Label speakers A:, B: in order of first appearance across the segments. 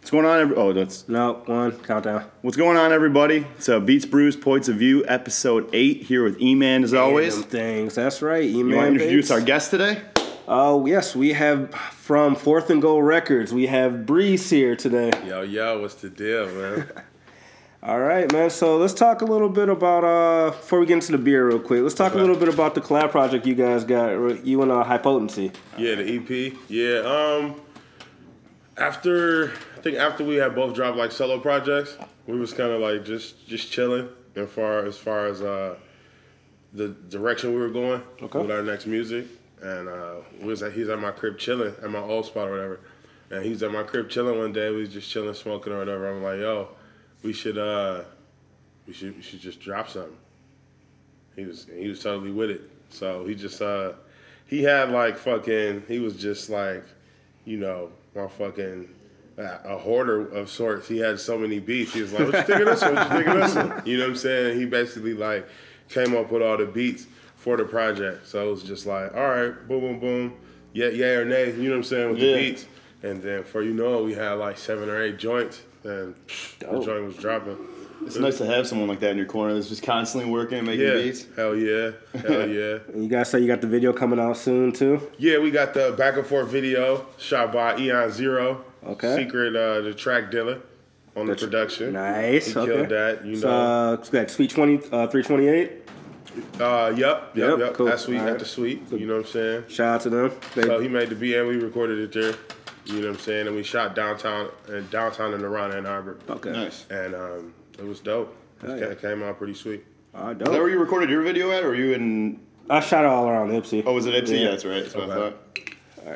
A: What's going on? ev- Oh, that's
B: No, one countdown.
A: what's going on, everybody. It's uh, Beats, Brews, Points of View, episode eight here with E Man as
C: Oh,
A: always.
B: Random
A: You
B: things. That's right. Email.
A: want to introduce
B: dates.
A: our guest today?
B: Oh yes, we have from Fourth and Goal Records. We have Breeze here today.
C: Yo, yo, what's the deal, man?
B: All right, man. So let's talk a little bit about uh before we get into the beer real quick. Let's talk
C: Okay.
B: a little bit about the collab project you guys got. right? You and uh, High Potency.
C: yeah, the EP. Yeah, um, after I think after we had both dropped like solo projects, we was kind of like just just chilling as far as far as uh the direction we were going
B: Okay.
C: with our next music, and uh, we was at, he's at my crib chilling at my old spot or whatever, and he's at my crib chilling one day. We was just chilling, smoking or whatever. I'm like, yo, we should uh we should we should just drop something. He was he was totally with it. So he just uh he had like fucking he was just like you know my fucking uh, a hoarder of sorts. He had so many beats. He was like, "What you think of this one? What you think of this one?" You know what I'm saying? He basically like came up with all the beats for the project. So it was just like, "All right, boom, boom, boom, yeah, yeah or nay." You know what I'm saying with
B: Yeah.
C: the beats. And then for you know, it, we had like seven or eight joints, and psh, the
D: Dope.
C: joint was dropping.
D: It's nice to have someone like that in your corner that's just constantly working and making
C: Yeah,
D: beats.
C: hell yeah, hell yeah.
B: And you guys say you got the video coming out soon too.
C: Yeah, we got the back and forth video shot by Eon Zero.
B: Okay.
C: Secret, uh, the track dealer on the, production.
B: Nice.
C: He
B: okay.
C: killed that, you
B: So,
C: know.
B: uh, it's got Sweet Twenty, uh, three twenty eight.
C: Uh, yep, yep,
B: Yep,
C: yep.
B: cool.
C: That's sweet.
B: Alright.
C: At the suite, you know what I'm saying?
B: Shout out to them. They,
C: So he made the beat and we recorded it there. You know what I'm saying? And we shot downtown, uh, downtown in Arana and Arbor,
B: okay.
D: Nice. Is
C: and um, it was dope. It
B: Oh. Hell
C: ca-
B: yeah.
C: came out pretty sweet.
B: All right,
A: Oh.
D: that
B: dope.
D: where you recorded your video at, or you in?
B: I shot it all around Ipsy.
D: Oh, was it Ipsy? Yeah, that's right. That's what I
C: Okay.
D: thought.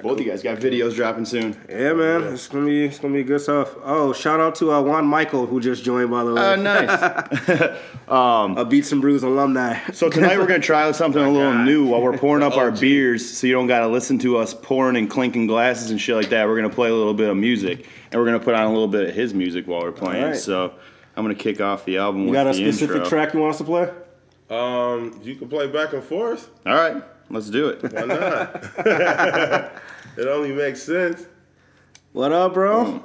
D: Both you guys got videos dropping soon.
B: Yeah, man, it's gonna be it's gonna be good stuff. Oh, shout out to uh, Juan Michael who just joined by the way,
A: Uh,
C: Uh,
D: nice.
B: a Beats and Brews alumni.
D: so tonight we're gonna try out something a little
B: Oh God. Oh,
D: new while we're pouring up our beers, so you don't gotta listen to us pouring and clinking glasses and shit like that. We're gonna play a little bit of music, and we're gonna put on a little bit of his music while we're playing.
B: Alright.
D: So I'm gonna kick off the album
B: You
D: with
B: got a
D: the
B: specific
D: intro.
B: track you want us to play?
C: Um, you can play back and forth.
D: All right, let's do it.
C: Why not? it only makes sense.
B: What up,
D: Oh.
B: bro?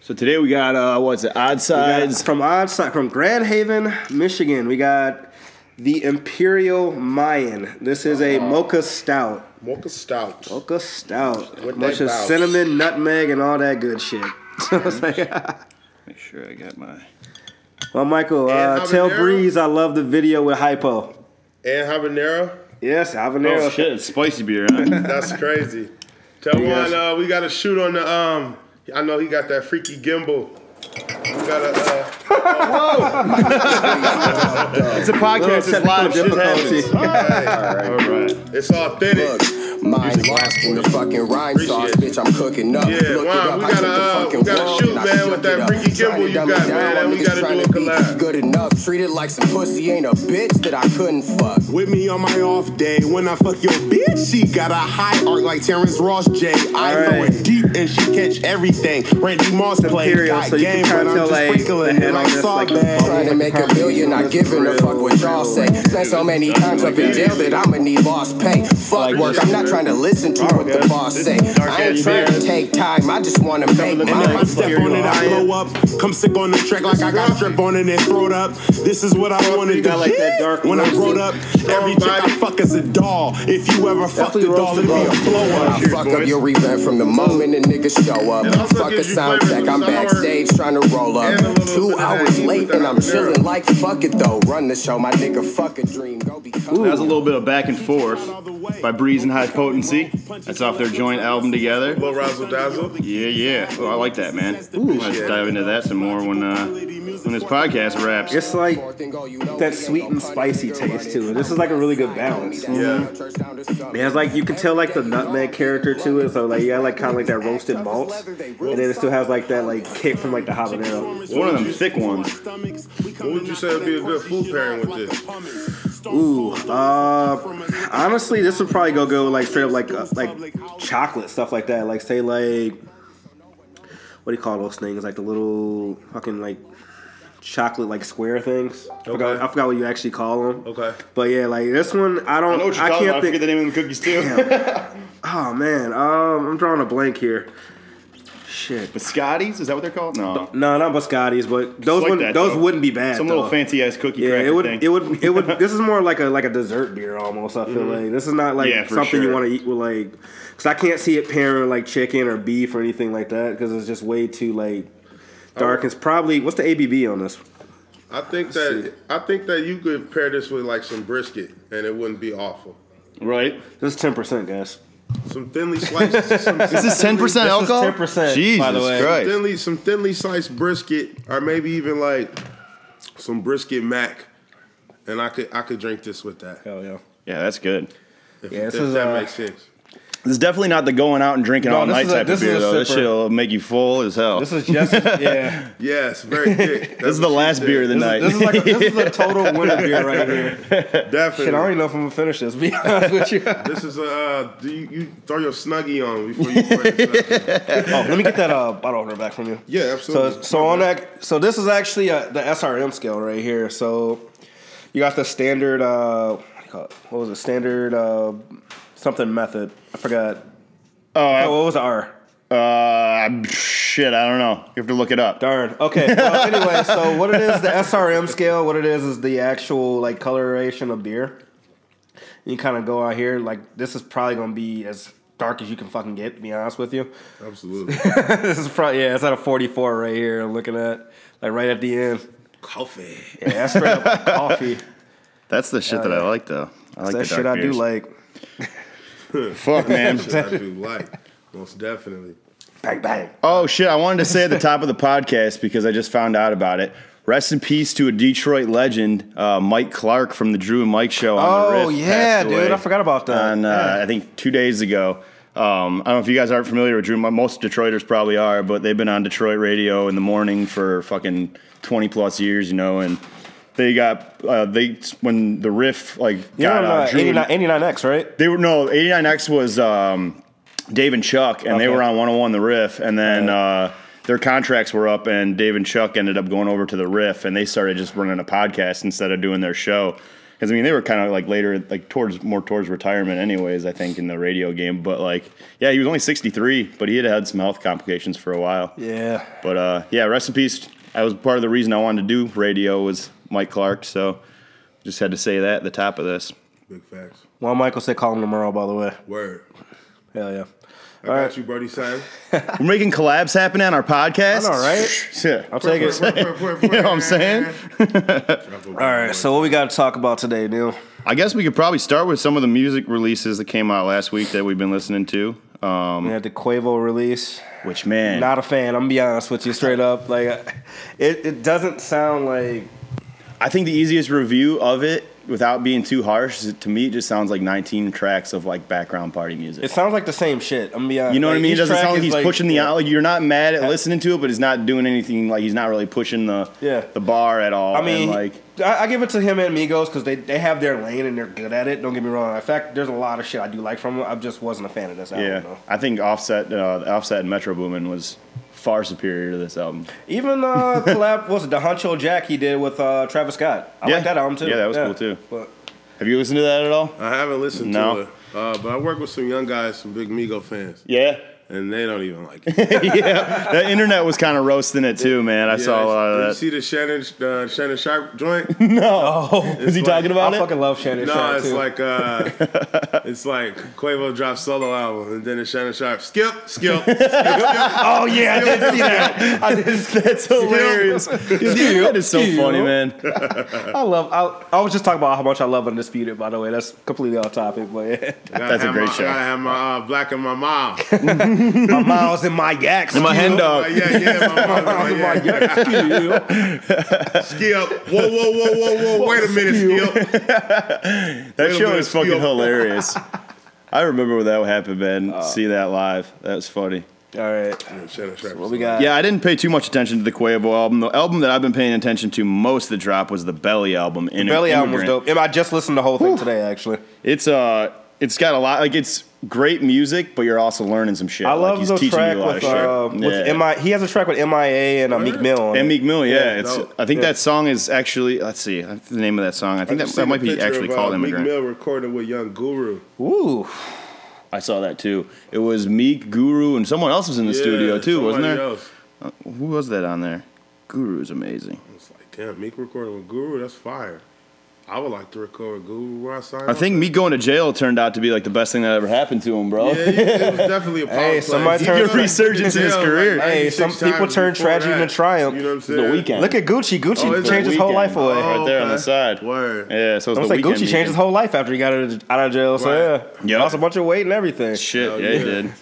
D: So today we got uh, what's it? Odd
B: We got
D: sides.
B: from Odd Side, from Grand Haven, Michigan. We got the Imperial Mayan. This is
C: Oh.
B: a mocha stout.
C: Mocha Stout.
B: Mocha stout.
C: What
B: Much
C: they
B: of
C: about?
B: cinnamon, nutmeg, and all that good shit. So it's like,
D: Make sure I got my.
B: well, Michael,
C: And
B: uh, tell
C: habanero?
B: Breeze I love the video with hypo.
C: And habanero.
B: Yes, habanero.
D: Oh shit! It's spicy beer. Huh?
C: That's crazy. Tell
B: guys-
C: one, uh, we got to shoot on the. Um, I know he got that freaky gimbal. We got a. Uh,
D: it's a podcast. It's live. Shit happens. All right.
C: it's authentic.
E: My lost in the fucking rhyme sauce,
C: Appreciate
E: bitch. I'm cooking up.
C: Yeah,
E: Look it
C: wow,
E: up.
C: we
E: I hit
C: gotta,
E: the
C: uh,
E: fucking
C: we gotta
E: wall
C: shoot,
E: and I
C: man,
E: shook
C: with
E: it
C: that
E: up.
C: freaky
E: Trying to
C: gimbal you
E: dumb
C: got,
E: it down,
C: man, and
E: my
C: we
E: niggas
C: gotta
E: trying
C: do a
E: to be
C: collab.
E: Good enough. Treated like some pussy ain't a bitch that I couldn't fuck.
F: With me on my off day, when I fuck your bitch, she got a high arc like Terrence Ross J. I throw
B: Alright.
F: it deep and she catch everything. Randy Moss play
B: Imperial,
F: got
B: so you can
F: game,
B: kinda
F: but I'm
B: tell,
F: just
B: like,
F: sprinkling
B: the head
F: it
B: on
F: like
B: this, like,
F: Sawbag.
B: bubble.
E: Trying to make a million, not giving a fuck what y'all say. Spent so many times up in jail that I'ma need lost pay. Fuck work, I'm not trying to listen to what the boss say. I ain't trying to take time, I just wanna make
F: And if I
E: money.
F: step on it, I blow up. Come sick on the track like I got strip on and then throw it up. This is what I wanted to
B: got, like, that dark
F: when I
B: roasted.
F: growed up. Every chick I fuck is a doll. If you ever fuck a
B: Definitely
F: doll,
B: roasted
F: it be a
B: dogs.
F: blow up.
E: I fuck up your event from the moment the niggas show up.
C: It also
E: Fuck a
C: gives you
E: sound
C: flavor
E: check,
C: to
E: I'm
C: the sour
E: backstage trying to roll up.
C: and a little bit
E: Two
C: of that
E: hours
C: heat
E: late
C: with
E: and
C: that
E: I'm
C: habanero.
E: chillin' like fuck it though. Run the show, my nigga, fuck a dream. Go be
D: That was a little bit of back and forth by Breeze and High Potency. That's off their joint album together.
C: Little razzle dazzle.
D: Yeah, yeah. Oh, I like that, man. Let's dive into that some more when uh, when this podcast wraps.
B: It's like that sweet and spicy taste to it. This is like a really good balance.
C: Yeah.
B: Yeah, it's like you can tell like the nutmeg character to it. So like you got like kind of like that roasted malt, and then it still has like that like kick from like the habanero.
D: It's one of them thick ones.
F: What
C: would you say would be a good food pairing with
F: this?
B: Ooh, uh, honestly, this would probably go good with like straight up like uh, like chocolate stuff like that. Like say like what do you call those things? Like the little fucking like chocolate like square things. I forgot,
C: Okay.
B: I forgot what you actually call them.
C: Okay.
B: But yeah, like this one, I don't. I,
D: I know what you're talking
B: can't
D: about. I
B: think.
D: forget the name of the cookies too.
B: Oh man, um, I'm drawing a blank here. shit.
D: Biscottis? Is that what they're called? No.
B: No, not Biscotti's, but those
D: like
B: wouldn't
D: that,
B: those
D: though.
B: wouldn't be bad.
D: Some little
B: though.
D: fancy ass cookie
B: Yeah,
D: cracker
B: it would,
D: thing.
B: it would. It would. This is more like a like a dessert beer almost. I feel like this is not like
D: Mm-hmm. Yeah, for
B: something you
D: sure.
B: want to eat with like. Because I can't see it pairing with, like chicken or beef or anything like that because it's just way too like
D: Oh.
B: dark. It's probably what's the ABV on this?
C: I think that I think that you could pair this with like some brisket, and it wouldn't be awful.
D: right?
B: This is ten percent, guys.
C: Some thinly sliced, some
D: This is 10% alcohol?
B: 10%,
D: Jesus
B: by the way.
D: Christ.
C: thinly, some thinly sliced brisket, or maybe even like some brisket mac, and I could I could drink this with that.
B: Hell yeah.
D: Yeah, that's good.
C: If,
B: Yeah, this
C: if
B: is,
C: that
B: uh,
C: makes sense.
D: This is definitely not the going out and drinking
B: No,
D: all
B: this
D: night
B: is a-
D: type
B: this
D: of
B: is
D: beer,
B: a
D: though. This
B: sipper.
D: shit'll make you full as hell.
B: This is just yeah.
C: Yes, very thick.
D: This is the last beer of the night.
B: This is like a, this is a total winter beer right here.
C: Definitely.
B: Shit, I don't even know if I'm gonna finish this. to Be honest with you. Oh,
C: This is a uh, do you, you throw your snuggie on before you. pour it.
B: let me get that uh, bottle opener back from you.
C: yeah, absolutely.
B: So, so on that, so this is actually uh the SRM scale right here. So you got the standard, uh, what do you call it? What was it? Standard uh, something method. I forgot.
D: oh, I-
B: Oh, what was the R?
D: Uh, shit, I don't know. You have to look it up.
B: Darn. Okay. Well, anyway, so what it is, the SRM scale, what it is, is the actual like coloration of beer. You kind of go out here, like this is probably gonna be as dark as you can fucking get. To be honest with you.
C: absolutely.
B: this is probably yeah, it's at a 44 right here. I'm looking at like right at the end.
C: Coffee.
B: Yeah, that's straight up like coffee.
D: That's the shit that I like though. I like the
B: that
D: dark
B: shit I do
D: beers.
B: like
D: Fuck man.
C: Shit I do like most definitely.
B: bang bang.
D: Oh shit, I wanted to say at the top of the podcast because I just found out about it. Rest in peace to a Detroit legend, uh, Mike Clark from the Drew and Mike show. On
B: Oh
D: the Riff,
B: yeah,
D: passed
B: dude,
D: away
B: I forgot about that.
D: On uh, I think two days ago. Um, I don't know if you guys aren't familiar with Drew. and Mike. Most Detroiters probably are, but they've been on Detroit radio in the morning for fucking twenty plus years, you know. And they got uh, they when the riff like
B: You're
D: got
B: on
D: uh,
B: uh,
D: Drew and-
B: 89, 89X, right?
D: they were no 89X was um, Dave and Chuck, and they
B: Okay.
D: were on 101 the Riff, and then uh, their contracts were up, and Dave and Chuck ended up going over to the Riff, and they started just running a podcast instead of doing their show. Because I mean, they were kind of like later, like towards more towards retirement, anyways. I think in the radio game, but like, yeah, he was only 63, but he had had some health complications for a while.
B: Yeah.
D: But uh, yeah, rest in peace. That was part of the reason I wanted to do radio was Mike Clark, so just had to say that at the top of this.
C: Big facts.
B: Well, Michael said call him tomorrow. By the way,
C: Word.
B: hell yeah.
C: I got you, Brody Simon.
D: We're making collabs happen on our podcast.
B: I know, right?
D: Yeah.
B: I'll take it.
D: You know what I'm saying?
B: All right, so what we got to talk about today, Neil?
D: I guess we could probably start with some of the music releases that came out last week that we've been listening to. Um,
B: We had the Quavo release.
D: which man,
B: Not a fan. I'm gonna be honest with you, straight up. Like, it, it doesn't sound like
D: I think the easiest review of it, without being too harsh, is to me it just sounds like 19 tracks of like background party music.
B: it sounds like the same shit. I'm gonna be honest.
D: you know what I
B: Like,
D: mean? It
B: each
D: doesn't
B: track
D: sound like
B: is
D: he's pushing the
B: yeah.
D: out. Like you're not mad at listening to it, but he's not doing anything. Like he's not really pushing the
B: Yeah.
D: the bar at all.
B: I mean,
D: and like
B: I, I give it to him and Migos because they, they have their lane and they're good at it. Don't get me wrong. In fact, there's a lot of shit I do like from them. I just wasn't a fan of this album.
D: yeah,
B: Though.
D: I think Offset, uh, Offset and Metro Boomin was far superior to this album.
B: Even uh, collab was it the Huncho Jack he did with uh, Travis Scott. I
D: Yeah.
B: like that album too.
D: Yeah, that was cool, too.
B: But
D: Have you listened to that at all?
C: I haven't listened
D: No.
C: to it, uh, but I work with some young guys, some big Migo fans,
D: Yeah.
C: and they don't even like it.
D: yeah, the internet was kind of roasting it too, man. I saw a lot
C: Did
D: of
C: You
D: that.
C: see the Shannon uh, Shannon Sharp joint?
B: Oh,
D: no, was he
C: like-
D: talking about
B: I
D: it?
B: fucking love Shannon
C: no,
B: Sharp
C: it's
B: too.
C: like uh, it's like Quavo drops solo album, and then the Shannon Sharp skip, skip, skip, skip.
B: oh yeah, I did see that. I did see that.
D: That's hilarious. Dude, that is so
B: Ew.
D: funny, man.
B: I love. I, I was just talking about how much I love Undisputed. By the way, that's completely off topic. But yeah.
C: Gotta
D: That's a
C: have
D: great
C: my,
D: show.
C: Gotta have my uh, black and my mom.
B: my miles and my yaks.
D: And my hen dog.
C: yeah, yeah, my mom.
B: My
C: yeah.
B: yaks, you.
C: Skip. Whoa, whoa, whoa, whoa, whoa. Wait a minute, Skip.
D: That show
C: minute,
D: is fucking
C: Skip.
D: hilarious. I remember when that happened, man.
B: Uh.
D: see that live. That was funny.
B: All right,
C: Shannon Sharp.
B: what we got?
D: Yeah, I didn't pay too much attention to the Quavo album. The album that I've been paying attention to most that dropped was the Belly album. In
B: Belly album was
D: Immigrant.
B: dope. And I just listened to the whole thing today. Actually,
D: It's uh, it's got a lot. Like it's great music, but you're also learning some shit.
B: I
D: Like,
B: love
D: he's
B: the
D: teaching
B: track
D: you a lot
B: with,
D: of shit.
B: uh, with
D: Yeah.
B: MI. He has a track with MIA and uh, Meek Mill. On it.
D: And Meek Mill, yeah, it's.
C: dope.
D: I think
B: Yeah.
D: that song is actually. Let's see, that's the
B: uh,
D: name of that song. I think that, that might be actually called
C: uh, Meek
D: "Immigrant."
C: Mill recorded with Young Guru.
B: Ooh,
D: I saw that too. It was Meek, Guru, and someone else was in the
C: Yeah,
D: studio too, wasn't
C: somebody
D: there?
C: Else.
D: Who was that on there? Guru's amazing.
C: It's like, damn, Meek recording with Guru, that's fire. I would like to record with Guru when I sign
D: I think Meek going to jail turned out to be like the best thing that ever happened to him, bro.
C: Yeah, it was definitely a power
B: Hey,
C: play.
B: somebody
C: You
B: turned-
C: know, like,
D: Resurgence in his
C: yeah, like
D: career. Hey,
C: 96
B: some people
C: times
B: turn
C: before
B: tragedy
C: that.
B: into triumph.
C: You know what I'm
D: The
C: saying?
D: Weeknd.
B: Look at Gucci. Gucci
C: Oh, it's
B: changed
C: the
B: his whole
D: Weeknd.
B: life away.
C: Oh,
D: right there on the
C: okay.
D: side.
C: Word.
D: Yeah, so it's
B: I was
D: the
B: like,
D: weekend
B: Gucci changed his whole life after he got out of, out of jail. So
C: Right.
B: yeah,
D: Yup.
B: lost a bunch of weight and everything.
D: shit.
C: Hell
D: yeah, he
C: yeah.
D: did.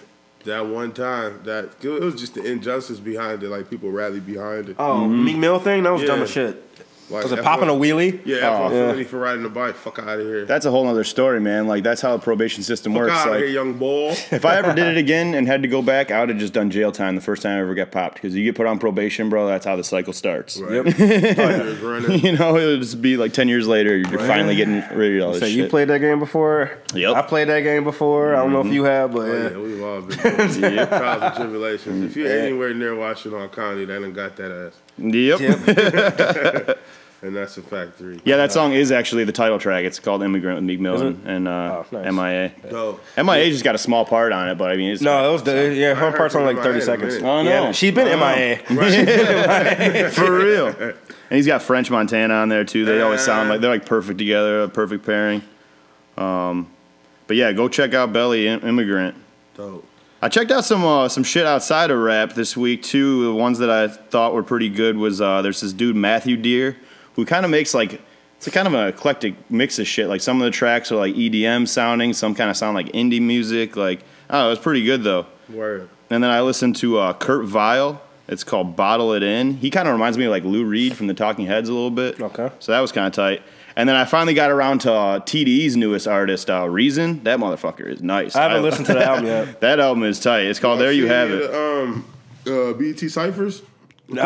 C: That one time, that it was just the injustice behind it. Like people rallied behind it.
B: Oh,
D: Mm-hmm.
B: Meek Mill thing? That was
C: Yeah.
B: dumb as shit.
C: like,
B: Was it
C: F1
B: popping a Oh, wheelie?
C: Yeah, F1 Infinity for riding the bike. Fuck out of here.
D: That's a whole other story, man. Like that's how the probation system
C: Fuck
D: works.
C: out of
D: Like,
C: here, young boy.
D: if I ever did it again and had to go back, I would have just done jail time the first time I ever got popped. Because you get put on probation, bro. That's how the cycle starts.
C: Yep.
D: You know, it'll just be like ten years later. You're finally getting rid of all this
B: So
D: shit.
B: you played that game before?
D: Yup.
B: I played that game before. I don't
D: Mm-hmm.
B: know if you have,
D: Oh,
B: but
C: Oh, Yeah,
B: yeah.
C: we've all been through trials and tribulations. If you're anywhere near Washington County, they done got that ass.
D: Yep.
C: And that's a fact three.
D: Yeah, that song is actually the title track. It's called "Immigrant" with Meek Mill and, and uh,
B: Oh, nice.
D: MIA.
C: Dope.
D: MIA just got a small part on it, but I mean, it's
B: No, that was the yeah. Her
C: heard
B: part's
C: from
B: only like thirty
C: MIA in a
B: seconds.
C: minute.
D: Oh, no.
B: Yeah, she's been
D: Oh, no.
B: MIA.
D: for real. And he's got French Montana on there too. They always sound like they're like perfect together, a perfect pairing. Um, but yeah, go check out Belly Im- Immigrant.
C: Dope.
D: I checked out some uh, some shit outside of rap this week too. The ones that I thought were pretty good was uh, there's this dude Matthew Deer who kind of makes like it's a kind of an eclectic mix of shit. Like some of the tracks are like EDM sounding, some kind of sound like indie music. Like I don't know, it was pretty good though.
C: Word.
D: And then I listened to uh, Kurt Vile. It's called Bottle It In. He kind of reminds me of like Lou Reed from the Talking Heads a little bit.
B: Okay.
D: So that was kind of tight. And then I finally got around to uh, TDE's newest artist, uh, Reason. That motherfucker is nice.
B: I haven't listened to the album yet.
D: That album is tight. It's called There You Have It.
C: Um, uh, BT Cyphers?
B: No.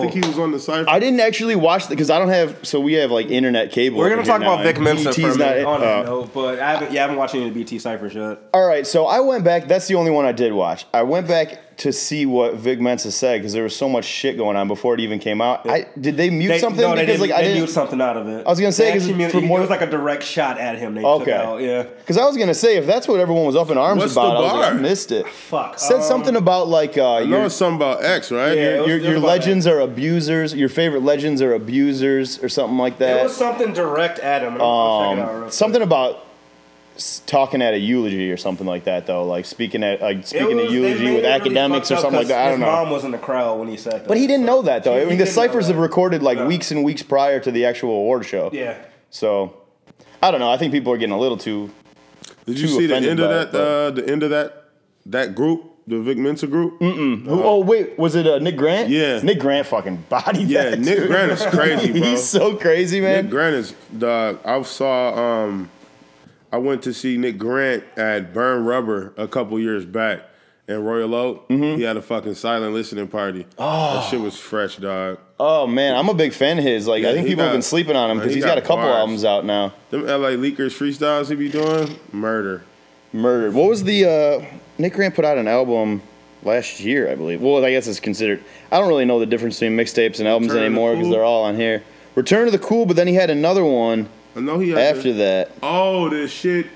C: I think he was on the Cypher.
D: I didn't actually watch because I don't have. So we have like internet cable.
B: We're gonna
D: over here
B: talk about
D: now, and
B: Vic Mensa for
D: BT's
B: a minute
D: not-
B: on that
D: uh,
B: note, but I haven't, yeah, I haven't watched any of the BT ciphers yet.
D: All right, so I went back. That's the only one I did watch. I went back to see what Vic Mensa said because there was so much shit going on before it even came out. I did they mute something
B: no,
D: because
B: didn't-
D: like I
B: they
D: didn't.
B: used something out of it.
D: I was gonna say,
B: They
D: 'cause
B: actually muted-
D: from
B: it
D: what-
B: was like a direct shot at him. They
D: Okay.
B: took out. Yeah,
D: Because I was gonna say if that's what everyone was up in arms
C: What's
D: about,
C: the
D: I, was like, I
C: bar?
D: missed it.
B: Fuck,
D: Said
B: um,
D: something about like uh,
C: I know
D: your,
C: it's something about X, right?
B: Yeah, it was-
D: your,
B: it
D: your
B: about
D: legends are abusers. Your favorite legends are abusers or something like
B: that.
D: that.
B: It was something direct at
D: Um,
B: him. I'll check it out real quick.
D: something about s- talking at a eulogy or something like that though, like speaking at like
B: It
D: speaking
B: was-
D: at
B: they
D: eulogy
B: made
D: with
B: it really
D: academics or
B: fucked up
D: something like
B: 'cause
D: that. I don't
B: his
D: know.
B: mom was in the crowd when he said that.
D: But he didn't know that though.
B: He-
D: I
B: he
D: mean, the
B: didn't know
D: ciphers
B: that.
D: have recorded like
B: Yeah.
D: weeks and weeks prior to the actual award show.
B: Yeah.
D: So, I don't know. I think people are getting a little too.
C: Did you
D: too
C: see the
D: offended
C: end of
D: by it,
C: that? uh, the end of that that group, the Vic Mensa group.
D: Who, oh wait, was it uh, Nick Grant?
C: Yeah.
D: Nick Grant fucking bodied
C: Yeah,
D: that.
C: Nick Grant is crazy, bro.
D: He's so crazy, man.
C: Nick Grant is dog. I saw. Um, I went to see Nick Grant at Burn Rubber a couple years back in Royal Oak. He had a fucking silent listening party. Oh, that shit was fresh, dog.
D: oh man, I'm a big fan of his. Like,
C: Yeah,
D: I think
C: he
D: people have
C: got-
D: been sleeping on him
C: uh,
D: because
C: he
D: he's got,
C: got
D: a couple
C: bars.
D: albums out now.
C: Them LA leakers freestyles he be doing, murder.
D: Murdered. What was the uh, Nick Grant put out an album last year, I believe. Well, I guess it's considered. I don't really know the difference between mixtapes and albums
C: Return of the
D: anymore because
C: Cool?
D: they're all on here. Return of the Cool, but then he had another one
C: I know he had
D: after that.
C: Oh, the shit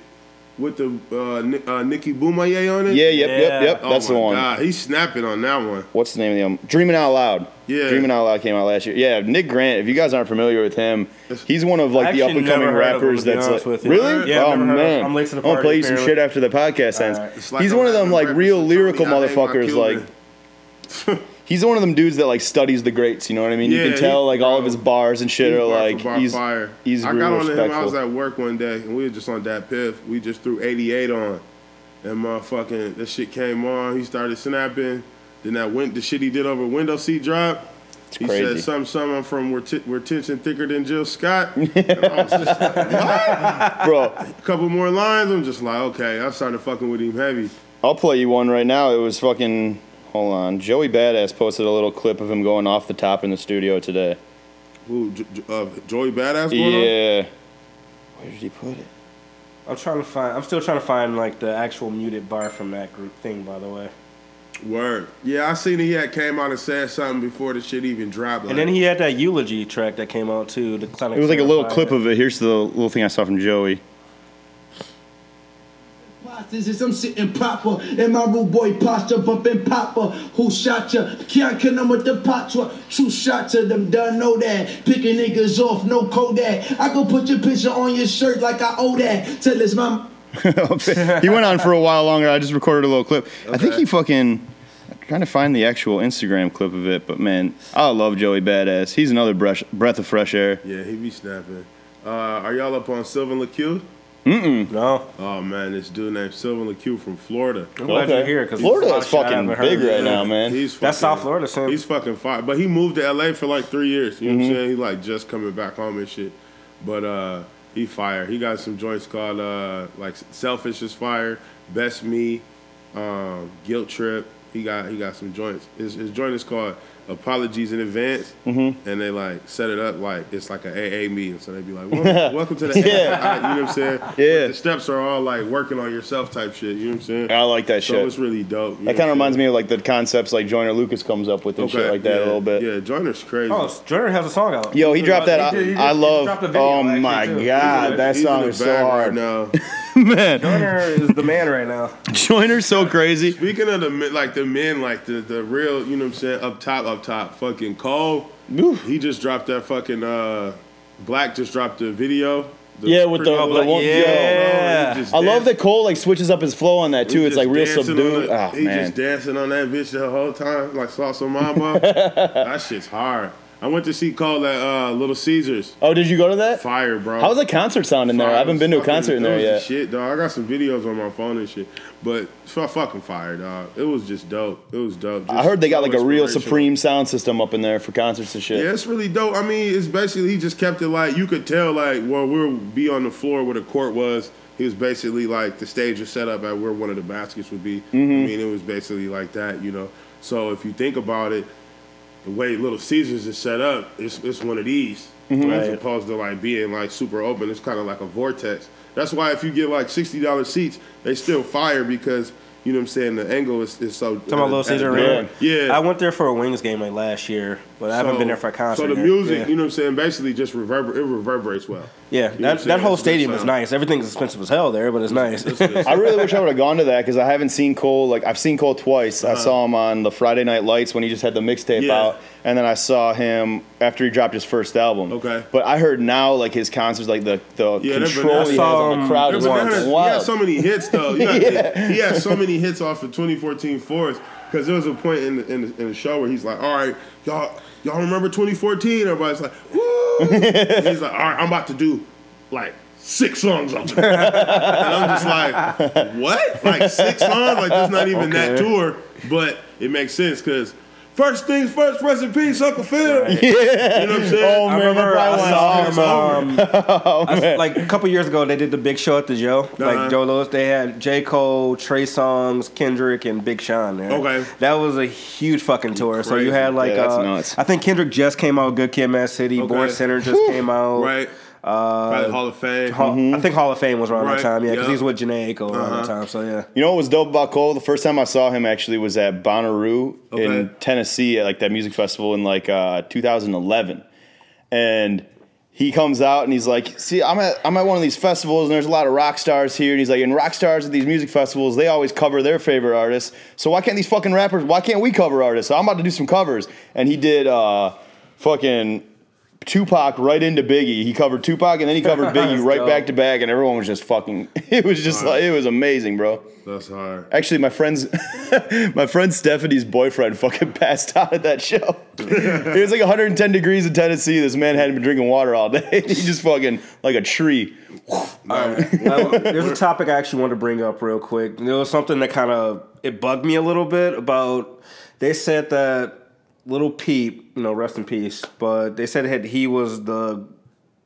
C: with the uh, Ni- uh, Nicki Boumaye on it.
D: Yeah, yep,
B: Yeah.
D: yep, yep.
C: Oh
D: That's
C: my
D: the one.
C: God, he's snapping on that one.
D: what's the name of the album? Dreaming Out Loud.
C: Yeah.
D: Dreaming Out Loud came out last year. Yeah, Nick Grant. If you guys aren't familiar with him, he's one of
B: I
D: like the up
B: actually
D: and coming
B: never heard of him,
D: rappers
B: to be
D: that's
B: honest
D: like,
B: with you.
D: really.
B: Yeah, I've
D: oh
B: never heard of
D: man,
B: him. I'm late to the
D: I'm gonna
B: party,
D: play you some
B: apparently.
D: shit after the podcast ends.
B: Alright.
C: It's like
D: he's
C: I'm
D: one of
C: at
D: them
C: the
D: like
C: breakfast
D: real
C: and somebody
D: lyrical
C: I hate my
D: motherfuckers. Like
C: Cuban.
D: he's one of them dudes that like studies the greats. You know what I mean?
C: Yeah,
D: you
C: he-
D: can tell like all of
C: bro.
D: his bars and shit
C: He
D: are
C: bar for
D: like
C: bar
D: he's
C: fire.
D: he's
C: I
D: real
C: got on to him. I was
D: respectful.
C: at work one day, and we were just on that piff. We just threw 88 on, and motherfucking that shit came on. He started snapping. Then that went the shit he did over window seat drop. He
D: crazy.
C: said some some I'm from reti- retention thicker than Jill Scott. And I was just like,
D: Bro,
C: a couple more lines. I'm just like, okay. I started fucking with him heavy.
D: I'll play you one right now. It was fucking. Hold on. Joey Badass posted a little clip of him going off the top in the studio today.
C: Who? J- J- uh, Joey Badass. Going On?
D: Yeah. Where did he put it?
B: I'm trying to find. I'm still trying to find like the actual muted bar from that group thing. By the way,
C: Word. Yeah, I seen he had came out and said something before the shit even dropped.
B: and then he had that eulogy track that came out too. The
D: It was like a little clip of it. Here's the little thing I saw from Joey.
G: Plus, imposters is I'm sitting proper in my rude boy posture, bumping popper. Who shot ya? Can't kill them with the patwa. True shot to them, done know that. Picking niggas off, no Kodak. I go put your picture on your shirt like I owe that. Till it's my
D: he went on for a while longer. I just recorded a little clip. I think he fucking I'm trying to find the actual Instagram clip of it, but man, I love Joey Badass. He's another breath breath of fresh air.
C: Yeah, he be snapping. Uh, are y'all up on Sylvan LaCue?
B: No,
C: Oh man, this dude named Sylvan LaCue from Florida.
B: I'm glad you're here because
D: Florida is fucking big right now, man.
C: He's fucking,
B: That's South Florida, Sam.
C: He's fucking fire. But he moved to LA for like three years. You know
D: Mm-hmm.
C: what I'm saying? He like just coming back home and shit. But uh he fire. He got some joints called uh like Selfish is Fire, Best Me, um, Guilt Trip. He got he got some joints. His, his joint is called Apologies in Advance,
D: Mm-hmm.
C: and they like set it up like it's like an AA meeting. So they be like, "Welcome, welcome to the AA." You know what I'm saying?
D: Yeah.
C: But the steps are all like working on yourself type shit. You know what I'm saying?
D: I like that
C: so
D: shit.
C: it's really dope.
D: That kind of reminds me of like the concepts like Joyner Lucas comes up with and shit like that a
C: yeah,
D: little bit.
C: Yeah, Joyner's crazy.
B: oh, Jordan has a song out.
D: Yo, he dropped that. uh,
B: He did- he did-
D: I, I
B: he
D: love.
B: dropped a video
D: Oh
B: actually,
D: my
B: too.
D: god, that
C: He's in
D: song
C: the
D: is so
C: bag
D: hard,
C: now.
D: man.
B: Jordan is the man right now.
D: Joyner's so crazy.
C: Speaking of the men, like the men, like the, the real, you know what I'm saying, up top, up top, fucking Cole.
D: Oof.
C: He just dropped that fucking uh Black just dropped the video. The
D: Yeah, with the,
C: pretty
D: the
C: little- Oh,
D: one. Yo.
B: Yeah.
C: He just
D: I love
C: danced-
D: that Cole like switches up his flow on that
C: he
D: too. It's
C: just
D: like real
C: dancing on
D: subdued.
C: the-
D: Oh
C: he
D: man,
C: just dancing on that bitch the whole time, like Salsa Mamba. that shit's hard. I went to see Cole at uh, Little Caesars.
D: Oh, did you go to that?
C: Fire, bro.
D: How's the concert sound in there? I haven't been to a
C: Fucking-
D: concert in
C: it
D: there
C: was the
D: yet.
C: Shit, dog. I got some videos on my phone and shit, but so fucking fire, dog. It was just dope. It was dope.
D: I
C: Just
D: heard they got
C: so
D: like a real
C: inspirational.
D: Supreme sound system up in there for concerts and shit.
C: Yeah, it's really dope. I mean, it's basically he just kept it like you could tell like where we would be on the floor where the court was. He was basically like the stage was set up at where one of the baskets would be.
B: Mm-hmm.
C: I mean, it was basically like that, you know. So if you think about it, the way Little Caesars is set up, it's it's one of these
B: Mm-hmm.
C: as opposed to like being like super open. It's kind of like a vortex. That's why if you get like sixty dollars seats, they still fire because you know what I'm saying. The angle is, is so.
B: Talking about Little
C: at the
B: Caesar
C: door.
B: Arena.
C: Yeah,
B: I went there for a Wings game like last year, but I haven't been there for a concert.
C: so the
B: yet.
C: music,
B: Yeah.
C: you know what I'm saying, basically just reverber it reverberates well.
B: Yeah,
C: know what I'm
B: that, that
C: saying?
B: whole
C: It's a good
B: stadium is
C: sound.
B: nice. Everything's expensive as hell there, but it's nice.
D: I really wish I would have gone to that because I haven't seen Cole. Like I've seen Cole twice. I saw him on the Friday Night Lights when he just had the mixtape
C: Uh-huh. Yeah.
D: out, and then I saw him after he dropped his first album.
C: Okay.
D: But I heard now like his concerts, like the the
C: Yeah, they're Um,
D: control he has on the
B: bananas.
D: crowd
C: Yeah,
D: is
C: but that is- He
D: wild.
C: had so many hits though. You gotta think, He had so many hits off of 2014 Forest because there was a point in the, in, the, in the show where he's like, "All right, y'all, y'all remember 2014?" Everybody's like, "Woo!" And he's like, "All right, I'm about to do like." Six songs off of it. and I'm just like, what? Like six songs? Like that's not even that tour, but it makes sense because first things first, rest in peace, Uncle Phil. You know what I'm saying?
D: Oh, man, that
B: remember
D: probably
B: I
D: went
B: saw
D: on
B: him,
D: and on.
B: um, I- like a couple years ago. They did the big show at the Joe,
C: Oh, Uh-huh.
B: like Joe Lewis. They had J Cole, Trey Songz, Kendrick, and Big Sean there.
C: Okay.
B: that was a huge fucking tour. So
C: Crazy.
B: you had like
D: Yeah, that's
B: uh,
D: nuts.
B: I think Kendrick just came out. with Good Kid, Mad City,
C: Okay.
B: Born Center just came out.
C: Right. Probably Hall of Fame.
B: Hall-
D: Mm-hmm.
B: I think Hall of Fame was around
C: Right,
B: that time, yeah, because
C: yeah.
B: he's with Janae Aiko around
D: Uh-huh.
B: that time. So yeah,
D: You know what was dope about Cole? The first time I saw him actually was at Bonnaroo
C: Okay.
D: in Tennessee at like that music festival in like uh, 2011, and he comes out and he's like, "See, I'm at I'm at one of these festivals and there's a lot of rock stars here." And he's like, "And rock stars at these music festivals, they always cover their favorite artists. So why can't these fucking rappers? Why can't we cover artists? So I'm about to do some covers." And he did uh, fucking. Tupac right into Biggie. He covered Tupac and then he covered Biggie
B: That's
D: right
B: dope.
D: back to back, and everyone was just fucking. It was just like it was amazing, bro.
C: That's hard.
D: Actually, my friend's my friend Stephanie's boyfriend fucking passed out at that show. it was like 110 degrees in Tennessee. This man hadn't been drinking water all day. he just fucking like a tree.
B: Uh, there's a topic I actually wanted to bring up real quick. There was something that kind of it bugged me a little bit about. They said that little Peep, you know, rest in peace, but they said that he was the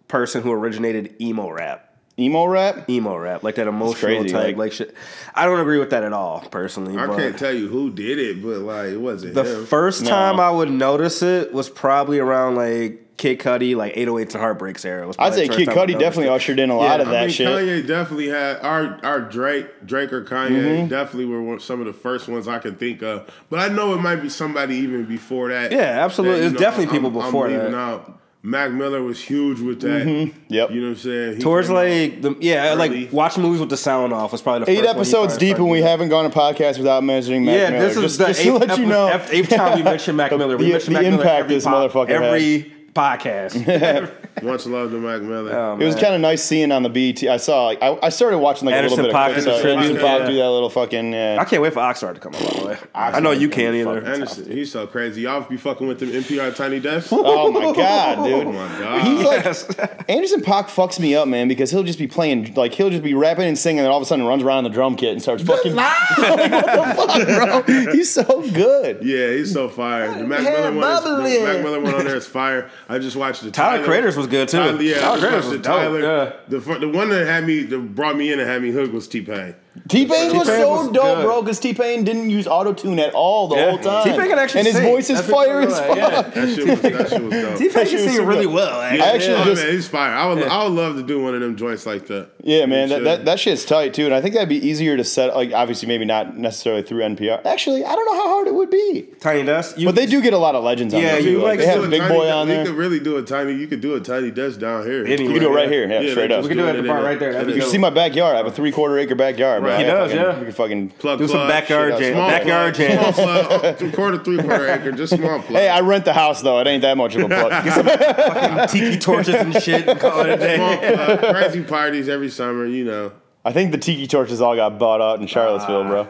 B: person who originated emo rap.
D: Emo rap.
B: Emo rap, like that emotional
D: crazy,
B: type,
D: like-
B: like, shit. I don't agree with that at all, personally.
C: I
B: but
C: can't tell you who did it, but like it wasn't
B: the
C: him.
B: first time
D: No.
B: I would notice it was probably around like Kid Cudi, like 808s and Heartbreaks era. Was
D: I'd
B: probably
D: say
B: the
D: Kid
B: first time I
D: Cudi
B: noticed
D: definitely
B: it.
D: ushered in a lot of
C: I
D: that
C: mean,
D: shit.
C: Kanye definitely had our our Drake, Drake or Kanye
B: Mm-hmm.
C: definitely were one, some of the first ones I could think of. But I know it might be somebody even before that.
B: Yeah, absolutely.
C: that, you
B: It's definitely people before
C: I'm leaving
B: that. Mm-hmm.
C: Out. Mac Miller was huge with that.
D: Yep.
C: You know what I'm saying? He
B: Towards
C: came out-
B: like the yeah,
C: Early.
B: like watch movies with the sound off was probably the
D: Eight
B: first one he
D: episodes
B: probably
D: deep, and
B: started
D: we
B: doing.
D: haven't gone a podcast without mentioning Mac
B: yeah,
D: Miller.
B: this is
D: just,
B: the
D: just
B: eighth,
D: to let
B: epi-
D: you know,
B: ep- eighth time we mentioned Mac
D: The-
B: Miller. We
D: the-
B: mentioned
D: the
B: Mac Miller
D: impact
B: every
D: this
B: pod-
D: motherfucker had.
B: every podcast.
C: Much love to Mac Miller.
B: Um,
D: it was kind of nice seeing on the BET. I saw, like, I, I started watching like
B: Anderson
D: a little bit
B: Paak
D: of
B: did the
D: clips.
B: tribute.
D: Anderson Paak
C: Yeah.
D: do that little fucking. uh,
B: I
D: Yeah.
B: can't wait for Oxnard to come out. By the way, I know you can't either.
C: Anderson, he's so crazy. Y'all be fucking with them NPR Tiny Desk.
D: Oh my god,
C: Oh
D: dude!
C: my god.
D: He's like
B: Yes.
D: Anderson Pac fucks me up, man, because he'll just be playing, like he'll just be rapping and singing, and all of a sudden runs around on the drum kit and starts fucking. Like, what the fuck, bro? He's so good.
C: yeah, he's so fire. The Mac
B: Yeah,
C: Miller one, is, the
B: bubbly.
C: Mac Miller one on there is fire. I just watched the
B: Tyler Creators was good too.
C: Tyler, yeah,
B: Tyler
C: Tyler
B: Creators
C: the
B: was dope,
C: Tyler.
B: yeah.
C: The fir- the one that had me, that brought me in and had me hooked was T Pain.
D: T Pain was
B: T-Pain
D: so
B: was
D: dope,
B: good.
D: bro, because T Pain didn't use auto tune at all the
B: Yeah.
D: whole time.
B: T-Pain can actually
D: and his
B: sing.
D: voice is
B: That's what
D: fire
B: I'm
D: as fuck.
B: like, yeah.
C: That shit was that shit was dope.
B: T-Pain can
D: was
B: sing
D: so
B: really
D: good.
B: well. eh? actually.
D: I actually
C: Oh,
D: just
C: man, he's fire. I would, I would love to do one of them joints like that.
D: Yeah, man, that,
C: Sure.
D: that, that shit's tight too, and I think that'd be easier to set. Like, obviously, maybe not necessarily through NPR. Actually, I don't know how hard it would be,
B: Tiny Dust. You,
D: but they do get a lot of legends on
B: Yeah,
D: there.
B: you
D: Too.
B: like
D: Like, they
B: to
D: have
C: do
D: a big
C: tiny-
D: boy on
C: You
D: there.
C: could really do a tiny. You could do a tiny desk down here.
B: Anywhere. You
D: could do it right here, yeah,
C: they
D: straight up.
C: just
D: We
B: could do it at the
C: in
B: bar
C: there.
B: right there, that'd be
D: You see my backyard? I have a three quarter acre backyard, bro.
C: Right.
D: I
C: He
D: got
B: does,
D: fucking-
B: yeah.
D: You can fucking.
C: Plug,
B: Do some
C: plug,
B: backyard
C: shit,
B: jam-
C: small
B: backyard
C: plug,
B: jam.
C: Small plug, up to quarter, three quarter acre, just small plug.
D: Hey, I rent the house though. It ain't that much of a plug.
B: tiki torches and shit. And call it a day.
C: small plug. Crazy parties every summer, you know.
D: I think the tiki torches all got bought out in Charlottesville, bro.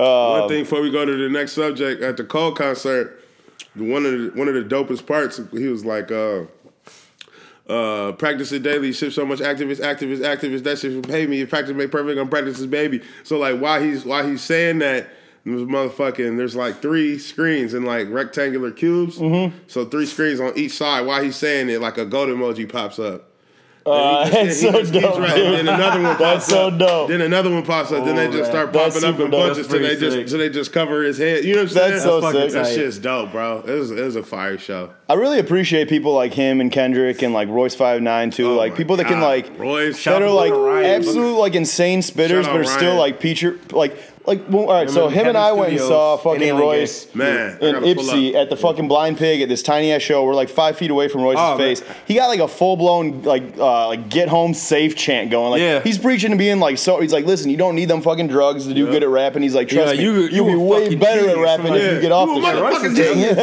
D: Um,
C: One thing before we go to the next subject, at the Cole concert, one of the, one of the dopest parts, he was like, uh, uh, practice it daily, ship so much activist, activist, activist, that shit will pay me. If practice make perfect, I'm practice's baby. So like why he's why he's saying that there's motherfucking there's like three screens and like rectangular cubes.
D: Mm-hmm.
C: So three screens on each side. Why he's saying it, like a goat emoji pops up.
D: Uh,
C: And Ah, he
D: that's
C: just- he
D: so
C: just keeps
D: dope,
C: right- and
D: dude.
C: then another one
D: That's
C: pops
D: so
C: up.
D: dope.
C: Then another one pops up. then they just start
D: That's
C: popping up
D: super
C: in
D: dope.
C: bunches till they
B: That's pretty sick.
C: just till they just cover his head. You know what I'm
D: That's
C: saying?
D: so That's fucking sick.
C: That
D: tight.
C: shit's dope, bro. It was, it was a fire show.
D: I really appreciate people like him and Kendrick and like Royce Five Nine too.
C: Oh
D: like
C: my
D: people that can
C: God.
D: like
C: Royce, shout
D: that are
C: out
D: like
C: to Ryan.
D: absolute like insane spitters,
C: Shout out
D: but are still
C: Ryan.
D: like feature like like. Well, all right,
B: Him
D: so
B: and
D: him and I
B: Heaven
D: went and
B: Studios
D: saw
B: in
D: fucking
B: Alien
D: Royce.
B: Gate.
C: Man, I
D: and
C: gotta pull
D: Ipsy
C: up.
D: at the fucking Blind Pig at this tiny ass show. We're like five feet away from Royce's
B: Oh, man.
D: face. He got like a full blown like uh, like get home safe chant going. Like
B: Yeah.
D: he's preaching to being like so. He's like, listen, you don't need them fucking drugs to do good at rapping. He's like, trust
B: Yeah,
D: me,
B: you-
D: you,
B: you
D: will be
B: a
D: way
B: fucking
D: better at
B: genius.
D: rapping if
B: Yeah.
D: you get off
C: You a
D: this. shit."
C: motherfucking genius.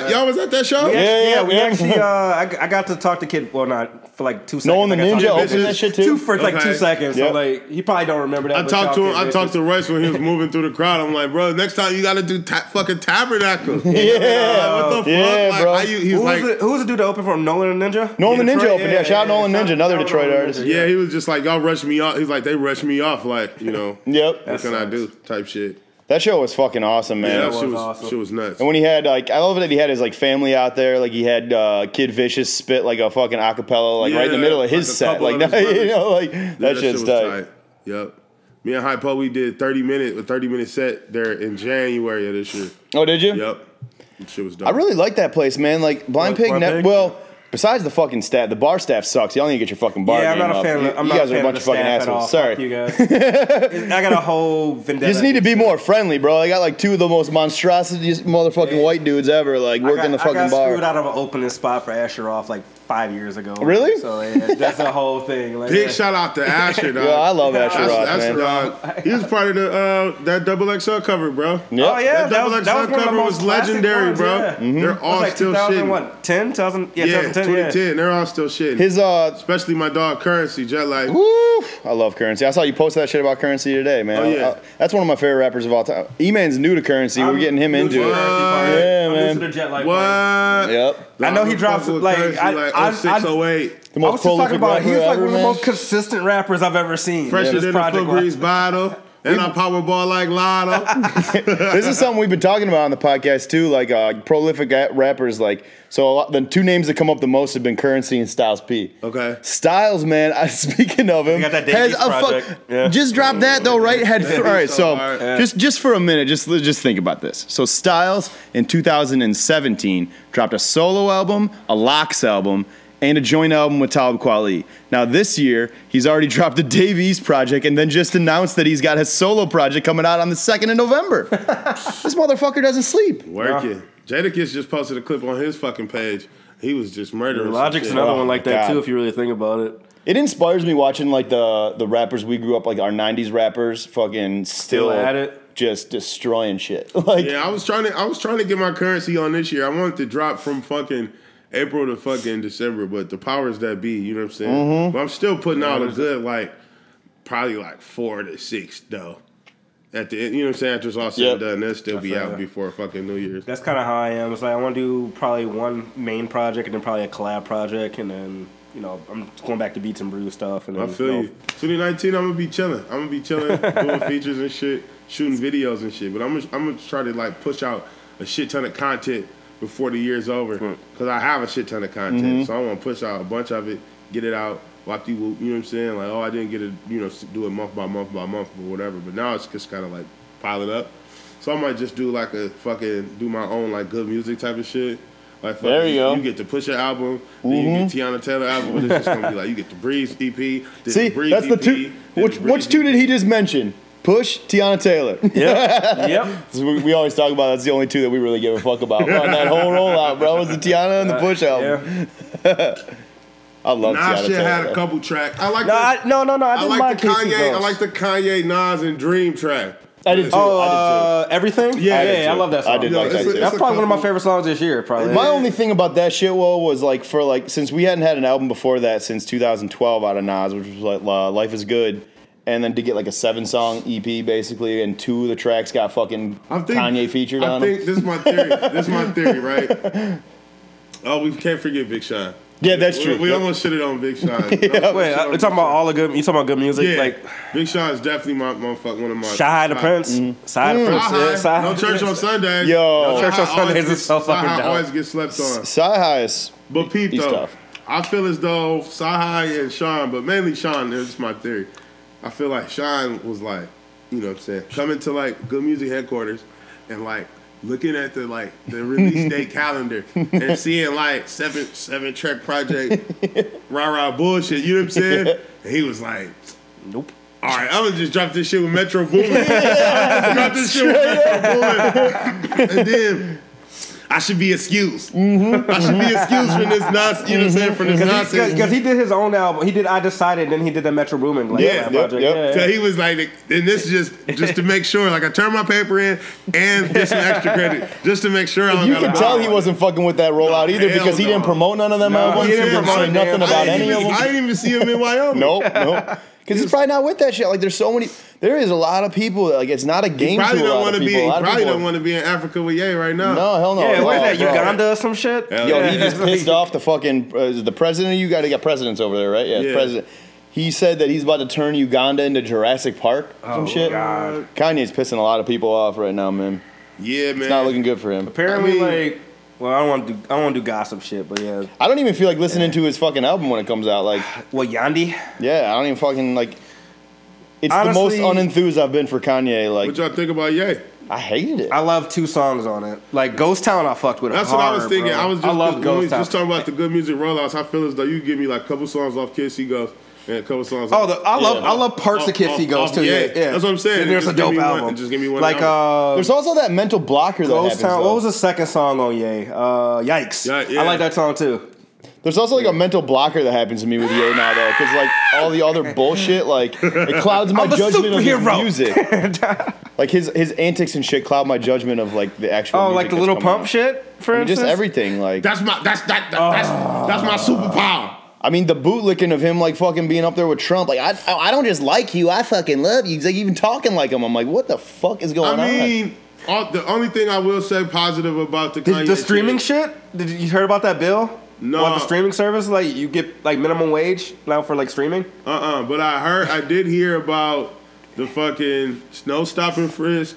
C: Yeah, y'all was at that show.
B: Oh, Yeah,
D: Yeah,
B: yeah,
D: yeah,
B: we
D: yeah.
B: actually, uh, I, I got to talk to kid, well, not for like two seconds.
D: Knowing the
B: I got
D: ninja
B: to talk to
C: opened
B: Vincent.
D: opened that shit too.
B: Two for like two
C: Okay.
B: seconds.
D: Yep.
B: So like, he probably don't remember that.
C: I
B: but
C: talked to
B: y'all
C: him. I
B: did.
C: talked to Rice when he was moving through the crowd. I'm like, bro, next time you got to do ta- fucking tabernacle.
D: Yeah.
C: Like, what the
D: Yeah,
C: fuck? Like,
D: bro.
C: how you, he's
B: Who was,
C: like,
B: the, who was the dude that opened for him? Nolan and Ninja?
D: Nolan the Ninja
B: Detroit?
D: opened. Yeah, shout out Nolan Ninja, another
B: Shout out
D: Detroit
B: Nolan
D: artist.
B: Ninja,
C: yeah, he was just like, y'all rushed me off. He's like, they rushed me off. Like, you know,
D: Yep,
C: what can I do? Type shit.
D: that show was fucking awesome, man.
C: Yeah,
B: was
C: that shit was,
B: awesome.
C: shit was nuts.
D: And when he had like, I love that he had his like family out there. Like he had uh, Kid Vicious spit like a fucking acapella, like right in the
C: Yeah,
D: middle of his
C: like a
D: set.
C: couple
D: Like
C: of his
D: you
C: brothers.
D: know, like
C: Yeah,
D: that shit's
C: shit was
D: tight.
C: Yep. Me and Hypo, we did 30 minute a 30 minute set there in January of this year.
D: Oh, did you?
C: Yep. That shit was dope.
D: I really like that place, man. Like Blind
B: Like
D: Pig.
B: Blind
D: Net-
B: Pig?
D: Well, besides the fucking staff, the bar staff sucks. Y'all need to get your fucking bar
B: Yeah, I'm
D: game
B: not a
D: up.
B: fan.
D: You-
B: Of, I'm
D: you
B: not
D: guys
B: a fan
D: are a bunch of fucking
B: staff at all.
D: assholes.
B: Fuck
D: Sorry.
B: you
D: You
B: guys. I got a whole vendetta.
D: just need to be more friendly, bro. I got like two of the most monstrosities motherfucking
B: Yeah.
D: white dudes ever, like
B: I
D: working
B: got,
D: the
B: I got
D: fucking
B: screwed
D: bar.
B: out of an opening spot for Asher off like five years ago.
D: Really?
B: So yeah, that's the whole thing. Like,
C: Big
B: yeah.
C: shout out to Asher, dog.
D: Yo, I love that
C: That's,
D: Rock,
C: that's
D: man.
C: dog. He was part of the uh, that double XL cover, bro.
D: Yep.
B: Oh yeah,
C: That
B: that,
C: double
B: was, that was one of
C: XL
B: the
C: cover
B: most
C: was
B: classic
C: legendary,
B: ones,
C: bro.
B: yeah.
C: Mhm. They're
B: It was
C: all
B: like
C: still
B: 2001, 10, 2000, yeah,
C: Yeah,
B: 2010, yeah.
C: 2010. They're all still shitting.
D: His uh,
C: Especially my dog Currency, Jet Lag.
D: Woo! I love currency. I saw you post that shit about currency today, man.
C: Oh, yeah.
D: I- I- that's one of my favorite rappers of all time. E-Man's new to currency. We're getting him
B: I'm
D: into
B: new to the
D: it.
B: Jersey part.
D: Yeah,
B: I'm new
D: man.
B: to the jet lag
C: What?
B: part.
D: Yep.
B: I know he
C: Dog,
B: drops,
C: fuck with
B: like,
C: Currency,
B: I-
C: like
B: I-
C: 06, 08.
D: The
B: I
D: most
B: was just talking
D: prolific
B: about. He
D: rapper
B: was like
D: ever,
B: one of the
D: man.
B: most consistent rappers I've ever seen.
C: Fresher
B: This
C: than a
B: project
C: Febreze bottle. And I powerball like Lotto.
D: this is something we've been talking about on the podcast too. Like uh, prolific a- rappers, like so. A lot, the two names that come up the most have been Currency and Styles P.
C: Okay.
D: Styles, man. I, speaking of him,
B: got that
D: has
B: Davies
D: a fuck.
B: project. Yeah.
D: Just drop that though, right? Had all right. So
C: so hard.
D: just just for a minute, just just think about this. So Styles in 2017 dropped a solo album, a Locks album. and a joint album with Talib Kweli. Now, this year, he's already dropped a Dave East project and then just announced that he's got his solo project coming out on the 2nd of November. this motherfucker doesn't sleep.
C: Working. Jadakiss just posted a clip on his fucking page. He was just murdering. some
B: Logic's
C: shit.
B: another one like that
D: God.
B: too, if you really think about it.
D: It inspires me watching like the the rappers we grew up like our '90s rappers fucking still,
B: at it.
D: just destroying shit. Like
C: Yeah, I was trying to I was trying to get my currency on this year. I wanted to drop from fucking April to fucking December, but the powers that be, you know what I'm saying?
B: Mm-hmm.
C: But I'm still putting out a good like probably like four to six though. At the end, you know what I'm saying? After it's all said and
D: Yep.
C: done, they'll still be
B: That's
C: out
B: right.
C: before fucking New Year's.
B: That's kind of how I am. It's like I want to do probably one main project and then probably a collab project, and then you know I'm just going back to Beats and Brew stuff. And
C: I
B: then,
C: feel you. 2019, I'm gonna be chilling. I'm gonna be chilling, doing features and shit, shooting videos and shit. But I'm gonna, I'm gonna try to like push out a shit ton of content before the year's over, cause I have a shit ton of content. So I want to push out a bunch of it, get it out. Whoop you know what I'm saying? Like, oh, I didn't get to, you know, s- do it month by month by month or whatever. But now it's just kind of like pile it up. So I might just do like a fucking do my own like good music type of shit. Like fuck,
D: There you go. Mm-hmm.
C: You get the Pusha album, then you get Tiana Taylor album. It's just gonna be like you get the Breeze E EP. This
D: see,
C: is Breeze
D: that's
C: E
D: the
C: EP,
D: two.
C: this
D: Which
C: is Breeze E
D: which two did he just mention? Push Tiana Taylor.
B: Yep.
D: we, we always talk about that's the only two that we really give a fuck about on that whole rollout, bro. Was the Tiana and the Push album?
B: Uh, Yeah.
D: I love
C: Nas
D: Tiana
C: shit
D: Taylor.
C: had a couple tracks. I like
B: No,
C: the,
B: I, no, no, no. I
C: I,
B: didn't mind
C: like the
B: Casey
C: Kanye. I
B: Jones.
C: like the Kanye Nas and Dream track.
D: I did too.
B: Oh,
D: I did too.
B: uh, everything.
C: Yeah, I
B: yeah,
C: did
B: yeah,
C: too.
B: I love that
D: I
B: song.
D: did
C: Yo,
D: like that
C: it's a-
D: too.
B: That's
C: a
B: probably one of
C: couple-
B: my favorite songs this year. Probably.
D: My only thing about that shit, Wo, was like for like since we hadn't had an album before that since 2012 out of Nas, which was like uh, Life Is Good, and then to get like a seven song EP basically, and two of the tracks got fucking
C: I think-
D: Kanye featured
C: I
D: on
C: think
D: them.
C: this is my theory. this is my theory, right? Oh, we can't forget Big Sean.
D: Yeah, that's
C: We,
D: true.
C: we almost shit it on Big Sean.
D: uh,
C: No,
B: Wait, I-
C: shit on
B: you
C: Big
B: talking about
C: Sean.
B: all the good? You talking about good music?
C: Yeah,
B: Like
C: Big Sean is definitely my, my fuck, one of my.
B: Shy the Prince, Shy the Prince, yeah,
C: Shy.
B: Shy.
C: Mm-hmm. No church on Sundays.
D: Yo.
C: no
D: No
B: church on Sundays is so fucking
C: I
B: dope.
C: always get slept on.
D: Sci Highs.
C: But peep
D: He's
C: though,
D: tough.
C: I feel as though Sahai and Sean, but mainly Sean. This is my theory. I feel like Sean was like, you know, what I'm saying, coming to like Good Music headquarters, and like looking at the like the release date calendar and seeing like seven seven track project rah rah bullshit. You know what I'm saying? And he was like,
B: Nope.
C: all right, I'm gonna just drop this shit with Metro Boomin. I'ma drop this shit with Metro Boomin. and then I should be excused.
D: Mm-hmm.
C: I should be excused from this nonsense. You know what I'm saying? From this nonsense.
B: Because he did his own album. He did I Decided, then he did the Metro Boomin. Like,
C: Yeah,
B: that
C: yep,
B: project.
D: yep.
B: Yeah,
C: So he was like, and this is just just to make sure, like I turned my paper in and get some extra credit, just to make sure. I don't
D: You
C: got
D: could
C: a
D: tell
C: dollar.
D: he wasn't fucking with that rollout either
C: hell
D: because he
C: no.
D: didn't promote none of them albums.
B: he
D: He
B: didn't
D: didn't
B: promote
D: say
B: a
D: nothing
B: damn
D: about
C: I didn't
D: any of
C: even-
D: them.
C: I didn't even see him in Wyoming.
D: Nope, nope. Because he's probably not with that shit. Like, there's so many. There is a lot of people. Like, it's not a game to a
C: Probably don't
D: lot
C: want
D: of
C: to be.
D: people. A
C: He
D: lot of
C: probably
D: people-
C: don't want to be in Africa with Ye right now.
D: No, hell no.
B: yeah
D: No,
B: where's that?
D: bro.
B: Uganda or some shit?
C: Hell
D: Yo,
C: yeah.
D: he just pissed off the fucking uh, is it the president. of You got to get presidents over there, right? Yeah,
C: Yeah.
D: president. He said that he's about to turn Uganda into Jurassic Park. Some shit.
B: Oh, God.
D: Kanye's pissing a lot of people off right now, man.
C: Yeah, man.
D: It's not looking good for him.
B: Apparently,
C: I mean-
B: like, well, I don't want to do, I don't want to do gossip shit, but yeah.
D: I don't even feel like listening to his fucking album when it comes out. Like,
B: Well, Yandi,
D: yeah, I don't even fucking like. It's
B: Honestly-
D: the most unenthused I've been for Kanye.
C: What
D: Like,
C: y'all think about Ye?
D: I hated it.
B: I love two songs on it. Like Ghost Town, I fucked with.
C: That's
B: hard,
C: what I was thinking.
B: bro.
C: I was just,
B: I love
C: when
B: Ghost
C: we
B: Town.
C: just talking about the good music rollouts. I feel as though you give me like a couple songs off Kids He Goes and a couple songs.
B: Oh,
C: off-
B: the, I love
D: Yeah.
B: I love parts
C: Off-
B: of Kids
C: off-
B: He Goes
C: off-
B: too.
C: yeah.
B: Yeah, yeah.
C: That's what I'm saying.
B: Then there's
C: Just
B: a
C: give
B: dope
C: me one-
B: album.
C: just give me one
B: Like uh,
D: There's also that mental blocker that
B: Ghost
D: happens.
B: Town.
D: though.
B: What was the second song on Ye? Uh, yikes!
C: Yeah, yeah.
B: I like that song too.
D: There's also like a mental blocker that happens to me with Ye now though, because like all the other bullshit, like it clouds my
B: I'm a
D: judgment of his
B: superhero.
D: music. like his his antics and shit cloud my judgment of like the actual.
B: Oh,
D: music
B: like the
D: that's
B: little
D: coming
B: pump
D: out.
B: shit, for
D: I mean,
B: instance.
D: just everything. Like
C: That's my that's that, that that's
B: Oh.
C: that's my superpower.
D: I mean, the bootlicking of him, like fucking being up there with Trump. Like I I I don't just like you, I fucking love you. He's like even talking like him. I'm like, what the fuck is
C: I
D: going on?
C: mean, all, the only thing I will say positive about the
B: Did
C: Kanye
B: the streaming shit? Did you heard about that bill?
C: No.
B: On the streaming service, like you get like minimum wage now for like streaming.
C: Uh uh But I heard I did hear about the fucking snow stopping frisk,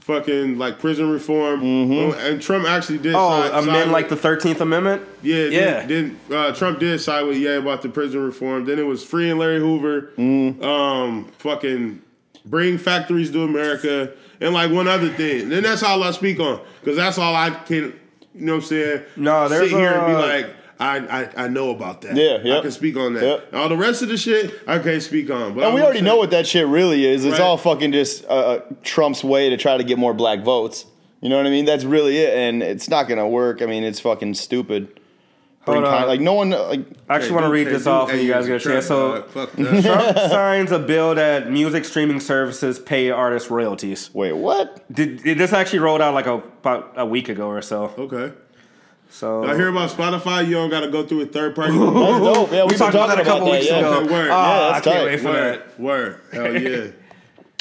C: fucking like prison reform, and Trump actually did.
B: Mm-hmm. Oh,
C: side- side
B: amend like
C: with-
B: the Thirteenth Amendment.
C: Yeah,
B: yeah.
C: yeah. Then, then uh, Trump did side with yeah about the prison reform. Then it was free and Larry Hoover.
B: Mm.
C: Um, fucking bring factories to America, and like one other thing. Then that's all I speak on because that's all I can. You know what I'm saying?
B: No, there's uh,
C: sit here and be
B: a-
C: like, I, I, I know about that.
D: Yeah, yep.
C: I can speak on that.
D: Yep.
C: All the rest of the shit, I can't speak on. But
D: And we
C: I will
D: already
C: say-
D: know what that shit really is. It's
C: Right.
D: all fucking just uh, uh, Trump's way to try to get more black votes. You know what I mean? That's really it, and it's not gonna work. I mean, it's fucking stupid. Bring
B: Hold
D: con-
B: on.
D: like no one uh, like
B: I actually want to
C: Dude
B: read
C: can't
B: this
C: do
B: off, and you guys
C: aliens
B: get a
C: and
B: chance. So
C: Trump, dog. Fuck that.
B: Trump signs a bill that music streaming services pay artists royalties.
D: wait what?
B: Did, did this actually rolled out like a, about a week ago or so?
C: okay.
B: So
C: Oh. I hear about Spotify. You don't got to go through a third party.
D: That's dope. Yeah,
B: we
D: we've been
B: talked about that
D: talking
B: a
D: about
B: couple
D: that,
B: weeks
D: yeah.
B: ago.
C: Good word.
B: Ah,
D: Yeah,
B: I
D: that's
B: can't
D: tight.
B: wait for
C: word,
B: that.
C: word. Hell yeah.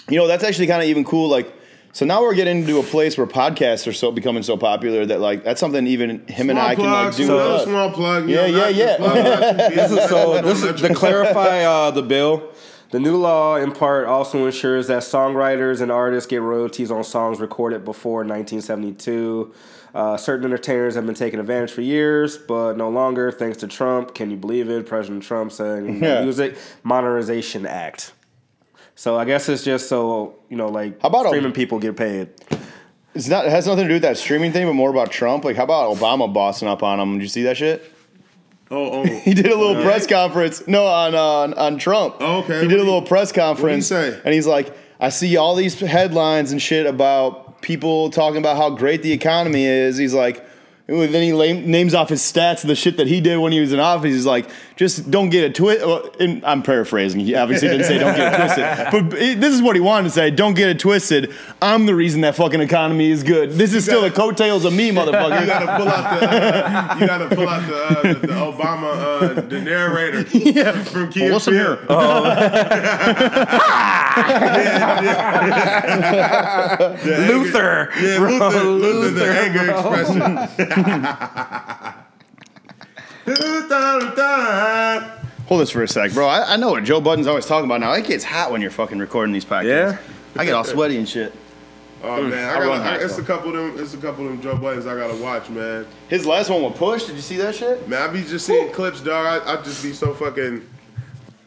D: You know, that's actually kind of even cool. Like, so now we're getting into a place where podcasts are so becoming so popular that like that's something even him and
C: Small
D: I can
C: plug,
D: like do.
C: so
D: with us.
C: small plug. you
D: Yeah,
C: know, not
D: yeah, yeah.
C: the plug, not the business,
B: So
C: not
B: this
C: the
B: is to clarify uh, the bill. The new law, in part, also ensures that songwriters and artists get royalties on songs recorded before 1972. Uh, certain entertainers have been taken advantage for years, but no longer, thanks to Trump. Can you believe it? President Trump saying
D: Yeah.
B: Music Monetization Act. So I guess it's just so you know, like
D: How about a-
B: streaming people get paid.
D: It's not. It has nothing to do with that streaming thing, but more about Trump. Like, how about Obama bossing up on him? Did you see that shit?
C: Oh,
D: He
C: oh.
D: did a little press conference. No, on on, on Trump.
C: Oh, okay.
D: He did a
C: What do
D: little
C: you-
D: press conference.
C: say?
D: And he's like, I see all these headlines and shit about people talking about how great the economy is. He's like. and Then he lame, names off his stats, the shit that he did when he was in office. He's like, just don't get it twisted. And I'm paraphrasing. He obviously didn't say don't get it twisted, but it- this is what he wanted to say: don't get it twisted. I'm the reason that fucking economy is good. This is still the coattails of me,
C: You
D: motherfucker.
C: gotta pull out the. Uh, you gotta pull out the, uh, the, the Obama, uh, the narrator yeah. from Key and
D: listen
C: Peele.
D: Oh, here.
C: The anger-
B: Luther,
C: Yeah, Luther, Luther, the anger expression. Luther, Luther.
D: Hold this for a sec, bro. I, I know what Joe Budden's always talking about now. It gets hot when you're fucking recording these podcasts.
B: Yeah?
D: I get all sweaty and shit.
C: Oh man, I
D: I
C: gotta,
D: run
C: I,
D: hot,
C: it's
D: so.
C: a couple of them. It's a couple of them Joe Buttons I gotta watch, man.
D: His last one was Push. Did you see that shit?
C: Man, I be just seeing clips, dog. I, I just be so fucking,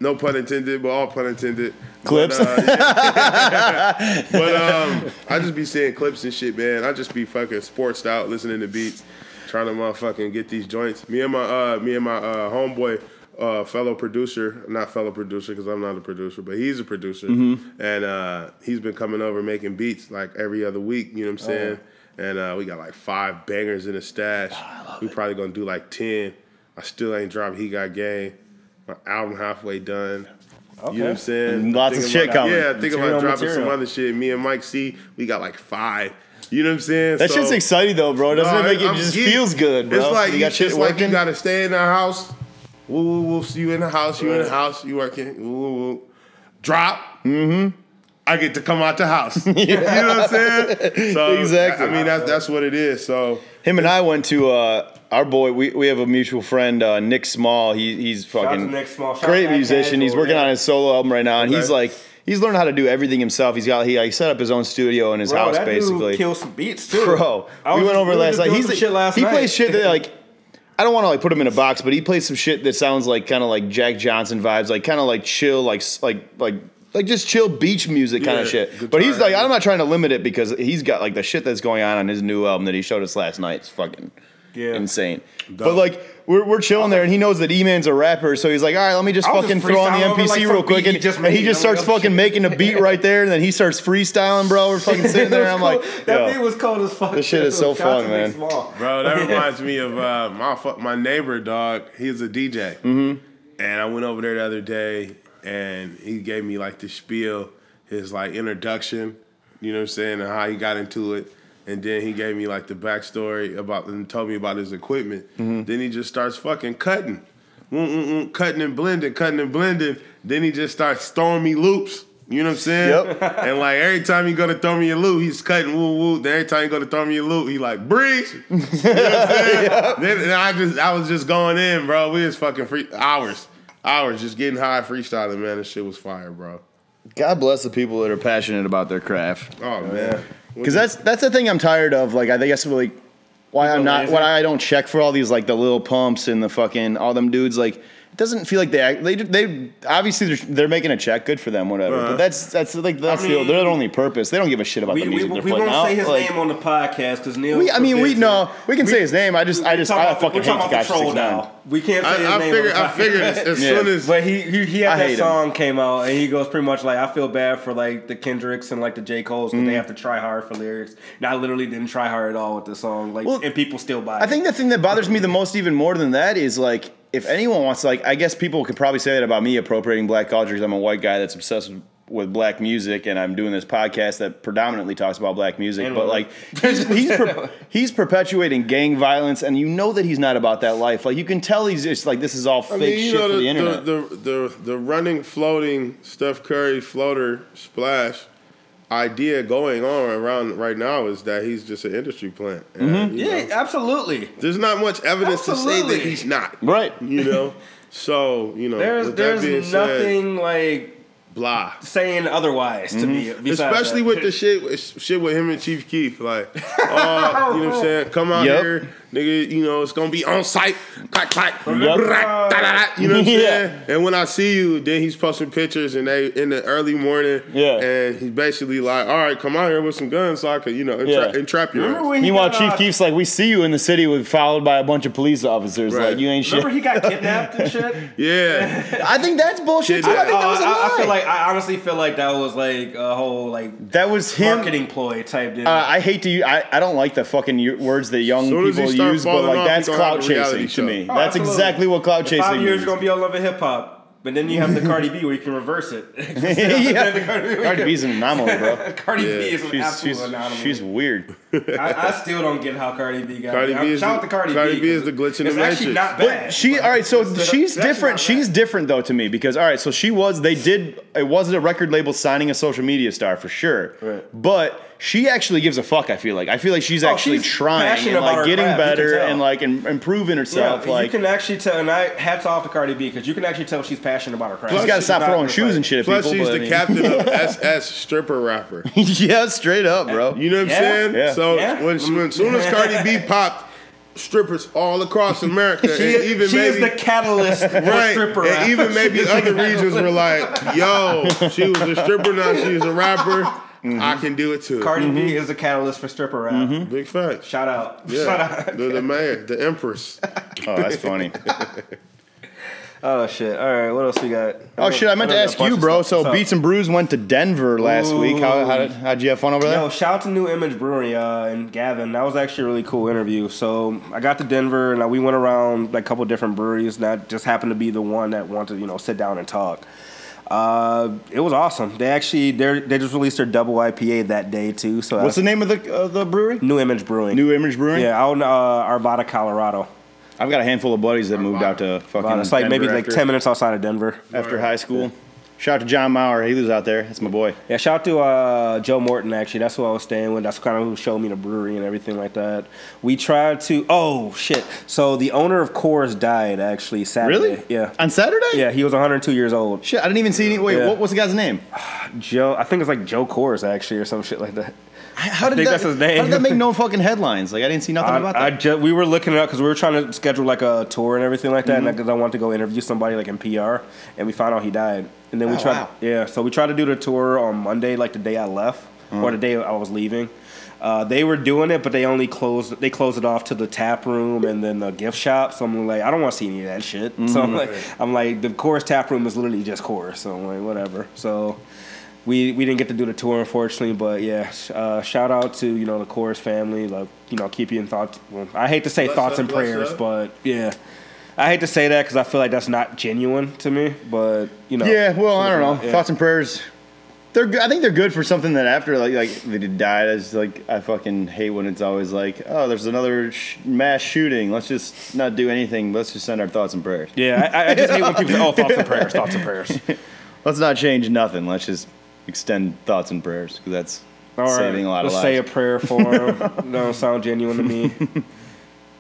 C: no pun intended, but all pun intended.
D: Clips?
C: But, uh, yeah. But, um, I just be seeing clips and shit, man. I just be fucking sports out, listening to beats, trying to motherfucking get these joints. Me and my, uh, me and my uh, homeboy, uh, fellow producer, not fellow producer because I'm not a producer, but he's a producer,
D: Mm-hmm.
C: and uh, he's been coming over making beats like every other week. You know
D: Oh.
C: what I'm saying? And uh, we got like five bangers in the stash. we probably gonna do like ten. I still ain't dropped. He got game. My album halfway done. You know what I'm saying?
D: Lots of
C: Thinking
D: shit
C: about-
D: coming.
C: Yeah, I think
B: Material,
C: about dropping
B: material.
C: some other shit. Me and Mike C, we got like five. You know what I'm saying?
D: That
C: So-
D: shit's exciting though, bro. Doesn't
C: Nah,
D: it make it
C: I'm
D: just
C: geeked.
D: feels good, bro?
C: It's like
D: you got shit
C: it's Like
D: working.
C: you gotta stay in the house. Woo, woo, woo. See you in the house. You in the house. You working. Woo, woo, woo. Drop. Mm-hmm. I get to come out the house. You know what I'm saying? So,
D: Exactly.
C: I mean, that's that's what it is. So
D: Him and I went to uh, our boy. We, we have a mutual friend, uh, Nick Small. He he's
B: out
D: fucking
B: to Nick Small. Shout out
D: great
B: to
D: musician.
B: Casual,
D: He's working
B: yeah.
D: on his solo album right now, and he's
C: Okay.
D: like he's learned how to do everything himself. He's got he like set up his own studio in his
B: Bro,
D: house
B: that dude
D: basically.
B: killed some beats too,
D: Bro,
B: I
D: we
B: was-
D: went over
B: we were
D: last
B: just
D: night.
B: doing
D: He's
B: some shit last
D: he
B: night.
D: plays shit that like I don't want to like put him in a box, but he plays some shit that sounds like kind of like Jack Johnson vibes, like kind of like chill, like s- like like like just chill beach music kind
C: Yeah,
D: of shit.
C: guitar.
D: But he's like, I'm not trying to limit it because he's got like the shit that's going on on his new album that he showed us last night. It's fucking
B: Yeah.
D: insane. But like. We're, we're chilling there, and he knows that E-Man's a rapper, so he's like, all right, let me just
B: I was
D: fucking
B: just
D: throw on the
B: freestyling over,
D: MPC
B: like,
D: real
B: some
D: quick,
B: beat
D: and
B: he just
D: and he
B: made.
D: just
B: I'm like,
D: starts
B: oh,
D: fucking
B: shit.
D: making a beat right there, and then he starts freestyling, bro. We're fucking sitting there, and I'm like,
B: that
D: yo.
B: beat was cold as fuck.
D: This shit is so
B: Shout out to
D: fun,
B: Nick
D: man.
B: Small.
C: Bro, that reminds me of uh, my fu- my neighbor dog. He's a DJ, mm-hmm. and I went over there the other day, and he gave me like the spiel, his like introduction. You know what I'm saying, and how he got into it, and then he gave me like the backstory about and told me about his equipment. Then he just starts fucking cutting, Mm-mm-mm, cutting and blending, cutting and blending. Then he just starts throwing me loops. You know what I'm saying?
D: Yep.
C: And like every time you go to throw me a loop, he's cutting woo woo. Then every time you go to throw me a loop, he like breeze. You know what I'm saying? Then and I just I was just going in, bro. We was fucking free hours, hours just getting high freestyling, man. This shit was fire, bro.
D: God bless the people that are passionate about their craft.
C: Oh man,
D: Because that's that's the thing I'm tired of. Like I think that's like why I'm not
B: lazy?
D: why I don't check for all these like the little pumps and the fucking all them dudes like it doesn't feel like they act- they they obviously they're, they're making a check, good for them, whatever. But that's that's like that's the,
B: Uh-huh. mean-
D: their only purpose. They don't give a shit about
B: We,
D: the
B: we,
D: music
B: we,
D: they're putting
B: won't
D: out.
B: say his
D: Like,
B: name on the podcast because Neil.
D: we, I mean, we
B: forbids
D: no,
B: it.
D: we can say his name. I just, I
B: We're
D: just,
B: talking
D: I
B: about-
D: fucking
B: we're talking
D: hate
B: about
D: Takashi
B: the troll
D: Six Nine.
B: now. We can't say his
C: I, I
B: name.
C: figured.
B: on the
C: I figured
B: podcast.
C: as
D: Yeah.
C: soon as
B: But he he, he had
D: I hate
B: that
D: him.
B: song came out and he goes pretty much like I feel bad for like the Kendricks and like the J Cole's
D: Mm.
B: because they have to try hard for lyrics. And I literally didn't try hard at all with this song. Like
D: Well,
B: and people still buy.
D: I think the thing that bothers me the most, even more than that, is like if anyone wants, like, I guess people could probably say that about me appropriating black culture because I'm a white guy that's obsessed with black music and I'm doing this podcast that predominantly talks about black music.
B: And
D: but
B: women.
D: like, he's he's, per- he's perpetuating gang violence, and you know that he's not about that life. Like, you can tell he's just like this is all
C: I
D: fake
C: mean, you
D: shit
C: know
D: for the,
C: the
D: internet.
C: the, the the the running, floating Steph Curry floater splash idea going on around right now is that he's just an industry plant. And,
D: Mm-hmm.
C: you know,
B: yeah, absolutely.
C: there's not much evidence to say that
B: Absolutely.
C: he's not.
D: Right.
C: You know. So you know,
B: There's
C: with that being
B: there's nothing like
C: said, blah.
B: saying otherwise to me.
D: Mhm.
B: besides
C: Especially
B: that.
C: with the shit, with- shit with him and Chief Keef, like, uh, you know what I'm saying? Come out
D: Yep.
C: here, nigga. You know it's gonna be on site, clack clack,
D: Yep.
C: brat, da, da, da, you know what I'm
D: Yeah.
C: saying? And when I see you, then he's posting pictures, and they in the early morning,
D: Yeah.
C: And he's basically like, all right, come out here with some guns, so I could, you know, entra-
D: Yeah.
C: entrap you.
B: Remember when he
D: Meanwhile,
B: got,
D: Chief
B: uh,
D: Keef's like, we see you in the city, with followed by a bunch of police officers.
C: Right.
D: Like, you ain't shit.
B: Remember he got kidnapped and shit.
C: yeah,
D: I think that's bullshit. Too. I think that was a
B: Uh, I, I
D: lie.
B: feel like I honestly feel like that was like a whole like
D: that was him.
B: marketing ploy type deal.
D: Uh, I hate to. u- I, I don't like the fucking u- words that young
C: Soon as he
D: people
C: start
D: use, but
C: falling
D: like
C: off,
D: that's
C: he gonna
D: clout
C: have a reality
D: chasing to
C: show.
D: me.
B: Oh,
D: that's
B: absolutely.
D: exactly what clout
B: In
D: chasing.
B: Five years
D: is.
B: you're gonna be on Love and Hip Hop, but then you have the Cardi B where you can reverse it.
D: yeah.
B: Cardi B-
D: Cardi B's an anomaly, bro.
B: Cardi B is an
D: She's
B: absolute
D: she's,
B: anomaly.
D: she's weird.
B: I, I still don't get how Cardi B got.
C: Cardi
B: it.
C: B
B: I'm-
C: is
B: Shout
C: the-
B: out to Cardi,
C: Cardi B is
B: 'cause
C: the glitch in the
B: it's actually
C: matrix.
B: not bad.
D: But she, all right, so she's
B: that's
D: different.
B: not
D: She's
B: right.
D: different though to me because, all right, so she was. They did. It wasn't a record label signing a social media star for sure.
B: Right. Oh,
D: But she actually gives a fuck. I feel like. I feel like she's actually
B: she's
D: trying
B: passionate
D: and
B: about
D: like
B: her
D: getting
B: craft, you can
D: better
B: tell.
D: and like im- improving herself.
B: Yeah,
D: like
B: you can actually tell, and I hats off to Cardi B because you can actually tell she's passionate about her craft.
D: she's got to stop
B: not
D: throwing
B: just
D: shoes
B: like-
D: and shit at
C: plus
D: people.
C: she's
D: but,
C: the
D: I mean-
C: captain of SS stripper rapper.
D: yeah, straight up, bro.
C: You know what
B: Yeah.
C: I'm saying?
D: Yeah.
C: So
B: Yeah.
C: when, when soon as Cardi B popped, strippers all across America, and
B: She,
C: even
B: she
C: maybe
B: is the catalyst for
C: right,
B: stripper.
C: and
B: rap.
C: even maybe other regions were like, "Yo, she was a stripper, now she's a rapper. I can do it too."
B: Cardi B is the catalyst for stripper rap.
C: Big facts.
B: Shout out. Shout
C: Mm-hmm. Yeah,
B: out.
C: the, the man, the empress.
D: Oh, that's funny.
B: Oh shit! All right, what else we got?
D: oh shit, I meant to
B: got a
D: ask
B: bunch
D: you,
B: of
D: bro.
B: stuff.
D: So Beats and Brews went to Denver last week. How, how did, how'd you have fun over there?
B: Yo, shout out to New Image Brewery uh, and Gavin. That was actually a really cool interview. So I got to Denver and uh, we went around like a couple different breweries, and I just happened to be the one that wanted to you know sit down and talk. Uh, it was awesome. They actually they they just released their double IPA that day too. So
D: What's
B: I,
D: the name of the uh, the brewery?
B: New Image Brewing?
D: New Image Brewing.
B: yeah, out in uh, Arvada, Colorado.
D: I've got a handful of buddies that moved out to fucking.
B: It's like
D: Denver
B: maybe like
D: after-
B: ten minutes outside of Denver.
D: after high school. Shout out to John Maurer. He lives out there. That's my boy.
B: Yeah, shout out to uh, Joe Morton. Actually, that's who I was staying with. That's kind of who showed me the brewery and everything like that. We tried to. Oh shit! So the owner of Coors died actually Saturday.
D: Really?
B: Yeah.
D: On Saturday?
B: yeah, he was 102 years old.
D: Shit, I didn't even see any. Wait,
B: Yeah.
D: what was the guy's name?
B: Joe, I think it's like Joe Coors actually, or some shit like that.
D: How did
B: think
D: that?
B: that's his name.
D: How did that make no fucking headlines? Like I didn't see nothing
B: I,
D: about
B: I
D: that.
B: ju- we were looking it up because we were trying to schedule like a tour and everything like that,
D: Mm-hmm.
B: and because I wanted to go interview somebody like in PR, and we found out he died. And then we
D: Oh,
B: tried,
D: wow.
B: yeah. So we tried to do the tour on Monday, like the day I left
C: Mm.
B: or the day I was leaving. Uh, they were doing it, but they only closed. They closed it off to the tap room and then the gift shop. So I'm like, I don't want to see any of that shit. So
C: Mm-hmm.
B: I'm like, I'm like, the chorus tap room is literally just chorus. So I'm like, whatever. So we we didn't get to do the tour unfortunately, but yeah, sh- uh, shout out to you know the chorus family. Like you know, keep you in thoughts. Well, I hate to say
C: Bless
B: thoughts
C: up,
B: and
C: bless
B: prayers,
C: up.
B: but yeah, I hate to say that because I feel like that's not genuine to me. But you know,
D: yeah, well, I don't know.
B: Yeah.
D: Thoughts and prayers. They're. good. I think they're good for something that after like like they did die. That's like I fucking hate when it's always like oh there's another sh- mass shooting. Let's just not do anything. Let's just send our thoughts and prayers.
B: yeah, I, I just hate when people say, "Oh, thoughts and prayers, thoughts and prayers."
D: Let's not change nothing. Let's just extend thoughts and prayers because that's
B: All right,
D: saving a lot
B: let's
D: of
B: say a
D: lives.
B: prayer for him. don't sound genuine to me.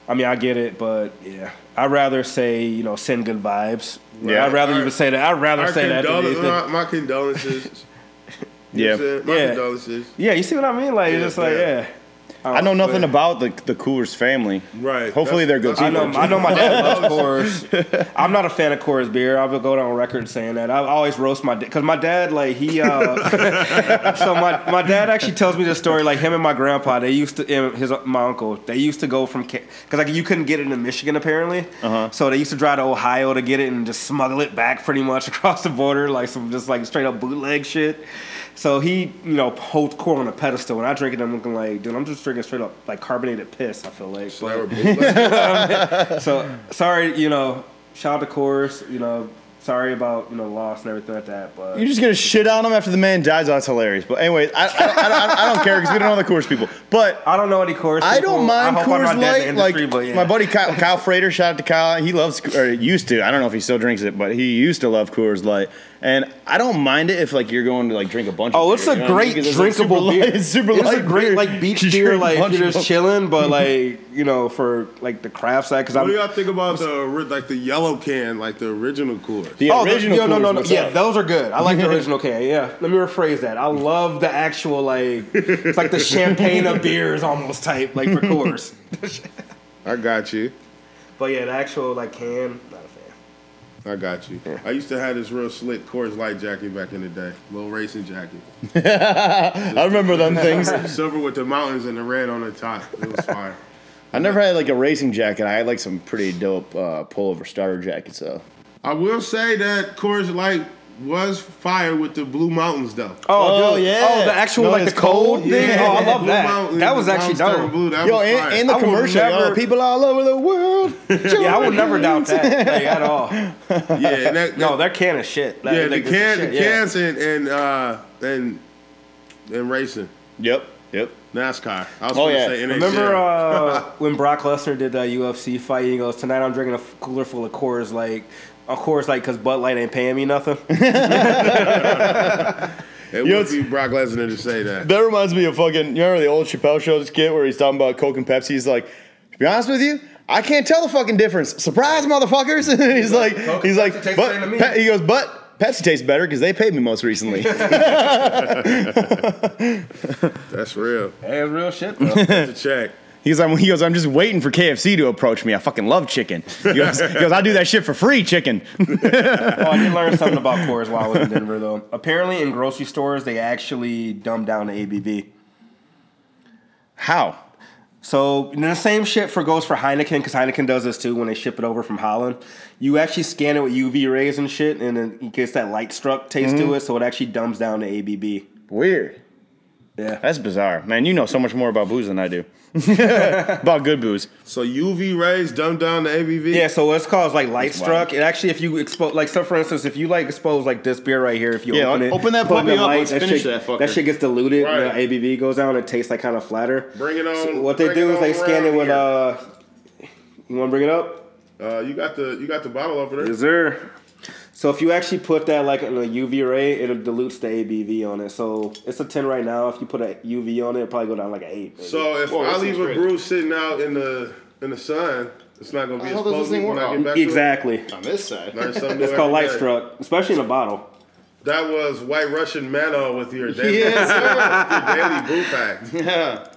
B: I mean, I get it, but yeah, I'd rather say you know send good vibes.
D: Yeah.
B: I'd rather
C: Our-
B: even say that. I'd rather
C: Our
B: say that. Than
C: condol-
B: anything.
C: my, my condolences. You know what I'm
D: yeah.
C: saying? my
B: Yeah.
C: condolences.
B: Yeah, you see what I mean? Like,
C: Yeah,
B: it's just like,
C: yeah.
B: Oh, yeah.
D: I know nothing about the the Coors family.
C: Right.
D: Hopefully
C: That's-
D: they're good
B: I
D: people.
B: know, I know my dad loves Coors. I'm not a fan of Coors beer. I will go on record saying that. I always roast my dad because my dad, like he, uh, so my, my dad actually tells me this story. Like him and my grandpa, they used to and his my uncle, they used to go from because like you couldn't get it in Michigan apparently, uh-huh. so they used to drive to Ohio to get it and just smuggle it back pretty much across the border, like some just like straight up bootleg shit. So he, you know, holds Coors on a pedestal, and I drink it. I'm looking like, dude, I'm just drinking straight up like carbonated piss. I feel like, but- so sorry, you know, shout out to Chorus, you know, sorry about you know loss and everything like that, but
D: You're just gonna shit on him after the man dies. Oh, that's hilarious. But anyway, I, I, I, don't- I don't care because we don't know the Coors people. But
B: I don't know any Chorus.
D: I
B: people.
D: don't mind
B: I hope I'm
D: Coors
B: not dead
D: Light.
B: in the
D: Like
B: industry, but yeah.
D: my buddy Kyle, Kyle Frater, shout out to Kyle. He loves or used to. I don't know if he still drinks it, but he used to love Coors Light. And I don't mind it if like you're going to like drink a bunch.
B: Oh,
D: of
B: it's
D: beer,
B: a
D: you know what I mean?
B: great
D: 'Cause it's, like,
B: drinkable
D: super
B: beer.
D: Light, it's super
B: it's
D: light
B: a great
D: beer.
B: like beach
D: You
B: beer,
D: drink a
B: like
D: bunch
B: you're
D: of
B: just
D: them.
B: chilling, but like you know for like the craft side because I'm.
C: What do y'all think about the ori- like the yellow can, like the original Coors?
D: The
B: Oh, the-
D: original
B: no, no, no,
D: Coors
B: no.
D: was
B: Yeah,
D: up.
B: those are good. I like the original can. Yeah, let me rephrase that. I love the actual like, it's like the champagne of beers almost type, like for Coors.
C: I got you.
B: but yeah, the actual like can, not a fan.
C: I got you. I used to have this real slick Coors Light jacket back in the day, little racing jacket,
D: I remember them things.
C: silver with the mountains and the red on the top. It was fire.
D: I never had like a racing jacket. I had like some pretty dope uh, pullover starter jackets though.
C: I will say that Coors Light was fire with the blue mountains though.
B: Oh,
D: Oh,
B: dude.
D: yeah.
B: Oh, the actual
D: No,
B: like the
D: it's
B: cold,
D: cold.
B: thing.
D: Yeah.
B: Oh, I love
C: Blue
B: that.
C: Mountain-
B: That was
C: the
B: actually
C: mountains turned
B: dope.
C: Blue, that
D: Yo,
C: was
D: and,
C: fire.
D: and the
B: I will
D: commercial, yo,
B: never-
D: people all over the world.
B: Yeah, I would never doubt that like, at all.
C: yeah, and that,
B: No, that can is shit. That-
C: yeah,
B: like,
C: the
B: this is
C: can,
B: shit,
C: the cans, and and uh, and and racing
D: Yep, yep.
C: NASCAR. I was
D: Oh,
C: going
D: yeah.
C: to say NHL.
B: Remember uh, when Brock Lesnar did the UFC fight? He goes, "Tonight I'm drinking a f- cooler full of Coors Light, a Coors Light, cause Bud Light ain't paying me nothing."
C: it
D: Yo,
C: would be Brock Lesnar to say that.
D: That reminds me of fucking. You remember the old Chappelle Show skit where he's talking about Coke and Pepsi? He's like, to be honest with you, I can't tell the fucking difference. Surprise, motherfuckers! And he's like,
B: Coke
D: he's
B: and Pepsi
D: like,
B: tastes better
D: but
B: than me."
D: Pe- he goes, but Pepsi tastes better because they paid me most recently.
C: That's real.
B: hey, it's real shit though.
C: That's a check.
D: he goes, I'm, he goes, I'm just waiting for KFC to approach me. I fucking love chicken. He goes, he goes I do that shit for free, chicken.
B: oh, I did learn something about Coors while I was in Denver though. Apparently, in grocery stores, they actually dumb down the ABV.
D: How?
B: So and the same shit for goes for Heineken because Heineken does this too when they ship it over from Holland. You actually scan it with UV rays and shit, and then it gets that light struck taste
D: Mm-hmm.
B: to it, so it actually dumbs down the ABB.
D: Weird.
B: Yeah.
D: That's bizarre, man. You know so much more about booze than I do. about good booze.
C: So UV rays dumb down the ABV.
B: Yeah, so it's called like light
D: That's
B: struck.
D: wild.
B: It actually, if you expose, like, so for instance, if you like expose like this beer right here, if you
D: Yeah,
B: open it,
D: open that
B: put in
D: puppy
B: the
D: up, let's finish
B: shit,
D: that fucker.
B: That shit gets diluted,
C: Right.
B: and the ABV goes down. It tastes like kind of flatter.
C: Bring it on-
B: what they
C: bring
B: do
C: it
B: is they
C: on
B: scan it
C: around
B: with
C: here.
B: uh, you want to bring it up?
C: Uh, you got the you got the bottle over there.
B: Is there? So if you actually put that like in a UV ray, it dilutes the ABV on it. So it's a ten right now. If you put a UV on it, it'll probably go down like an eight. maybe.
C: So if I leave a brew sitting out in the in the sun, it's not gonna be
H: How does this
C: explosive
H: thing
C: when
H: work?
C: I get back
B: exactly.
H: on this side.
C: to it. Learn something new
B: It's called
C: every
B: light
C: day.
B: struck, especially in a bottle.
C: That was White Russian Mano with your daily, your daily brew fact.
H: Yeah.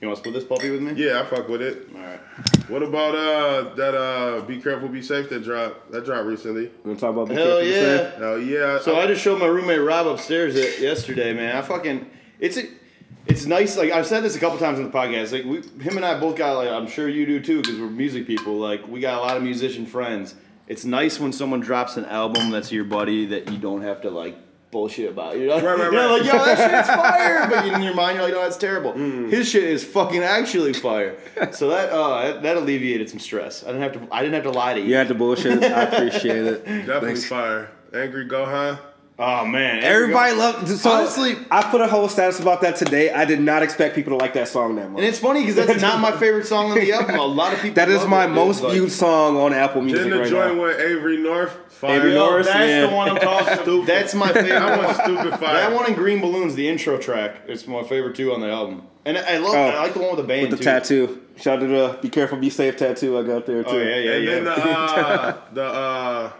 H: You want to split this puppy with me?
C: Yeah, I fuck with it.
H: All right.
C: What about uh that uh be careful, be safe that drop that dropped recently?
B: You want to talk about? Be
H: Hell
B: Careful, Be Safe?
H: yeah.
C: Hell yeah.
H: So I just showed my roommate Rob upstairs it yesterday, man. I fucking it's a, it's nice. Like I've said this a couple times in the podcast. Like we, him and I both got like I'm sure you do too because we're music people. Like we got a lot of musician friends. It's nice when someone drops an album that's your buddy that you don't have to like bullshit about. You know, right,
C: right,
H: You're
C: right.
H: like, yo, that shit's fire, but in your mind you're like, no, that's terrible. His shit is fucking actually fire. So that uh, that, that alleviated some stress. I didn't have to. I didn't have to lie to you.
B: You had the bullshit. I appreciate it.
C: definitely fire. Angry Gohan.
H: Oh man,
B: Everybody loved. So
H: Honestly-
B: I put a whole status about that today. I did not expect people to like that song that much.
H: And it's funny because that's not my favorite song on the album. A lot of people.
B: that is
H: love
B: my
H: it, dude.
B: most
H: Like,
B: viewed song on Apple Music
C: Didn't
B: right
C: enjoy
B: now.
C: with Avery North. Fire.
B: Avery
H: Yo,
B: North,
H: that's
B: yeah.
H: the one I'm talking about. That's my favorite
C: That
H: one.
C: one's stupid fire.
H: That one in Green Balloons, the intro track, it's my favorite too on the album. And I love,
B: Oh.
H: I like the one with the band
B: With the
H: too.
B: tattoo. Shout out to the "Be Careful, Be Safe" tattoo I got there too.
H: Oh yeah, yeah,
C: And
H: yeah.
C: then the uh, the uh,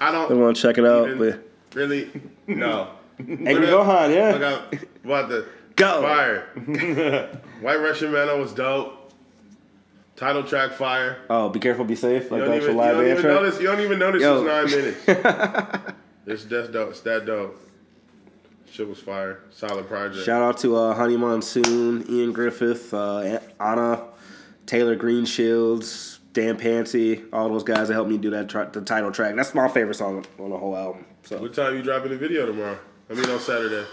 C: I don't.
B: I want to check it out.
C: even
B: But
C: really no.
B: Angry Gohan, yeah.
C: Look out, what the
B: Go.
C: Fire. White Russian Metal was dope. Title track Fire.
B: Oh, be careful, be safe. Like the
C: You don't
B: actual
C: even, you
B: live
C: don't
B: band
C: even
B: track.
C: notice. You don't even notice
B: Yo.
C: it's nine minutes. it's that's dope. It's that dope. Shit was fire. Solid project.
B: Shout out to uh, Honey Monsoon, Ian Griffith, uh, Anna, Taylor Greenshields, Dan Panty, all those guys that helped me do that tra- the title track. That's my favorite song on the whole album. So
C: What time you dropping the video tomorrow? I mean on Saturday.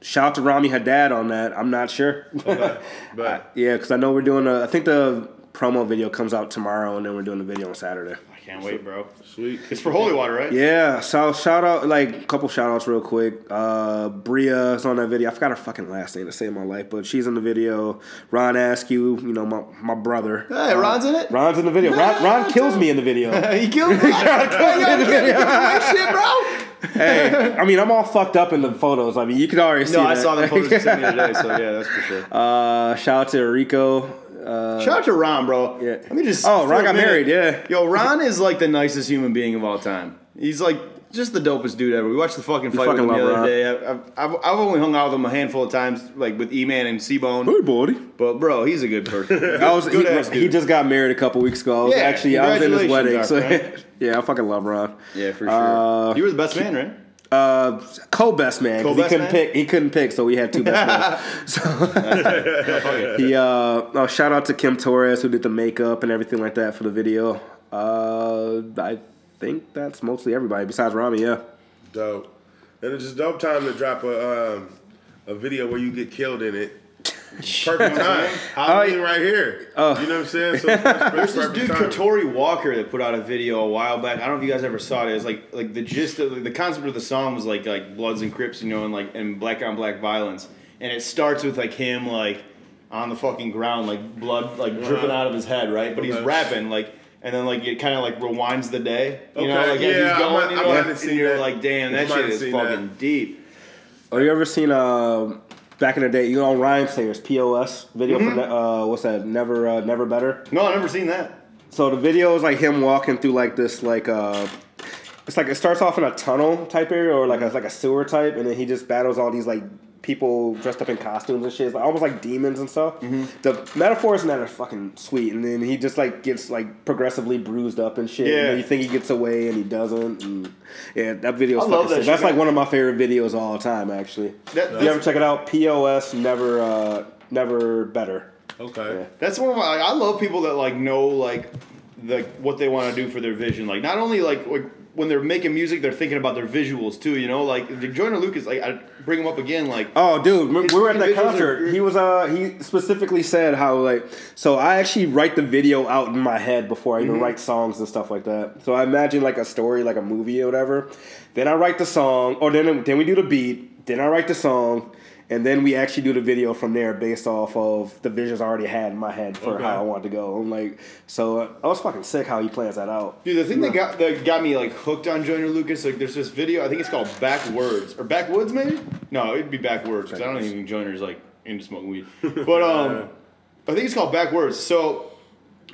B: shout out to Rami Haddad on that. I'm not sure.
C: But, but
B: yeah, because I know we're doing a. I think the promo video comes out tomorrow, and then we're doing the video on Saturday.
D: I can't wait, bro.
C: sweet.
D: It's for holy water, right?
B: Yeah, so shout out like a couple shout outs real quick. Uh Bria is on that video. I forgot her fucking last name to save my life, but she's in the video. Ron Askew, you know, my, my brother.
D: Hey, Ron's in it.
B: Ron's in the video. Ron, Ron kills me in the video.
D: He killed me. Hey, yo, you can't give away shit, bro.
B: Hey, I mean, I'm all fucked up in the photos. I mean, you can already see
D: No,
B: that.
D: I saw them photos you sent me today, so yeah, that's for sure.
B: Uh, shout out to Rico. Uh,
D: Shout out to Ron, bro.
B: yeah.
D: Let me just.
B: Oh,
D: for
B: Ron
D: a
B: got
D: minute-
B: married, yeah.
D: Yo, Ron is like the nicest human being of all time. He's like just the dopest dude ever. We watched the fucking fight
B: fucking
D: with him the
B: love
D: other
B: Ron.
D: day. I- I've, I've, I've only hung out with him a handful of times, like with E Man and C Bone.
B: Hey, buddy.
D: But bro, he's a good person.
B: I was, he,
D: ass
B: he
D: dude.
B: just got married a couple weeks ago. I was
D: Yeah,
B: actually, I was in his wedding.
D: congratulations,
B: So,
D: our friend.
B: yeah, I fucking love Ron.
D: yeah, for sure.
B: Uh,
D: you were the best man, right?
B: uh, co-best man 'cause he
D: Co-best
B: couldn't
D: man?
B: pick. He couldn't pick, so we had two best men. So he, uh, oh, shout out to Kim Torres who did the makeup and everything like that for the video. Uh, I think that's mostly everybody besides Rami. Yeah,
C: Dope. And it's just dope time to drop a um, a video where you get killed in it. Perfect
B: Oh,
C: time. Halloween right here. you know what I'm saying? So it's
D: There's this
C: perfect
D: dude
C: timing.
D: Katori Walker that put out a video a while back. I don't know if you guys ever saw it. It was like like the gist of the concept of the song was like like Bloods and Crips, you know, and like and black on black violence. And it starts with like him like on the fucking ground, like blood like dripping out of his head, right? But he's
C: Okay.
D: rapping like and then like it kind of like rewinds the day, you know,
C: Okay,
D: like as
C: yeah,
D: he's
C: I
D: going,
C: might-
D: you
C: I
D: know,
C: might
D: and,
C: have seen
D: you're
C: that.
D: like, damn,
C: I
D: that
C: might
D: shit
C: have
D: is
C: seen
D: fucking
C: that.
D: deep.
B: Have you ever seen uh, back in the day? You know, Rhyme Singers POS video for ne- uh, what's that? Never, uh, never better.
D: No, I've never seen that.
B: So the video is like him walking through like this like uh it's like it starts off in a tunnel type area or like a like a sewer type and then he just battles all these like people dressed up in costumes and shit. It's almost like demons and stuff.
D: Mm-hmm.
B: The metaphors in that are fucking sweet and then he just like gets like progressively bruised up and shit. And
D: Yeah.
B: then you think he gets away and he doesn't and yeah, that video's
D: I love
B: fucking
D: that
B: sick.
D: shit.
B: That's like one of my favorite videos of all time actually.
D: That-
B: you ever check it out? POS never uh never better.
C: Okay.
D: That's one of my. I love people that like know like the what they want to do for their vision. Like not only like, like when they're making music, they're thinking about their visuals too. You know, like Joyner Lucas. Like I bring him up again. Like
B: Oh, dude, we-
D: His
B: we were at that
D: individuals
B: concert.
D: are-
B: He was uh he specifically said how like so I actually write the video out in my head before I
D: Mm-hmm.
B: even write songs and stuff like that. So I imagine like a story, like a movie or whatever. Then I write the song, or then then we do the beat. Then I write the song, and then we actually do the video from there based off of the visions I already had in my head for how I want to go. I'm like, so uh, I was fucking sick how he plans that out.
D: dude, the thing that got that got me like hooked on Joyner Lucas. Like there's this video. I think it's called Backwards or Backwoods maybe. No, it'd be Backwards because I don't even think Joyner's like into smoking weed. But um, I think it's called Backwards. So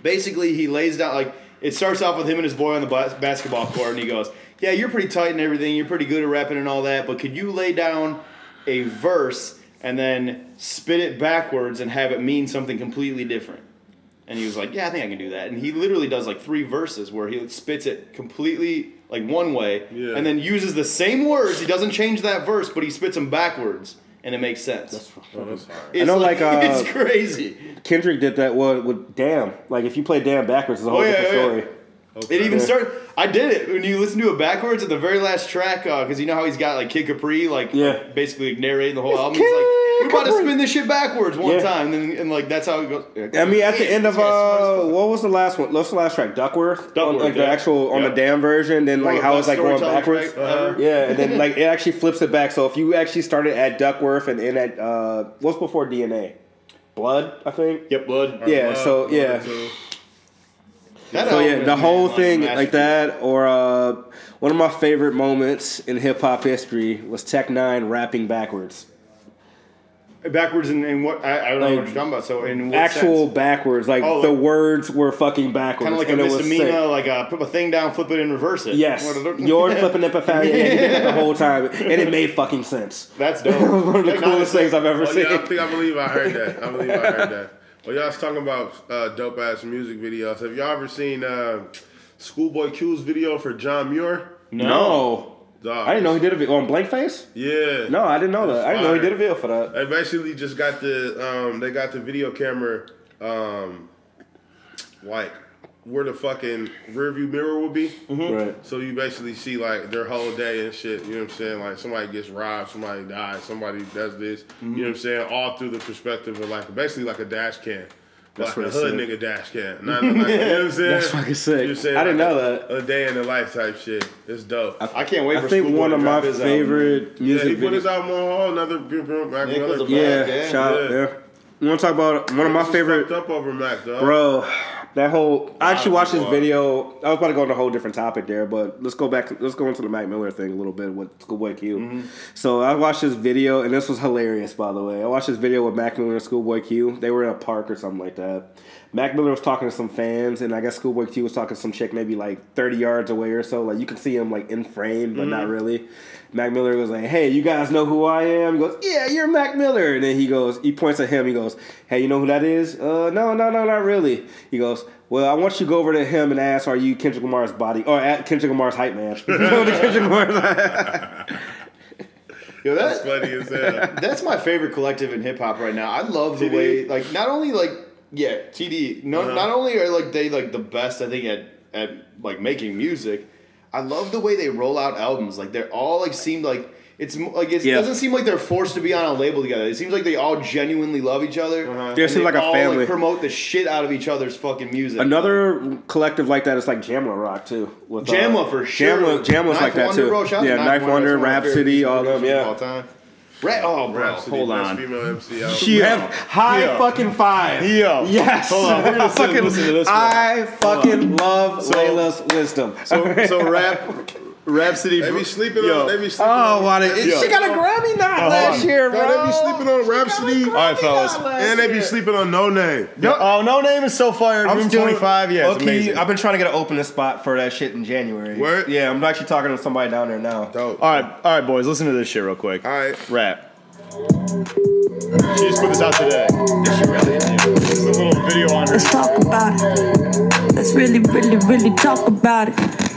D: basically he lays down like it starts off with him and his boy on the bas- basketball court and he goes yeah you're pretty tight and everything you're pretty good at rapping and all that but could you lay down a verse and then spit it backwards and have it mean something completely different and he was like yeah i think i can do that and he literally does like three verses where he spits it completely like one way
C: Yeah.
D: and then uses the same words he doesn't change that verse but he spits them backwards and it makes sense
C: Oh, that's fire.
D: it's
B: know, like, uh,
D: it's crazy
B: Kendrick did that with, with Damn. Like if you play Damn backwards, it's a whole
D: Oh, yeah,
B: different
D: yeah, yeah.
B: story.
D: It even
B: Yeah.
D: started. I did it when you listen to it backwards at the very last track because you know how he's got like Kid Capri like
B: Yeah.
D: basically narrating the whole album.
B: Kid
D: He's like, we're about to
B: Capri."
D: spin this shit backwards one
B: Yeah.
D: time, and, then- and like that's how it goes.
B: I mean, at the end of
D: This guy's smart
B: uh,
D: as fuck.
B: what was the last one? What's the last track? Duckworth. On,
D: Duckworth,
B: like the
D: yeah.
B: actual on the
D: Yeah.
B: damn version, then
D: One
B: like
D: of the
B: how
D: best
B: it's like going
D: storytelling
B: backwards.
D: tracks ever.
B: Uh-huh. Yeah, and then like it actually flips it back. So if you actually started at Duckworth and in at uh, what's before DNA, Blood, I think.
D: Yep, blood.
B: Yeah.
C: Love,
B: so
C: love
B: yeah.
C: it too.
D: That
B: So
D: album
B: yeah,
D: is,
B: the
D: man,
B: whole
D: a
B: thing like
D: masterpiece.
B: that, or uh, one of my favorite moments in hip hop history was Tech Nine rapping backwards.
H: backwards and, and what I, I don't know what you're talking about. So in what
B: actual
H: sense?
B: backwards. Like
H: Oh,
B: the
H: like-
B: words were fucking backwards.
H: kind of like a
B: and it was sick.
H: misdemeanor, like uh, put a thing down, flip it, and reverse it.
B: Yes, you're flipping up a fat and you did that the whole time, and it made fucking sense.
H: That's dope.
B: It was one of the
H: Like,
B: coolest
H: honestly,
B: things I've ever
C: Well,
B: seen.
C: Oh, yeah, I think I believe I heard that. I believe I heard that. Well, y'all was talking about uh, dope ass music videos. Have y'all ever seen uh, Schoolboy Q's video for John Muir?
B: No.
C: Dog,
B: I didn't know he did a video on Blankface.
C: Yeah.
B: No, I didn't know that. I didn't know he
C: fire.
B: did a video for that.
C: They basically just got the um, they got the video camera um, like where the fucking rearview mirror will
B: Mm-hmm.
C: be.
B: Right.
C: So you basically see like their whole day and shit. You know what I'm saying? Like somebody gets robbed, somebody dies, somebody does this. You know what I'm saying? All through the perspective of like basically like a dash cam. Like
B: what
C: a
B: it
C: hood
B: said.
C: nigga dash cam. Not, not, you know what I'm saying?
B: That's fucking sick.
C: You know what I'm saying?
B: I didn't
C: Like
B: know
C: a-
B: that.
C: A day in the life type shit. It's dope.
H: I can't wait.
B: I
H: for
B: think
H: Schoolboy
B: one
H: to
B: of my
H: drop his album.
B: favorite
C: um, yeah, he
B: music
C: put his
B: videos.
C: album on a whole another group. Like
H: Yeah, 'cause
C: another
H: of
B: Yeah,
H: Mac, yeah.
B: shout
C: Yeah.
B: out. Yeah. You want to talk about one of my
C: This was
B: favorite?
C: fucked up over Mac, dog.
B: Bro, that whole I actually
C: Wow,
B: watched this
C: wow.
B: video. I was about to go on a whole different topic there, but let's go back. Let's go into the Mac Miller thing a little bit with Schoolboy Q. So I watched this video, and this was hilarious, by the way. I watched this video with Mac Miller and Schoolboy Q. They were in a park or something like that. Mac Miller was talking to some fans, and I guess Schoolboy Q was talking to some chick maybe like thirty yards away or so. Like you can see him like in frame, but not really. Mac Miller was like, "Hey, you guys know who I am?" He goes, "Yeah, you're Mac Miller." And then he goes, he points at him. He goes, "Hey, you know who that is?" Uh, no, no, no, not really. He goes, "Well, I want you to go over to him and ask, are you Kendrick Lamar's body or at Kendrick Lamar's hype man?" Go to Kendrick Lamar's-
H: Yo,
C: That's
H: that,
C: funny as hell.
H: That's my favorite collective in hip hop right now. I love the
C: TD?
H: way like not only like yeah, TD. No,
B: Uh-huh.
H: not only are like they like the best I think at at like making music. I love the way they roll out albums. Like they're all like seem like it's m- like it's,
B: Yeah.
H: it doesn't seem like they're forced to be on a label together. It seems like they all genuinely love each other. and
B: Uh-huh. Yeah, it seems
H: they
B: like a
H: all,
B: family.
H: promote the shit out of each other's fucking music.
B: Another collective like that is like Jamla Rock too. With, uh,
H: Jamla for sure.
B: Jamla, Jamla's
H: Knife
B: like that
H: Wonder,
B: too.
H: bro. Shout out to
B: yeah, Knife Wonder,
H: That's one of my favorite
B: Rhapsody, all them.
H: producers of
B: Yeah.
H: all time. Ra- oh, bro,
C: Rhapsody,
H: hold
C: best
H: on.
C: Female MC album.
B: Rev- high fucking five.
D: Yo.
B: Yes.
D: Hold on, we're gonna sit and
B: Fucking-
D: listen to this one.
B: I fucking love Layla's wisdom.
H: So, so rap, Rhapsody.
C: They be sleeping on. They be sleeping
B: Oh,
C: on.
B: why did it, she got a Grammy nod last year, bro?
C: They be sleeping on Rhapsody.
D: All right, fellas.
C: And they be sleeping on No Name.
D: Oh, no name is so fire. Room 25. Yeah, it's
B: okay,
D: amazing.
B: I've been trying to get an open this spot for that shit in January.
C: Word?
B: Yeah, I'm actually talking to somebody down there now.
C: Dope.
D: all right, all right, boys. Listen to this shit real quick.
C: All right.
D: Rap. She just put this out today. This is a little video on her.
I: Let's talk about it. Let's really, really, really talk about it.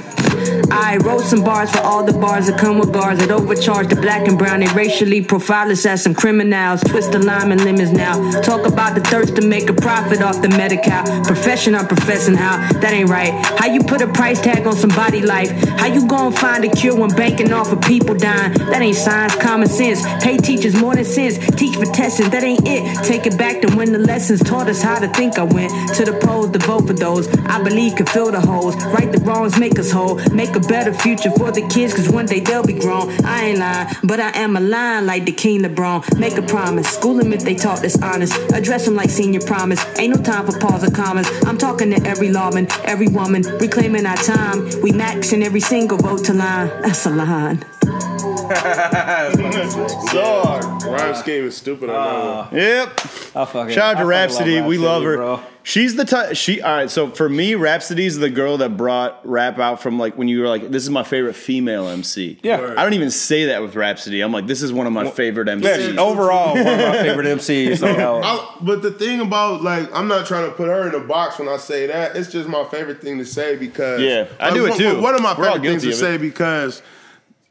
I: I wrote some bars for all the bars that come with guards that overcharge the black and brown. They racially profile us as some criminals. Twist the lime and lemons now. Talk about the thirst to make a profit off the medical. Profession, I'm professing how that ain't right. How you put a price tag on somebody life? How you gonna find a cure when banking off of people dying? That ain't science, common sense. Pay teachers more than sense. Teach for testing, that ain't it. Take it back to when the lessons taught us how to think. I went to the polls to vote for those I believe can fill the holes. Right the wrongs, make us whole. Make a better future for the kids, cause one day they'll be grown. I ain't lying, but I am a lion like the King LeBron. Make a promise, school them if they talk dishonest. Address them like senior promise. Ain't no time for pause or commas. I'm talking to every lawman, every woman, reclaiming our time. We maxing every single vote to line. That's a line.
C: Rhyme scheme is stupid. I know.
D: Yep.
B: I fucking,
D: Shout out
B: I
D: to
B: fucking
D: Rhapsody. We love her.
B: bro.
D: She's the type. She all right. So for me, Rhapsody's the girl that brought rap out from like when you were like, "This is my favorite female MC."
B: Yeah.
D: I don't even say that with Rhapsody. I'm like, "This is one of my favorite MCs."
B: Yeah, she's overall, one of my favorite MCs. So, hell.
C: I- but the thing about like, I'm not trying to put her in a box when I say that. It's just my favorite thing to say because
D: Yeah, I
C: Like,
D: do it
C: one-
D: too.
C: One of my
D: We're all
C: favorite things
D: guilty
C: to
D: of
C: say because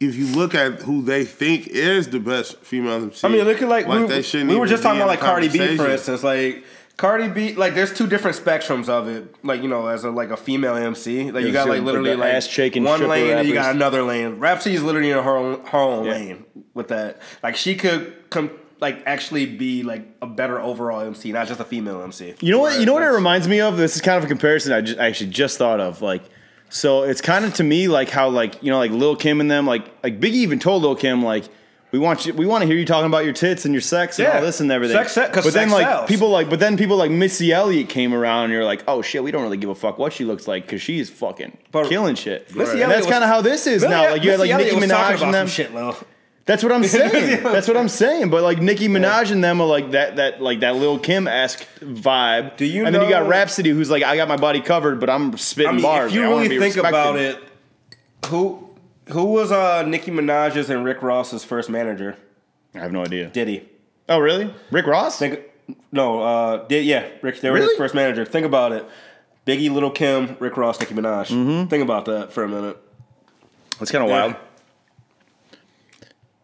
C: if you look at who they think is the best female MC,
B: I mean, look at like, we,
C: they shouldn't
B: we were
C: even
B: just
C: be
B: talking
C: in
B: about
C: the
B: like Cardi B, for
C: conversation.
B: instance. Like Cardi B, like there's two different spectrums of it. Like you know, as a like a female MC, like you
D: Yeah,
B: got
D: so
B: like
D: the
B: literally like
D: ass-shaking
B: one
D: stripper
B: lane, and you got
D: rappers.
B: another lane. Rhapsody is literally in her own, her own lane with that. Like she could come, like actually be like a better overall MC, not just a female MC.
D: You know what? You know what it reminds me of. This is kind of a comparison I, just, I actually just thought of. Like, so it's kind of to me like how like you know like Lil Kim and them like like Biggie even told Lil Kim like we want you we want to hear you talking about your tits and your sex and
B: Yeah.
D: all this and everything.
B: Sex- sex- 'cause
D: but then
B: sex
D: like
B: sells.
D: people like but then people like Missy Elliott came around and you're like oh shit we don't really give a fuck what she looks like because she's fucking
B: But-
D: killing shit. and
B: Missy Elliott
D: that's
B: was-
D: kind of how this is now. Like you had like
B: Missy
D: Nicki
B: Elliott was talking
D: Minaj
B: about
D: and them.
B: some shit, Lil.
D: That's what I'm saying. That's what I'm saying. But like Nicki Minaj and them are like that that like that Lil Kim esque vibe.
B: Do you
D: And then you got
B: know-
D: Rhapsody, who's like, I got my body covered, but I'm spitting
B: I mean,
D: bars.
B: if you
D: man. I wanna
B: really
D: be
B: think
D: respected.
B: about it, who who was uh, Nicki Minaj's and Rick Ross's first manager?
D: I have no idea.
B: Diddy.
D: Oh really? Rick Ross?
B: Think no, uh, did yeah, Rick. They were
D: Really?
B: his first manager. Think about it. Biggie, Little Kim, Rick Ross, Nicki Minaj.
D: Mm-hmm.
B: Think about that for a minute.
D: That's kind of
B: Yeah.
D: wild.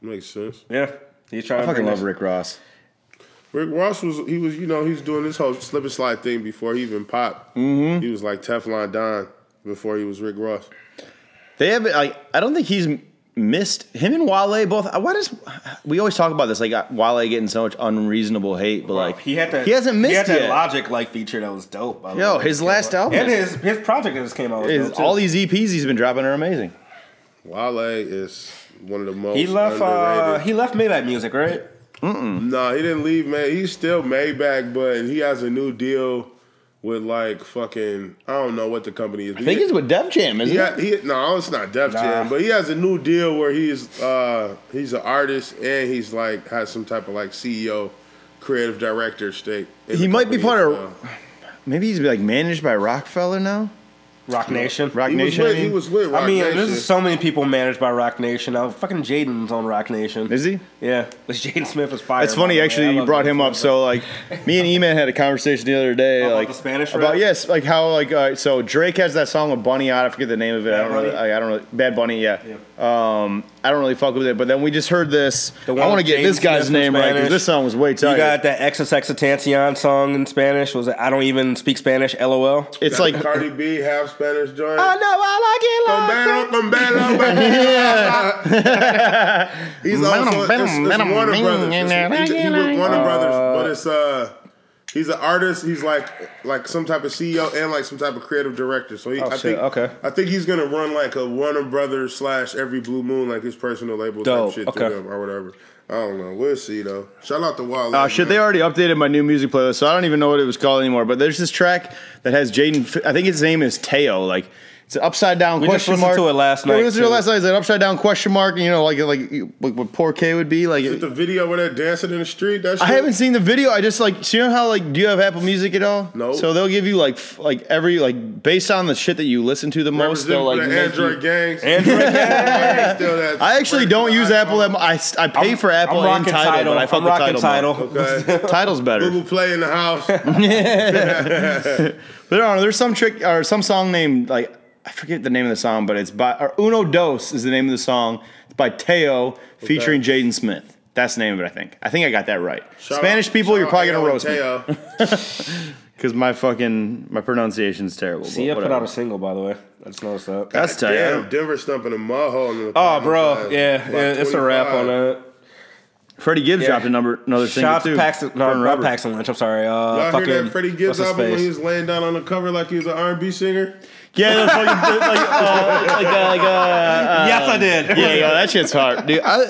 C: Makes sense.
B: Yeah, he's trying.
D: I fucking love Rick Ross.
C: Rick Ross was he was you know he was doing this whole slip and slide thing before he even popped. Mm-hmm. He was like Teflon Don before he was Rick Ross.
D: They have like I don't think he's missed him and Wale both. uh, Why does we always talk about this? Like uh, Wale getting so much unreasonable hate, but like
B: He had that.
D: He hasn't
B: He
D: missed
B: had that
D: yet.
B: Logic like feature that was dope. by the
D: Yo,
B: way.
D: his last album
B: and
D: is-
B: his his project that just came out. Was
D: is
B: dope, too.
D: all these EPs he's been dropping are amazing.
C: Wale is one of the most
B: He left. Uh,
C: underrated.
B: he left Maybach Music, right?
C: nah, he didn't leave, man. He's still Maybach, but he has a new deal with like fucking I don't know what the company is.
D: I think it's with Dev Jam, isn't
C: Yeah,
D: it?
C: he, no, it's not Def Jam, but he has a new deal where he's uh, he's an artist and he's like has some type of like CEO, creative director stake. in
D: He
C: the
D: might be
C: company
D: part
C: as
D: of. Maybe he's like managed by Rockefeller now.
B: Rock Nation.
D: Rock
C: well. He was
D: Nation.
C: with,
D: I mean.
C: he was with Rock
B: I mean,
C: Nation.
B: there's so many people managed by Rock Nation. Now, fucking Jaden's on Rock Nation.
D: Is he?
B: Yeah, this Jaden Smith is fire.
D: It's funny,
B: by the way. I
D: actually. You
B: love
D: brought him
B: Jaden
D: up.
B: Smith.
D: So, like, me and E-Man had a conversation the other day,
B: About
D: like
B: the Spanish
D: about
B: rap?
D: yes, like how like uh, so Drake has that song with Bunny out. I forget the name of it. I
B: Bad
D: don't really,
B: Bunny?
D: I, I don't really, Bad Bunny. Yeah. Um, I don't really fuck with it. But then we just heard this. I
B: The one
D: want to
B: with
D: get this
B: Jaden
D: guy's
B: Smith in
D: name right because
B: Spanish.
D: this song was way tight.
B: you got that XXXTentacion song in Spanish. Was it I don't even speak Spanish? LOL.
D: it's like
C: Cardi B half Spanish joint.
B: I
C: Combelo, combelo, combelo. He's also it's, it's Warner Brothers. It's, he, he with Warner Brothers, but it's uh, he's an artist. He's like like some type of CEO and like some type of creative director. So he, I
B: shit,
C: think
B: okay.
C: I think he's gonna run like a Warner Brothers slash Every Blue Moon like his personal label
B: Dope,
C: type shit
B: okay.
C: to them or whatever. I don't know. We'll see though. Shout out to Wild.
D: Uh, shit, they already updated my new music playlist, so I don't even know what it was called anymore. But there's this track that has Jaden. I think his name is Teo. Like it's an upside down
B: We just
D: question
B: listened
D: mark.
B: to it last
D: Yeah, we
B: night,
D: listened to it
B: too.
D: last night. It's an upside down question mark. You know, like like, you- like what poor K would be like.
C: the video where they're dancing in the street. That shit.
D: I haven't seen the video. I just like. So you know how like do you have Apple Music at all?
C: No.
D: So they'll give you like f- like every like based on the shit that you listen to the most. They'll
C: Representing
D: like
C: for the
D: make
C: Android
D: you-
C: gangs.
B: Android
C: Still that-
D: I actually don't use Apple. that mu- I I pay for Apple
B: I'm
D: and
B: rocking
D: Tidal,
B: title.
D: but I fuck
B: I'm
D: with
B: rocking
D: Tidal. more.
B: title.
C: Okay.
D: Tidal's better.
C: Google Play in the house.
D: There are there's some trick or some song named like I forget the name of the song, but it's by or Uno Dos is the name of the song. It's by Teo featuring Jaden Smith. That's the name of it, I think. I think I got that right.
C: Shout
D: Spanish
C: out-
D: people,
C: shout
D: you're
C: out
D: probably gonna
C: Ayo and
D: roast me
C: Teo.
D: because my fucking my pronunciation's terrible. but
B: Sia put
D: whatever.
B: out a single, by the way. I just noticed that.
D: That's tight.
C: Damn, Denver stumping a mud hole. In the
B: oh, bro,
C: By-
B: yeah,
C: by
B: yeah, it's a wrap
C: 25.
B: on that.
D: Freddie Gibbs
B: Yeah.
D: dropped a number, another single
B: Shots
D: too.
B: Paxton, no,
D: Burn
B: not
D: Rubber.
B: Paxton Lynch. I'm sorry. Uh,
C: Y'all
B: fucking,
C: hear that Freddie
B: what's
C: Gibbs
B: his
C: album when
B: face?
C: he was laying down on the cover like he was an R&B singer?
D: Yeah, that's fucking, like uh, like uh, like uh,
B: yes, I did.
D: yeah, yo, that shit's hard, dude. I,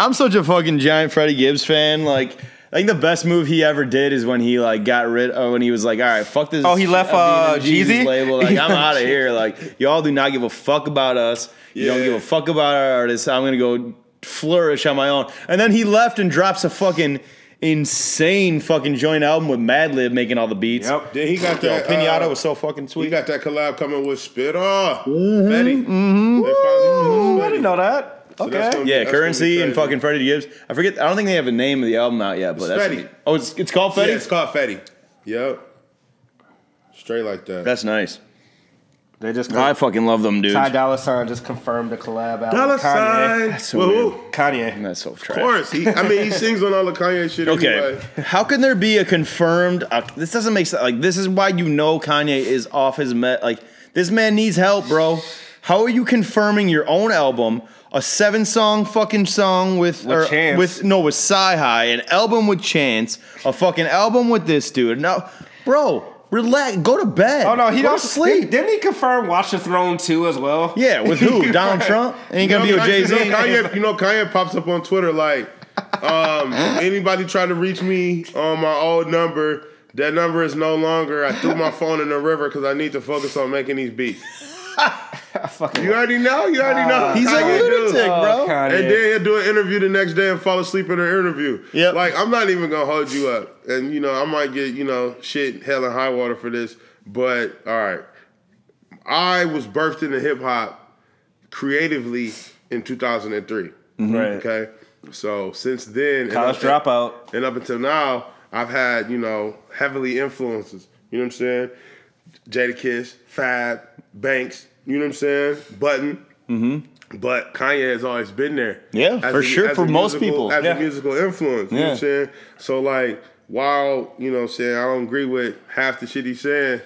D: I'm such a fucking giant Freddie Gibbs fan. Like, I think the best move he ever did is when he like got rid of when he was like, all right, fuck this.
B: Oh, he left,
D: I'm being in
B: uh,
D: Jeezy's
B: Jeezy?
D: label. Like, I'm out of here. Like, y'all do not give a fuck about us. You don't
C: Yeah.
D: give a fuck about our artists. I'm gonna go flourish on my own. And then he left and drops a fucking insane fucking joint album with Madlib making all the beats.
B: Yep.
C: Then he got
D: Yo,
C: that
D: Pinata
C: uh,
D: was so fucking
C: He
D: sweet.
C: got that collab coming with Spit Off.
D: Mm-hmm,
C: Fetty. They finally
B: I didn't know that.
C: So that's
B: Okay.
C: gonna be-
D: Yeah,
C: that's gonna be
D: currency and
C: crazy.
D: fucking Freddie Gibbs. I forget. I don't think they have a name of the album out yet, but that's
C: Fetty.
D: oh, it's, it's called Fetty.
C: Yeah, it's called Fetty. Yep. Straight like that.
D: that's nice.
B: They just
D: I fucking love them, dude.
B: Ty Dolla Sign just confirmed the collab album.
C: Dollar
B: Kanye.
C: sign.
D: so
C: Well, who?
D: weird.
B: Kanye.
D: That's so
C: Of
D: trash.
C: course. He, I mean, he sings on all the Kanye shit
D: Okay,
C: anyway.
D: how can there be a confirmed? Uh, this doesn't make sense. Like this is why you know Kanye is off his met. Like this man needs help, bro. How are you confirming your own album? A seven song fucking song with
B: With Chance.
D: with no with Sci High, an album with Chance, a fucking album with this dude. Now, bro, relax. Go to bed.
B: Oh no, he
D: Go
B: don't
D: to sleep.
B: Didn't he confirm Watch the Throne too as well?
D: Yeah, with who? Donald Trump? Ain't gonna
C: You know,
D: be with Jay
C: Kanye-
D: Z.
C: You know, Kanye, you know, Kanye pops up on Twitter like, um, anybody trying to reach me on my old number, that number is no longer. I threw my phone in the river because I need to focus on making these beats. You already know. You already know.
D: He's a
C: Kanye do.
D: lunatic, bro.
C: And then he'll do an interview the next day and fall asleep in the interview.
D: Yep.
C: Like I'm not even gonna hold you up, and you know I might get you know shit hell and high water for this, but all right, I was birthed into hip hop creatively in 2003.
B: Right.
C: Okay. So since then, and
B: Mm-hmm. College
C: up-
B: dropout.
C: and up until now, I've had you know heavily influences. You know what I'm saying? Jada Kiss, Fab, Banks. You know what I'm saying? Button. Mm-hmm. But Kanye has always been there.
D: Yeah, for sure,
C: as
D: for most
C: musical-
D: people.
C: as
D: Yeah.
C: a musical influence. You know what I'm
D: Yeah.
C: saying? So like, while you know, what I'm saying I don't agree with half the shit he's saying.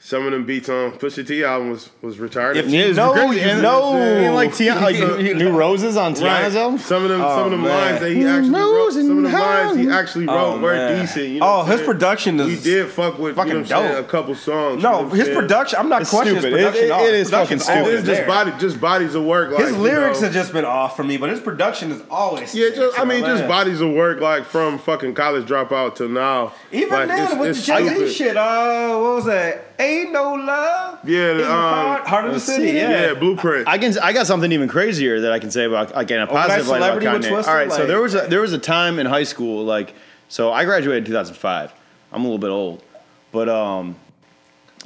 C: Some of them beats on Pusha T album was was retarded.
D: Yeah, it's
C: You know
D: no,
C: what I'm
D: no,
C: saying?
D: ain't uh, like, Tiana, like New Roses on Tiana's album.
C: Some of them, some of them
B: Oh, man.
C: lines that he actually wrote, some of them lines he actually wrote
B: Oh,
C: were
B: man.
C: decent. You know
B: Oh,
C: what I'm
B: his
C: saying?
B: production
C: He
B: is
C: did fuck with you know what I'm saying,
B: dope.
C: a couple songs. you know
B: No,
C: what I'm
B: his
C: saying?
B: production. I'm not
D: It's
B: questioning his
D: stupid. It-
B: production.
D: it-
B: at all.
D: it is
B: Production's
D: fucking
C: It
B: always
C: is just
B: there.
C: body, just bodies of work. Like,
B: His lyrics
C: you know,
B: have just been off for me, but his production is always.
C: yeah,
B: there,
C: just I
B: so,
C: mean, just
B: man.
C: bodies of work like from fucking college dropout till now.
B: Even
C: like,
B: then
C: it's-
B: with the
C: it's
B: Jay
C: stupid.
B: Z shit, uh, what was that? Ain't no love.
C: Yeah,
B: in
C: the,
B: the heart,
C: um,
B: heart of the city.
D: uh, see,
B: Yeah.
C: Yeah, blueprint.
D: I can I got something even crazier that I can say about again a positive light about
B: Oh, Celebrity with
D: Kanye.
B: Twister,
D: All right, so
B: like-
D: there was a there was a time in high school like so I graduated in 2005. I'm a little bit old, but um,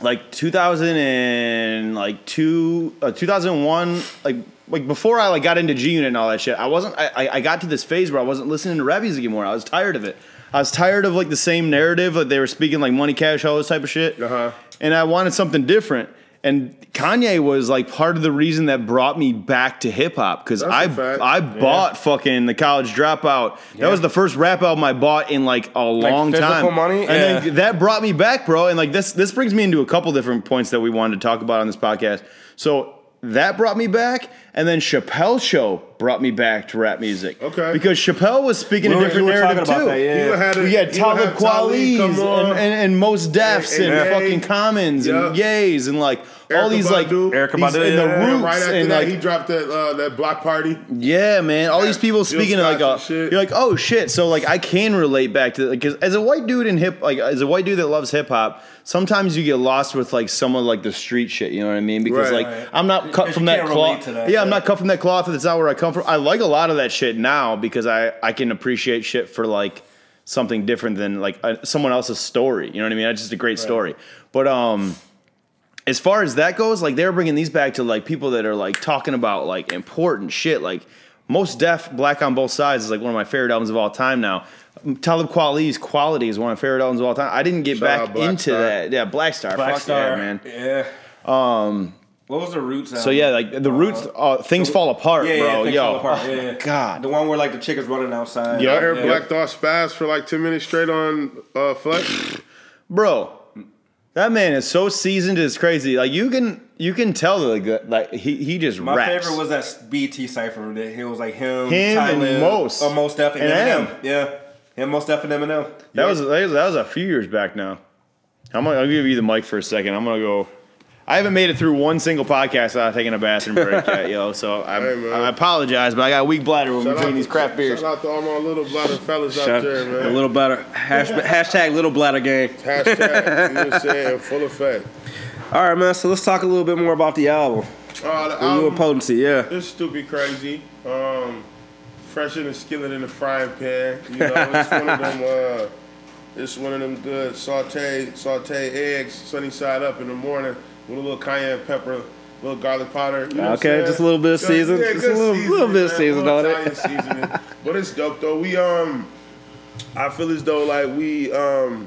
D: like 2000 and like two uh, 2001 like like before I like got into G Unit and all that shit. I wasn't I I- I got to this phase where I wasn't listening to Revies anymore. I was tired of it. I was tired of like the same narrative like they were speaking like money cash hoes type of shit
C: Uh-huh.
D: and I wanted something different. And Kanye was like part of the reason that brought me back to hip hop because
C: That's
D: I
C: a fact.
D: I bought fucking the College Dropout. That was the first rap album I bought in like a long
B: Physical
D: time.
B: Money?
D: And then that brought me back, bro. And like this this brings me into a couple different points that we wanted to talk about on this podcast. So that brought me back, and then Chappelle Show brought me back to rap music.
C: Okay.
D: because Chappelle was speaking
B: We
D: a
B: were-
D: different
B: you were talking
D: narrative
B: about
D: too.
B: that, yeah.
C: You had a-
D: We had
C: you had
D: Talib
C: Talib,
D: Kweli's
C: come
D: and,
C: on.
D: and, and most Defs
C: And-
D: and,
C: and-
D: fucking Commons and
C: Yeah.
D: Yays and like all
C: Erykah
D: these like
C: Badu.
B: Erykah
D: these- and
B: Badu,
D: the
B: yeah.
D: roots
C: Right after
D: and
C: that,
D: like
C: he dropped that uh, that block party.
D: yeah, man. All these people
C: Jill
D: speaking like
C: Scott
D: a,
C: and shit.
D: you're like, oh shit. So like, I can relate back to because as a white dude in hip, like as a white dude that loves hip hop, sometimes you get lost with like some of like the street shit. You know what I mean? Because
C: Right.
D: like, I'm not cut
B: You
D: from that
B: can't relate
D: cloth.
B: to that,
D: yeah, I'm
B: yeah.
D: not cut from that cloth. That's not where I come from. I like a lot of that shit now because I I can appreciate shit for like something different than like uh someone else's story. You know what I mean? That's just a great story. But um as far as that goes, like they're bringing these back to like people that are like talking about like important shit. Like most deaf black on both sides is like one of my favorite albums of all time now. Talib Kweli's quality is one of my favorite albums of all time. I didn't get
C: Shout out
D: back
C: Black
D: into
C: Star.
D: that. Yeah, Black Star,
B: Black
D: fuck
B: Star,
D: yeah, man. Um,
B: Yeah. What was the roots?
D: So yeah, like the roots, uh, things fall apart,
B: yeah, yeah,
D: bro.
B: things
D: Yo, Oh,
B: fall apart. Yeah, yeah.
D: God.
B: the one where like the chick is running outside.
D: Yeah.
C: I heard
D: Yeah.
C: Black Thought spaz for like ten minutes straight on uh, Flex.
D: bro. That man is so seasoned, it's crazy. Like you can you can tell like that- like he he just
B: My
D: raps.
B: favorite was that BT cipher that it was like him,
D: Him and
B: Tyler,
D: Mos.
B: uh, Mos Def and,
D: And
B: Eminem. Yeah, him, Mos Def and Eminem.
D: That was that was that was a few years back now. I'm gonna I'll give you the mic for a second. I'm gonna go. I haven't made it through one single podcast without taking a bathroom break yet, yo. So I,
C: Hey, man.
D: I apologize, but I got a weak bladder when we
C: Shout out
D: between
C: to-
D: these crap beers.
C: Shout out to all my little blatter fellas out there, man.
B: little bladder hashtag, hashtag little bladder gang.
C: Hashtag, you know what I'm saying? In full effect.
B: All right, man. So let's talk a little bit more about the album.
C: Uh, the
B: You
C: album,
B: and potency, yeah.
C: it's stupid crazy. Um, fresh in the skillet in the frying pan. You know, it's one of them. Uh, it's one of them good saute saute eggs, sunny side up in the morning with a little cayenne pepper, little garlic powder. you know what
B: Okay,
C: I'm
B: just a
C: saying?
B: little bit of
C: Yeah,
B: season,
C: yeah,
B: just a
C: good
B: little- little bit of
C: man,
B: season
C: little
B: on it.
C: Italian seasoning. But it's dope though. We um, I feel as though like we um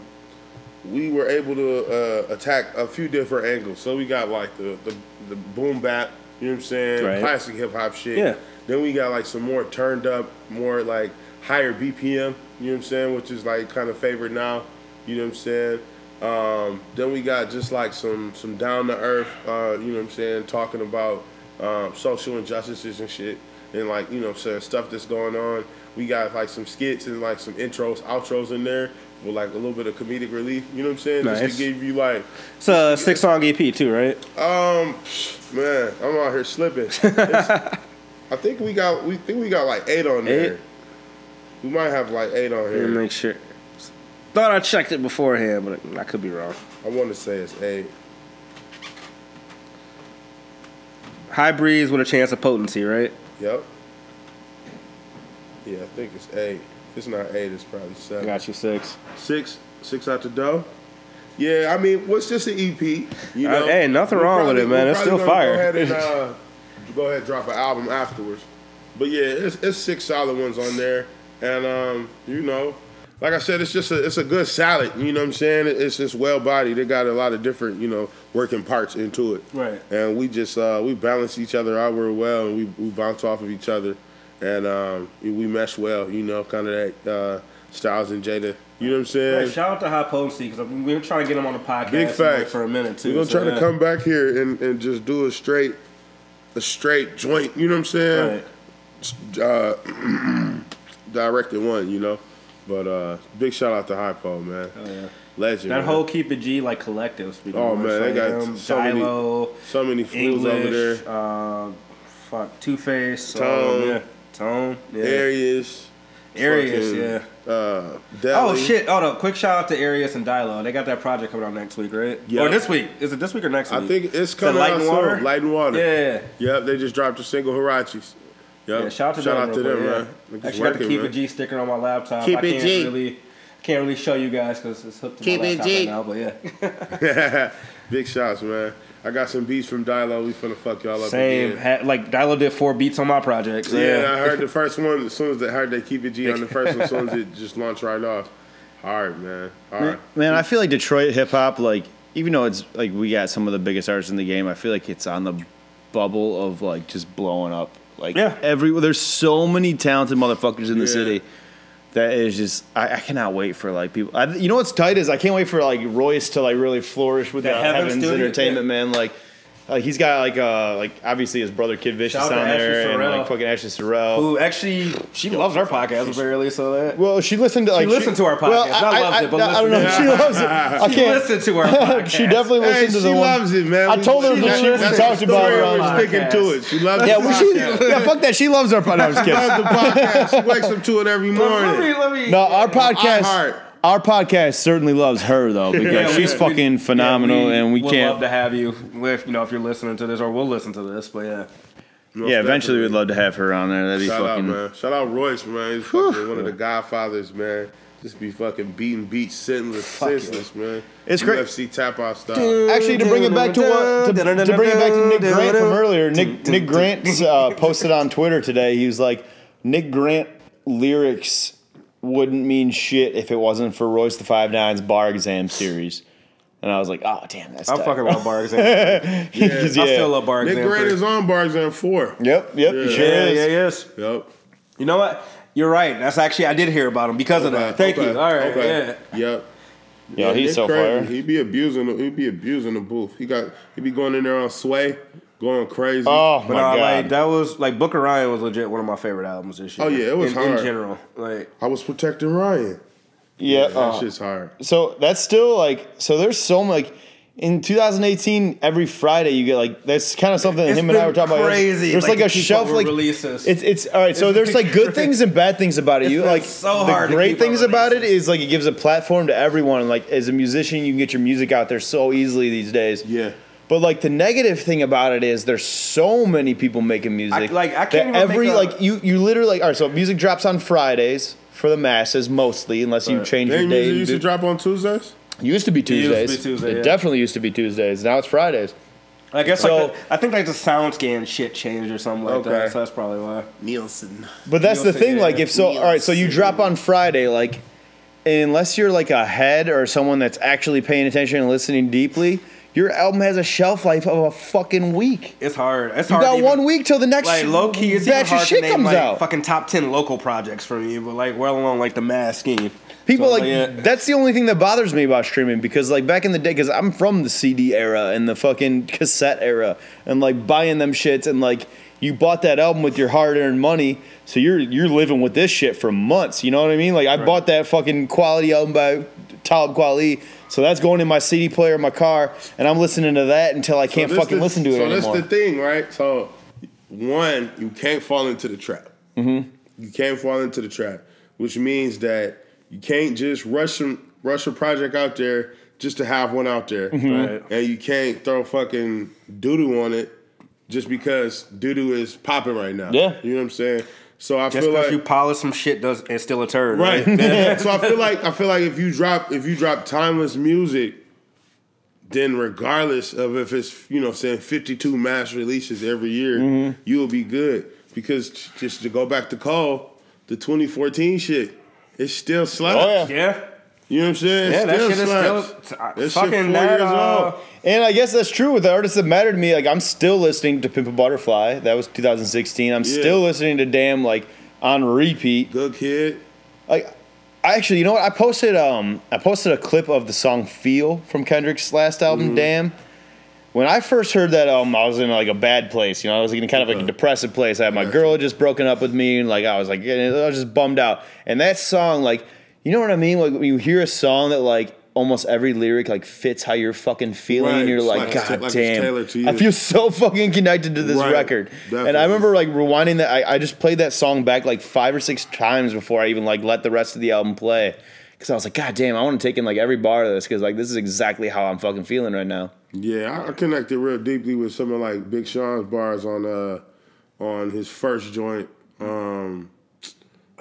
C: we were able to uh, attack a few different angles. So we got like the the, the boom bap, you know what I'm saying,
B: Right.
C: classic hip hop shit.
B: Yeah.
C: Then we got like some more turned up, more like higher BPM, you know what I'm saying, which is like kind of favored now, you know what I'm saying. Um, then we got just like some some down to earth, uh, you know what I'm saying, talking about um, social injustices and shit, and like you know what I'm saying stuff that's going on. We got like some skits and like some intros, outros in there with like a little bit of comedic relief, you know what I'm saying,
B: Nice.
C: just to give you like
B: It's a six song EP too, right?
C: um, man, I'm out here slipping. It's- I think we got we think we got like eight on
B: Eight?
C: there.
B: Mm-hmm.
C: We might have like eight on
B: Let me
C: here.
B: make sure. Thought I checked it beforehand, but I could be wrong.
C: I want to say it's eight.
B: High breeze with a chance of potency, right?
C: Yep. Yeah, I think it's eight. If it's not eight, it's probably seven.
B: you six.
C: Six, six out the dough. Yeah, I mean, what's just an EP? You
B: Uh,
C: know,
B: hey, nothing
C: We're
B: wrong with it, man.
C: we're
B: It's still
C: probably
B: fire.
C: gonna Go ahead, and, uh, go ahead, and drop an album afterwards. But yeah, it's, it's six solid ones on there, and um, you know, like I said, it's just a it's a good salad. You know what I'm saying? It- It's just well bodied. It got a lot of different you know working parts into it.
B: Right.
C: And we just uh, we balance each other out real well, and we we bounce off of each other, and um, we mesh well. You know, kind of that uh, Styles and Jada. You know what I'm saying?
B: Hey, shout out to High Potency because we were trying to get him on the podcast
C: Big
B: like,
C: facts.
B: for a minute too.
C: We're gonna
B: so,
C: try
B: yeah.
C: to come back here and, and just do a straight, a straight joint. You know what I'm saying?
B: Right.
C: Uh, directed one. You know, but uh, big shout out to Hypo man,
B: yeah.
C: legend.
B: That
C: man.
B: whole Keep It G like collective. Speaking
C: Oh,
B: of which,
C: man, they
B: like,
C: got
B: um,
C: so many-
B: Dilo,
C: so many fools
B: English,
C: over there.
B: Uh, fuck, Two Face,
C: Tone.
B: yeah, Tone, yeah,
C: Arius,
B: Arius,
C: fucking,
B: yeah.
C: Uh,
B: Oh
C: Deli.
B: shit! Hold up! Quick shout out to Arius and Dilo. They got that project coming out next week, right?
C: Yeah.
B: Or this week? Is it this week or next week?
C: I think it's
B: Is it
C: coming
B: Light
C: out
B: and
C: soon.
B: Water?
C: Light and water.
B: Yeah.
C: Yep. They just dropped a single Hirachis. Yep.
B: Yeah, shout out to them. real quick, yeah.
C: man. Niggas
B: Actually, got the
C: working,
B: Keep
C: man.
B: It G sticker on my laptop.
C: Keep
B: I
C: It
B: can't
C: G.
B: really, can't really show you guys because it's hooked to
C: Keep
B: my
C: It
B: laptop
C: G.
B: right now. But yeah,
C: Big shots, man. I got some beats from Dilo. We finna fuck y'all up.
B: same.
C: Again.
B: Ha- like Dilo did four beats on my project. So
C: yeah,
B: yeah,
C: I heard the first one. As soon as I heard they keep it G on the first one, as soon as it just launched right off. Hard, man. Hard.
D: Man, I feel like Detroit hip hop, like even though it's like we got some of the biggest artists in the game, I feel like it's on the bubble of like just blowing up. Like
B: Yeah.
D: every there's so many talented motherfuckers in the
C: Yeah.
D: city. That is just I, I cannot wait for like people. I, you know what's tight is I can't wait for like Royce to like really flourish with
B: That
D: that,
B: Heavens
D: Heavens,
B: dude,
D: Entertainment man. Like, like he's got like uh like obviously his brother Kid Vicious
B: Shout out
D: on
B: to Ashley
D: there and
B: Sorrell.
D: like fucking Ashley Sorrell.
B: who actually she loves our podcast apparently. So that
D: Well, she listened to like
B: listened to our podcast. Not loves it, but
D: I don't know.
B: listened.
D: if She loves it. I
B: she
D: can't.
B: listened to our podcast.
D: She definitely
C: Hey,
D: listened
C: Oh, she
D: to the one.
C: loves it, man.
D: I told her
C: She-
D: that
C: that's-
D: she-
C: that's
D: we
C: the
D: talked about
C: story.
D: her on
C: We're sticking to it. She loves
D: Yeah,
C: the
D: well, she,
C: podcast.
D: yeah, fuck that. She loves our podcast. I'm just
C: She
D: kidding.
C: loves the podcast. She wakes up to it every
B: Let me,
C: morning.
B: let me.
D: No, our
C: iHeart.
D: podcast. Our podcast certainly loves her though because
B: Yeah,
D: she's
B: we-
D: fucking
B: we-
D: phenomenal,
B: yeah,
D: and we
B: would
D: can't.
B: love to have you if you know if you're listening to this or we'll listen to this. But yeah,
D: yeah, eventually we'd love to have her on there. That'd be
C: Shout out,
D: fucking.
C: man. Shout out Royce, man. He's fucking one of the godfathers, man. Just be fucking beating beats, senseless, senseless, man.
D: It's great.
C: UFC tap out style.
D: Actually, to bring it back to what to, to bring it back to Nick Grant from earlier, Nick Nick Grant uh, posted on Twitter today. He was like, Nick Grant lyrics wouldn't mean shit if it wasn't for Royce the Five Nines bar exam series. And I was like, oh damn, that's
B: I'm
D: tight.
B: fucking about bar exam.
D: 'Cause,
B: I
D: yeah.
B: still love bar
C: Nick
B: exam.
C: Grant
B: three.
C: is on Bar Exam 4.
D: Yep, yep,
C: Yeah.
D: he sure
B: yeah,
D: is.
B: yeah, yes.
C: Yep.
B: You know what? You're right. That's actually I did hear about him because of that. Thank you. All right.
D: Oh
B: Yeah.
C: Yep.
D: Yo, he's so
C: crazy.
D: fire.
C: He be abusing. The, he be abusing the booth. He got. He be going in there on sway, going crazy.
D: Oh my
B: But uh,
D: god.
B: like that was like Booker Ryan was legit one of my favorite albums this year.
C: Oh, yeah, it was
B: in, in
C: hard.
B: general. Like
C: I was protecting Ryan.
D: yeah. uh,
C: that shit's hard.
D: so that's still like so there's so much like in 2018 every friday you get like that's kind of something that
B: It's
D: him and i
B: been
D: were talking
B: crazy,
D: about there's like,
B: like, to
D: a
B: keep
D: shelf
B: up with
D: like
B: releases.
D: it's it's all right so
B: It's
D: there's
B: been
D: like good things and bad things about it
B: It's
D: you
B: been
D: like
B: so
D: the
B: hard to
D: great
B: keep up
D: things
B: with
D: about it
B: releases.
D: is like it gives a platform to everyone like as a musician you can get your music out there so easily these days
C: Yeah.
D: but like the negative thing about it is there's so many people making music.
B: I- like, I can't
D: that
B: even
D: every
B: make a-
D: like you you literally like all right. So music drops on Fridays for the masses mostly, unless you change your
C: Dang,
D: day.
C: music
D: and
C: used
D: do-
C: to drop on Tuesdays.
D: Used to be
B: used to be
D: Tuesdays.
B: Tuesday,
D: it
B: yeah.
D: definitely used to be Tuesdays. Now it's Fridays.
B: I guess
D: So-
B: like the, I think like the sound scan shit changed or something like
C: Okay.
B: that. So that's probably why.
J: Nielsen.
D: But that's
B: You'll
D: the
B: see,
D: thing.
B: yeah.
D: Like if so, all right. So you drop on Friday, like unless you're like a head or someone that's actually paying attention and listening deeply, your album has a shelf life of a fucking week.
B: It's hard. It's
D: You
B: hard.
D: got
B: to
D: one
B: even-
D: week till the next
B: Like low key, it's even
D: batch
B: hard
D: of shit
B: to name
D: comes
B: like
D: out.
B: fucking top ten local projects from you, but like well along like the mass scheme.
D: People
B: So,
D: like
B: yeah.
D: that's the only thing that bothers me about streaming because like back in the day, because I'm from the CD era and the fucking cassette era, and like buying them shits and like you bought that album with your hard-earned money, so you're you're living with this shit for months. You know what I mean? Like I bought that fucking quality album by Talib Kweli, so that's going in my CD player in my car, and I'm listening to that until I can't
C: this
D: fucking
C: the-
D: listen to it
C: so
D: anymore.
C: that's the thing, right? So, one, you can't fall into the trap. Mm-hmm. You can't fall into the trap, which means that you can't just rush some, rush a project out there
D: Mm-hmm.
C: just to have one out there,
B: Right.
C: and you can't throw fucking doo doo on it just because doo-doo is popping right now.
D: Yeah.
C: You know what I'm saying? So I
B: Just
C: feel
B: because
C: like
B: you polish some shit does it's still a turd,
C: Right.
B: right?
C: so I feel like I feel like if you drop if you drop timeless music, then regardless of if it's you know saying fifty two mass releases every year,
B: Mm-hmm.
C: you'll be good because t- just to go back to call the twenty fourteen shit, it's still slaps.
D: Oh, yeah.
B: Yeah.
C: You know what I'm saying?
B: Yeah,
C: It
B: that
C: still
B: shit is
C: slaps.
B: still- uh,
C: That shit
B: fucking
C: four
B: that,
C: years
B: uh,
C: old.
D: And I guess that's true with the artists that matter to me. Like I'm still listening to Pimp a Butterfly. That was 2016. I'm still listening to Damn like on repeat.
C: Good kid.
D: Like I actually, you know what? I posted um I posted a clip of the song Feel from Kendrick's last album
C: Mm.
D: Damn. When I first heard that album, I was in like a bad place. You know, I was in kind of like a depressive place. I had my girl had just broken up with me, and like I was like, I was just bummed out. And that song, like, you know what I mean? Like when you hear a song that like almost every lyric like fits how you're fucking feeling,
C: Right.
D: and you're
C: It's
D: like,
C: like-
D: God
C: it's like it's tailored to
D: damn,
C: you."
D: I feel so fucking connected to this
C: Right.
D: record. And
C: Definitely.
D: I remember like rewinding that. I, I just played that song back like five or six times before I even like let the rest of the album play. Cause I was like, God damn, I want to take in like every bar of this. Cause like this is exactly how I'm fucking feeling right now.
C: Yeah, I- I connected real deeply with some of like Big Sean's bars on uh on his first joint. Um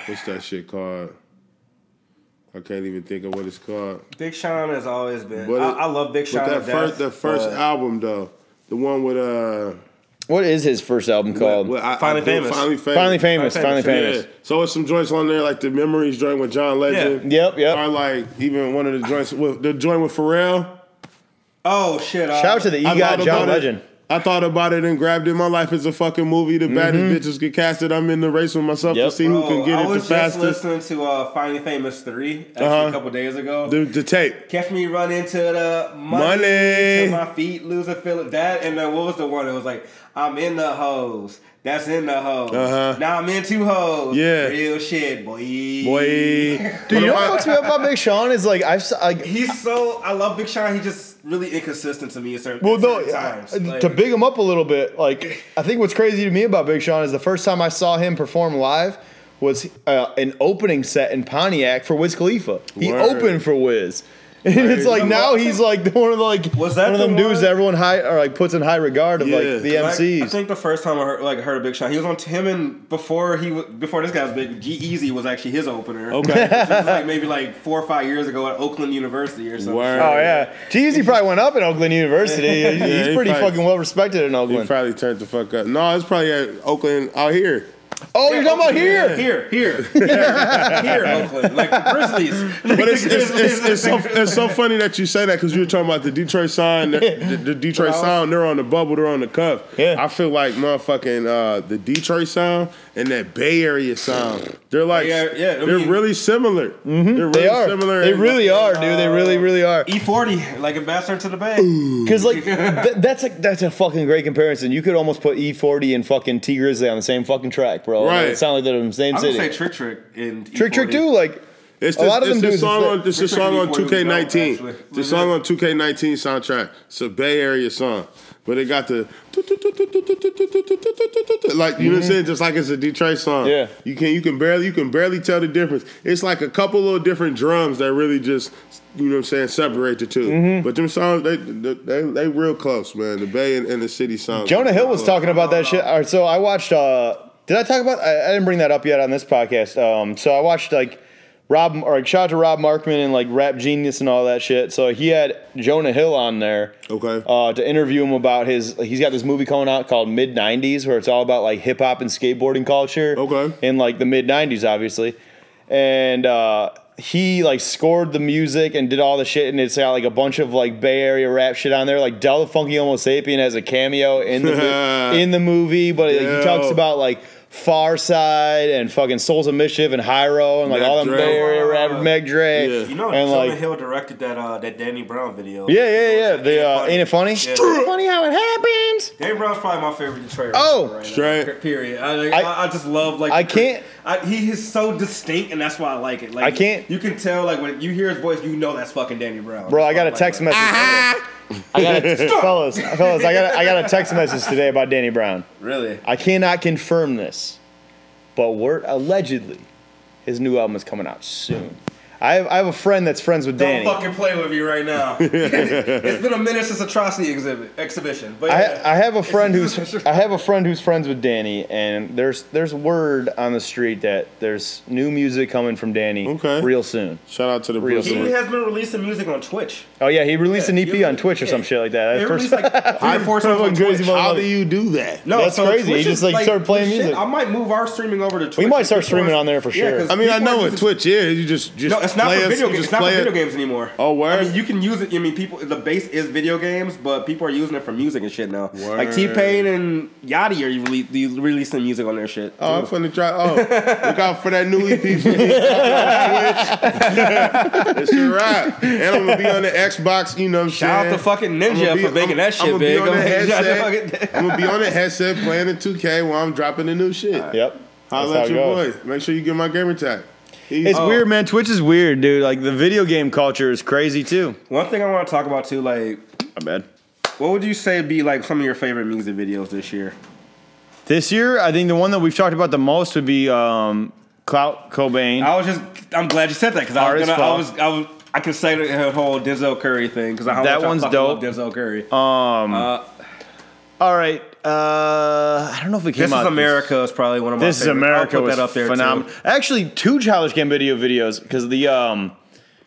C: what's that shit called? I can't even think of what it's called.
B: Big Sean has always been.
C: But
B: I,
C: it-
B: I love Big Sean.
C: But
B: to
C: that first
B: death,
C: the first
B: but-
C: album though. The one with uh
D: What is his first album called?
C: well, I- I
B: Finally
C: do-
B: Famous.
C: Finally famous.
D: finally famous.
B: Finally
D: Finally
B: Famous,
D: famous.
C: Yeah. So it's some joints on there like the memories joint with John Legend.
D: Yeah. Yep, yep.
C: Or like even one of the joints with the joint with Pharrell.
B: Oh shit! uh,
D: Shout out to the
C: I
D: E got
C: thought
D: John
C: about it-
D: Legend.
C: I thought about it and grabbed it. My life is a fucking movie. The baddest bitches get casted. I'm in the race with
D: Mm-hmm.
C: myself
D: Yep.
C: to see who
B: bro,
C: can
B: oh,
C: get
B: I
C: it the
B: was just
C: fastest.
B: listening to uh, Finally Famous three
D: Uh-huh.
B: actually a couple days ago.
C: The, the tape.
B: Catch me running to the money,
C: Money.
B: to my feet, losing feeling that, and then what was the one? It was like I'm in the hoes, that's in the hoes.
C: Uh-huh.
B: Now I'm in two hoes.
C: Yeah.
B: real shit, boy.
C: Boy.
D: Dude, you know what fucks me up about Big Sean is like I've s- like
B: He's so I love Big Sean. He just really inconsistent to me at certain,
D: Well,
B: at
D: no,
B: certain times.
D: uh,
B: Like,
D: to big him up a little bit, like I think what's crazy to me about Big Sean is the first time I saw him perform live was uh, an opening set in Pontiac for Wiz Khalifa. He
C: Word.
D: opened for Wiz. And it's like now he's like one of the like
B: Was that
D: one of
B: the
D: them
B: one?
D: dudes that everyone high or like puts in high regard of
C: Yeah.
D: like the
B: Like, I
D: MCs.
B: think the first time I heard like heard a Big Sean, he was on him and before he wa- before this guy's big G Easy was actually his opener. Okay, which was like maybe like four or five years ago at Oakland University or something.
C: Word.
D: Oh yeah, Jeezy probably went up in Oakland University. He's
C: Yeah, he
D: pretty
C: probably-
D: fucking well respected in
C: He
D: Oakland.
C: probably turned the fuck up. No, it's probably at Oakland out here.
D: oh, you're talking about here.
B: here, here, here, here, Oakland, like the Grizzlies.
C: But it's, it's, it's, it's, so, it's so funny that you say that because you were talking about the Detroit sign, the, the, the Detroit sound. They're on the bubble, they're on the cuff.
D: Yeah.
C: I feel like motherfucking uh, the Detroit sound and that Bay Area sound. They're like,
B: Yeah, yeah, I
C: they're
B: mean-
C: really similar. They're really
D: They are.
C: similar.
D: They
C: in-
D: really are, dude. They really, really are.
B: E forty, like ambassador to the Bay.
D: Because like th- that's a that's a fucking great comparison. You could almost put E forty and fucking T Grizzly on the same fucking track, bro.
C: Right.
D: It sound like they're in the same
B: I'm gonna say
D: city.
B: Trick Trick E and
D: Trick Trick
B: E40.
D: too. Like
C: E It's
D: A
C: this,
D: lot of them
C: it's this
D: dudes
C: song
D: is
C: on
D: like-
C: it's this
B: Richard
C: song on
B: Before we go,
C: 2K19.
B: actually.
C: This song on 2K19 soundtrack. It's a Bay Area song, but it got the like you know what I'm saying, just like it's a Detroit song.
D: Mm-hmm. Yeah.
C: you can you can barely you can barely tell the difference. It's like a couple of different drums that really just you know what I'm saying separate the 2
D: Mm-hmm.
C: But them songs they they, they they real close, man. The Bay and, and the city sounds.
D: Jonah Hill was talking about that shit. All right, so I watched. uh Did I talk about? I, I didn't bring that up yet on this podcast. Um, so I watched like Rob or like, shout out to Rob Markman and like Rap Genius and all that shit. So he had Jonah Hill on there.
C: Okay.
D: uh, to interview him about his. He's got this movie coming out called Mid '90s, where it's all about like hip hop and skateboarding culture.
C: Okay.
D: In like the mid '90s, obviously, and uh, he like scored the music and did all the shit, and it's got like a bunch of like Bay Area rap shit on there. Like Del the Funky Homo Sapien has a cameo in the mo- in the movie, but like, he talks
C: Yo.
D: about like. Far Side and fucking Souls of Mischief and Hyro and like
C: Mac
D: all them
C: Dre.
D: Bay Area rappers, Meg Dre.
C: Yeah.
B: You know,
D: and
B: Jonah
D: like,
B: Hill directed that uh, that Danny Brown video.
D: yeah, yeah, yeah. The uh, ain't it funny?
B: Yeah.
D: funny how it happens.
B: Danny Brown's probably my favorite Detroit.
D: Oh,
B: rapper right now,
C: straight.
B: period. I, like,
D: I-
B: I, I just love like
D: I
B: the crit-
D: can't-
B: I, he is so distinct, and that's why I like it. Like
D: I can't-
B: You can tell like when you hear his voice, you know that's fucking Danny Brown.
D: Bro, I
B: That's why
D: got a
B: like
D: text
B: that.
D: message. I got a, fellas, fellas, I got a, I got a text message today about Danny Brown.
B: Really?
D: I cannot confirm this, but we're allegedly his new album is coming out soon. I have, I have a friend that's friends with
B: Don't
D: Danny.
B: fucking play with me right now. it's been a minute since atrocity exhibit exhibition, but yeah.
D: I, I have a friend
B: It's-
D: who's I have a friend who's friends with Danny, and there's there's word on the street that there's new music coming from Danny
C: Okay.
D: real soon.
C: Shout out to the
D: Real
C: Bruce.
B: he
D: Absolutely.
B: has been releasing music on Twitch.
D: Oh yeah, he released
B: Yeah,
D: an EP
B: you-
D: on Twitch or some
B: yeah.
D: shit like that.
B: They
D: That's first-
B: released like three or four songs on Twitch.
C: How do you do that?
B: No,
D: That's crazy.
B: Twitch
D: He
B: is,
D: just, like, started playing
B: shit,
D: music.
B: I might move our streaming over to Twitch.
D: might
B: if
D: start
B: people
D: streaming
B: are-
D: on there for
B: yeah,
D: sure.
B: 'cause
C: I mean, I
B: people are
C: know it.
B: using-
C: Twitch, yeah. You just just
B: No, it's not
C: play
B: for
C: us-
B: video
C: you
B: games. It's
C: just
B: not for
C: play
B: video
C: it.
B: games anymore.
C: Oh, word?
B: I mean, you can use it. I mean, people. The base is video games, but people are using it for music and shit now. Like
C: Word.
B: T Pain and Yachty are rele- you releasing music on their shit.
C: Oh, I'm finna try. Oh, look out for that new EP. for me. That's your rap. And I'm gonna be on the Xbox, you know what I'm saying?
B: Shout out to fucking Ninja
C: I'ma be-
B: for making that shit
C: I'ma
B: big.
C: Be on the
B: I'ma-
C: headset, I'm gonna be on the headset playing the 2K while I'm dropping the new shit.
D: Yep.
C: I'll
D: That's
C: let
D: how it
C: your
D: goes.
C: boy. Make sure you get my gamer tag. He-
B: Oh.
D: It's weird, man. Twitch is weird, dude. Like the video game culture is crazy too.
B: One thing I want to talk about too, like,
D: My bad.
B: what would you say be like some of your favorite music videos this year?
D: This year, I think the one that we've talked about the most would be um, Clout Cobain.
B: I was just, I'm glad you said that because I
D: Hard
B: was
D: as
B: gonna,
D: fuck.
B: I was, I was, I could say the whole Denzel Curry thing because I
D: That
B: much
D: one's
B: I fucking love
D: dope.
B: Denzel Curry.
D: um,
B: Uh,
D: all right. Uh, I don't know if it came
B: this is
D: out
B: America is probably one of my.
D: This is
B: favorite.
D: America
B: I'll put
D: was
B: that up there.
D: phenomenal.
B: Too.
D: Actually, two Childish Gambino videos because the um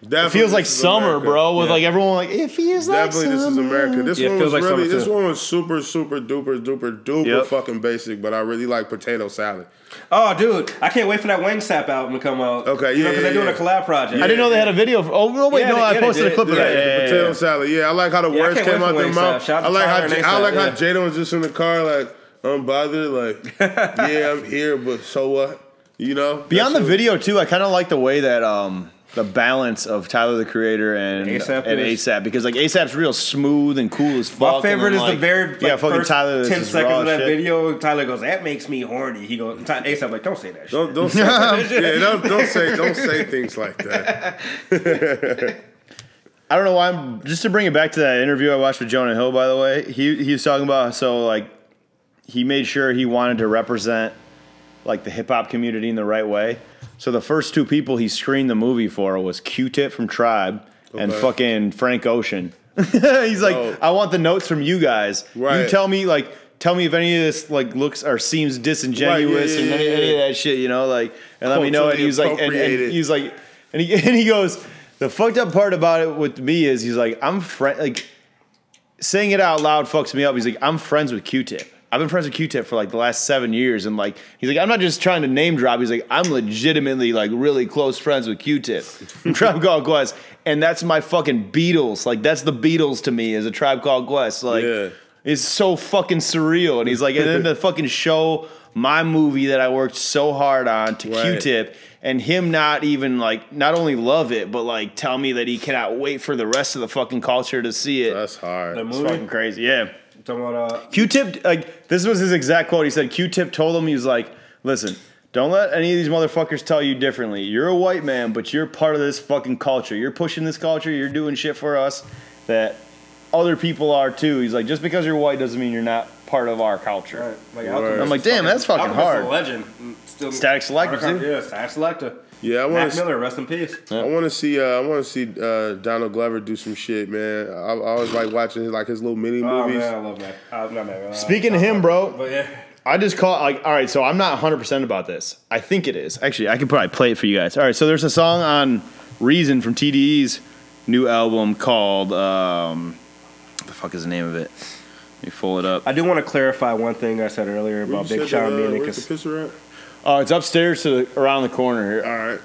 C: Definitely
D: it feels like
C: this is
D: summer,
C: America.
D: bro. With like everyone like it feels like
C: Definitely, this is
D: summer.
C: America. This
B: Yeah, it
C: one
B: feels
C: was
B: like summer,
C: really, this
B: too.
C: one was super, super duper, duper, duper
D: Yep.
C: fucking basic. But I really like potato salad.
B: Oh, dude, I can't wait for that Wang Sap album to come out.
C: Okay,
B: you know
C: yeah,
B: because they're
C: yeah,
B: doing a collab project.
D: I didn't know they had a video. For, oh no, wait,
B: Yeah,
D: no,
B: they-
D: I
B: yeah, they
D: posted a
B: did.
D: clip of
C: Yeah,
D: that. Yeah,
C: the
D: yeah,
C: potato
D: yeah.
C: salad. Yeah, I like how the
B: I
C: words
B: can't wait
C: came
B: for
C: out their
B: Wayne's Salad.
C: mouth.
B: Shout out
C: I
B: to
C: like how
B: Tyler and
C: J- I
B: A$AP,
C: like how
B: yeah.
C: Jada was just in the car, like unbothered, like yeah, I'm here, but so what? You know,
D: Beyond the
C: That shit-
D: video too, I kind of like the way that um the balance of Tyler the Creator and
B: A$AP
D: and
B: is-
D: ASAP because like ASAP's real smooth and cool as fuck.
B: My favorite is the very like,
D: yeah fucking
B: first
D: Tyler this
B: ten
D: is
B: seconds
D: raw
B: of that
D: shit.
B: video. Tyler goes, "That makes me horny." He goes, Ty- "ASAP, like, don't say that." Shit.
C: Don't don't say, yeah, don't, don't say don't say things like that.
D: I don't know why. I'm just to bring it back to that interview I watched with Jonah Hill. By the way, he he was talking about so like he made sure he wanted to represent like the hip hop community in the right way. So the first two people he screened the movie for was Q-Tip from Tribe and
C: Okay.
D: fucking Frank Ocean. He's like,
C: Oh.
D: I want the notes from you guys. You
C: Right.
D: tell me like. Tell me if any of this like looks or seems disingenuous
C: Right, yeah,
D: and
C: yeah,
D: any,
C: yeah,
D: any of
C: yeah.
D: that shit, you know, like and let me know. And he was like, and, and
C: Culturally
D: he was like, and he and he goes, the fucked up part about it with me is he's like, I'm friend, like saying it out loud fucks me up. He's like, I'm friends with Q-Tip. I've been friends with Q-Tip for like the last seven years, and like he's like, I'm not just trying to name drop. He's like, I'm legitimately like really close friends with Q-Tip from Tribe Called Quest, and that's my fucking Beatles. Like that's the Beatles to me as a Tribe Called Quest. Like
C: Yeah.
D: it's so fucking surreal. And he's like, and then the fucking show my movie that I worked so hard on to
C: Right.
D: Q-Tip, and him not even like not only love it, but like tell me that he cannot wait for the rest of the fucking culture to see it.
C: That's hard.
B: The
D: It's
B: movie.
D: fucking crazy. Yeah.
B: Talking about, uh,
D: Q-Tip, like this was his exact quote. He said, "Q-Tip told him he was like, listen." Don't let any of these motherfuckers tell you differently. You're a white man, but you're part of this fucking culture. You're pushing this culture. You're doing shit for us that other people are too. He's like, just because you're white doesn't mean you're not part of our culture.
B: right, like,
C: Word.
D: I'm like, damn, that's fucking
B: Alchemist is
D: hard.
B: A legend. Mm, Still,
D: Static Selector,
B: Alchemist-
D: too.
B: Yeah, Static Selector.
C: Yeah, I want
B: Mac
C: to.
B: Miller, rest in peace.
C: I want to see. Uh, I want to see uh, Donald Glover do some shit, man. I, I always like watching his, like his little mini
B: Oh
C: movies.
B: man, I love Mac. Uh, not Mac. uh,
D: Speaking of him, bro,
B: but yeah,
D: I just call like all right. So I'm not 100 percent about this. I think it is actually. I could probably play it for you guys. All right. So there's a song on Reason from TDE's new album called um, what the fuck is the name of it? Let me pull it up.
B: I do want to clarify one thing I said earlier
C: Where you
B: about
C: said
B: Big
C: that,
B: Sean
C: uh,
B: being a
C: where's
B: cons-
C: the picture at?
D: Oh, it's upstairs to the, around the corner here.
C: All right.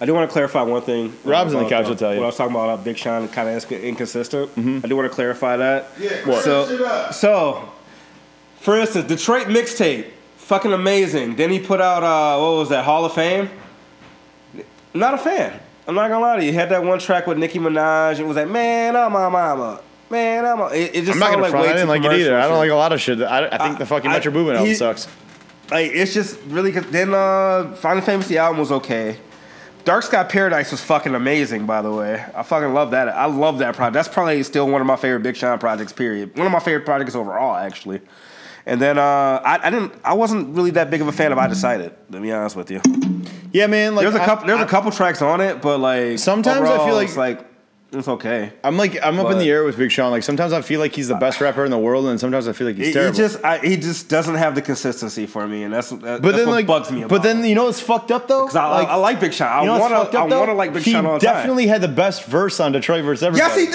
B: I do want to clarify one thing. uh,
D: Rob's on the
B: about,
D: couch, I'll tell you. Mm-hmm.
B: What I was talking about, uh, Big Sean kind of inconsistent. I do want to clarify that.
C: Yeah,
D: What?
B: So, so, for instance, Detroit mixtape, fucking amazing. Then he put out, uh, what was that, Hall of Fame? Not a fan. I'm not gonna lie to you. He had that one track with Nicki Minaj. It was like, man, I'm my mama. Man, I'm a. It, it just
D: I'm not
B: sounded
D: gonna
B: like
D: front.
B: way
D: I didn't
B: too
D: like it
B: commercial
D: either. I
B: and
D: don't
B: shit.
D: like a lot of shit. I, I think
B: I-
D: the fucking
B: I-
D: Metro Boomin album
B: he-
D: sucks.
B: Like it's just really good. Then uh, Final Fantasy album was okay. Dark Sky Paradise was fucking amazing, by the way. I fucking love that. I love that project. That's probably still one of my favorite Big Sean projects. Period. One of my favorite projects overall, actually. And then uh, I, I didn't. I wasn't really that big of a fan of I Decided. To be honest with you,
D: Yeah, man. Like
B: there's a
D: I-
B: couple. There's
D: I-
B: a couple tracks on it, but like
D: Sometimes I feel
B: overall,
D: like-
B: it's like it's okay.
D: I'm like I'm up in
B: But-
D: the air with Big Sean. Like sometimes I feel like he's the best rapper in the world, and sometimes I feel like he's
B: He, he
D: terrible.
B: just I, he just doesn't have the consistency for me, and that's that,
D: but
B: but that's
D: then
B: what
D: like
B: bugs me. About
D: But then you know what's fucked up though.
B: because I, I- I like Big Sean, I
D: you know what's
B: want
D: fucked
B: to I
D: up, though?
B: want to like Big
D: he
B: Sean all the time.
D: definitely had the best verse on Detroit versus everybody.
B: Yes, he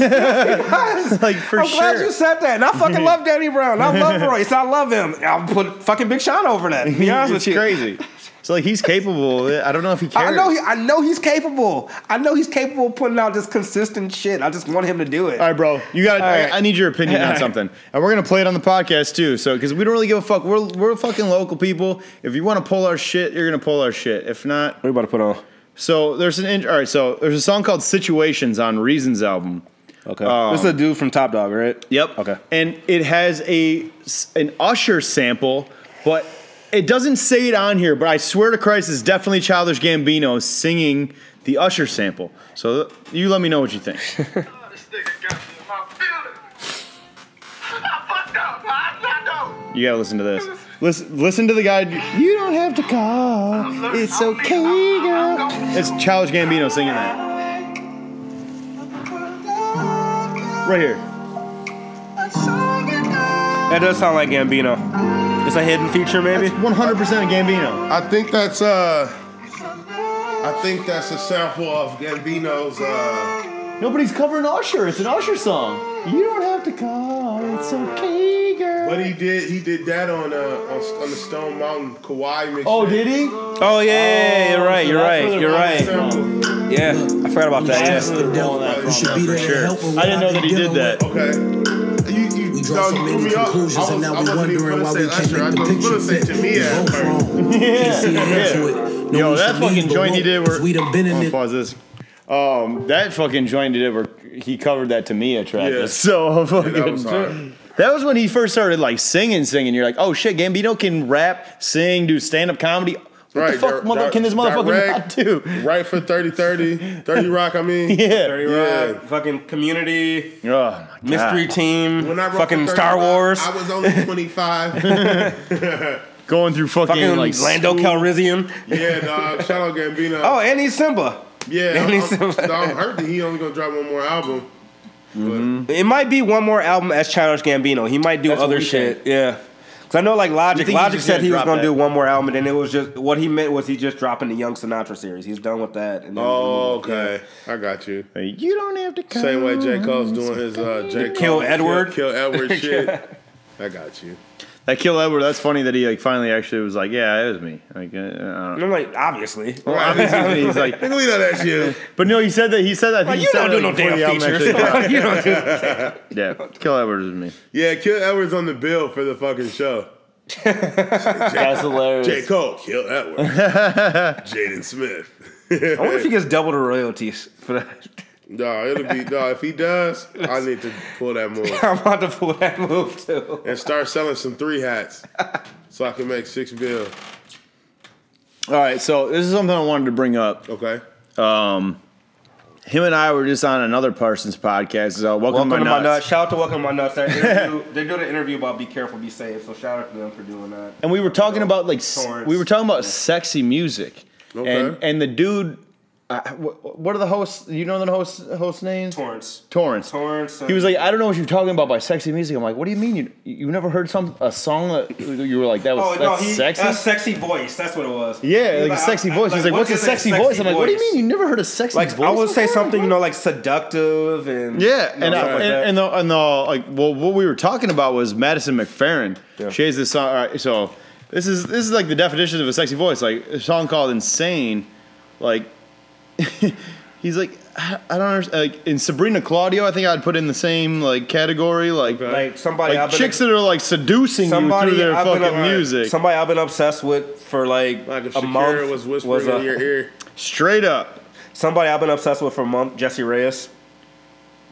B: Yes, he does.
D: Like, for
B: I'm glad
D: sure.
B: you said that. And I fucking love Danny Brown. I love Royce. I love him. I'll put fucking Big Sean over that. to Be honest
D: it's
B: with you.
D: crazy. So like he's capable. of it. I don't know if he cares.
B: I know he, I know he's capable. I know he's capable of putting out this consistent shit. I just want him to do it.
D: All right, bro. You got.
B: All right.
D: I, I need your opinion on something, and we're gonna play it on the podcast too. So, because we don't really give a fuck. We're we're fucking local people. If you want to pull our shit, you're gonna pull our shit. If not,
B: What are you about to put on?
D: so there's an. In, all right, so there's a song called "Situations" on Reason's album.
B: Okay. this is a dude from Top Dog, right?
D: Um, Yep.
B: Okay.
D: And it has a s- an Usher sample, but it doesn't say it on here. But I swear to Christ, it's definitely Childish Gambino singing the Usher sample. So th- you let me know what you think. You gotta listen to this. Listen, listen to the guy. You don't have to call. It's okay, girl. It's Childish Gambino singing that. Right here.
B: That does sound like Gambino. It's a hidden feature, maybe.
D: It's 100% Gambino.
C: I think that's uh, I think that's a sample of Gambino's. Uh,
D: Nobody's covering Usher. It's an Usher song. You don't have to call. It's okay, girl.
C: but he did he did that on uh on, on the Stone Mountain Kawhi mix.
D: Oh, did he?
B: Oh yeah, you're right. You're right. You're right.
C: Sample.
B: Yeah, I forgot about that. Yeah.
D: I didn't know that he did that.
C: Okay. You, you,
G: We draw so many conclusions, and now we're wondering why we can't make the picture fit.
C: Tamia.
G: Both wrong. Can't see the end to it. No,
D: Yo,
G: we
D: that
G: should leave,
D: fucking
G: but
D: joint he
G: won't,
D: did
G: 'cause
D: where
G: we done been in
D: Hold on,
G: this.
D: Pause this. Um, that fucking joint he did where he covered that Tamia track.
C: Yeah.
D: It's So fucking.
C: that was hard.
D: That was when he first started like singing, singing. You're like, oh shit, Gambino can rap, sing, do stand up comedy. What the fuck,
C: di-
D: mother,
C: di-
D: can this motherfucker
C: direct,
D: not do?
C: Right for 30 30, 30 Rock, I mean.
D: Yeah.
B: Fucking community,
D: Oh my god.
B: mystery team,
C: When I wrote for
B: fucking
C: 30
B: Star
C: Rock,
B: Wars,
C: I was only 25.
D: Going through fucking,
B: fucking
D: like
B: Lando Calrissian.
C: yeah, dog. Shout out Gambino.
B: Oh, and he's Simba.
C: yeah. I'm,
B: and he's
C: I'm,
B: Simba.
C: dog, I'm hurt that he only going to drop one more album. But
G: Mm-hmm.
B: It might be one more album as Childish Gambino. He might do
D: That's what
B: other
D: we
B: shit. Yeah. Cause I know like Logic.
D: think he's
B: Logic
D: just
B: said
D: gonna
B: he was
D: drop
B: gonna do
D: that?
B: one more album, and then it was just what he meant was he just dropping the Young Sinatra series. He's done with that. And then
C: Oh, okay. I got you.
D: You don't have to come.
C: Same way J. Cole's doing his uh, J. Cole.
B: Kill Edward?
C: Kill, kill Edward shit. I got you.
D: That Kill Edward, that's funny that he like finally actually was like, yeah, it was me. Like, uh, I don't
B: And
D: know.
B: I'm like, obviously.
D: Well, obviously, he's like,
C: Nigga, we know that's you.
D: but no, he said that. He said that. I think
B: Like,
D: he
B: you
D: said
B: don't
D: that
B: do no
D: before
B: damn
D: the album
B: features.
D: actually dropped.
B: you don't do-
D: yeah, Kill Edward is me.
C: Yeah, Kill Edward's on the bill for the fucking show.
D: That's hilarious.
C: J. Cole, Kill Edward. Jaden Smith.
B: I wonder if he gets double the royalties for that.
C: No, it'll be no. If he does, I need to pull that move
B: I'm about to pull that move too.
C: and start selling some three hats, so I can make six bill.
D: All right, so this is something I wanted to bring up.
C: Okay.
D: Um, him and I were just on another Parsons podcast. So welcome,
B: Welcome to my nuts.
D: nuts.
B: Shout out to Welcome to My Nuts. That interview, they do the interview about be careful, be safe. So shout out to them for doing that.
D: And we were talking about like s-
B: Torrance.
D: we were talking about sexy music,
C: Okay.
D: and and the dude, uh, wh- what are the hosts? You know the host host names?
B: Torrance.
D: Torrance.
B: Torrance.
D: He was like, I don't know what you're talking about by sexy music. I'm like, what do you mean? You you never heard some a song that you were like that
B: Oh
D: was
B: no,
D: that's
B: he,
D: sexy?
B: a sexy voice. That's what it was.
D: yeah, like a sexy voice. He's like, what's a sexy voice? I'm like, what do you mean? You never heard a sexy
B: Like,
D: voice?
B: I would say
D: before?"
B: something, you know, like seductive and
D: Yeah,
B: you know,
D: and, I,
B: stuff like
D: and,
B: that.
D: and the and the like. Well, what we were talking about was Madison McFerrin.
B: Yeah.
D: She has this song. All right, so this is this is like the definition of a sexy voice. Like a song called "Insane." Like he's like I, I don't understand. Like in Sabrina Claudio, I think I'd put in the same like category. Like
B: like somebody,
D: like
B: I've been
D: chicks that are like seducing
B: somebody
D: you through their
B: I've been
D: fucking
B: up-
D: music.
B: Somebody I've been obsessed with for like,
C: Like if
B: a month
C: Shakira was whispering
B: was a-
C: in your ear,
D: Straight up.
B: somebody I've been obsessed with for a month. Jesse Reyes,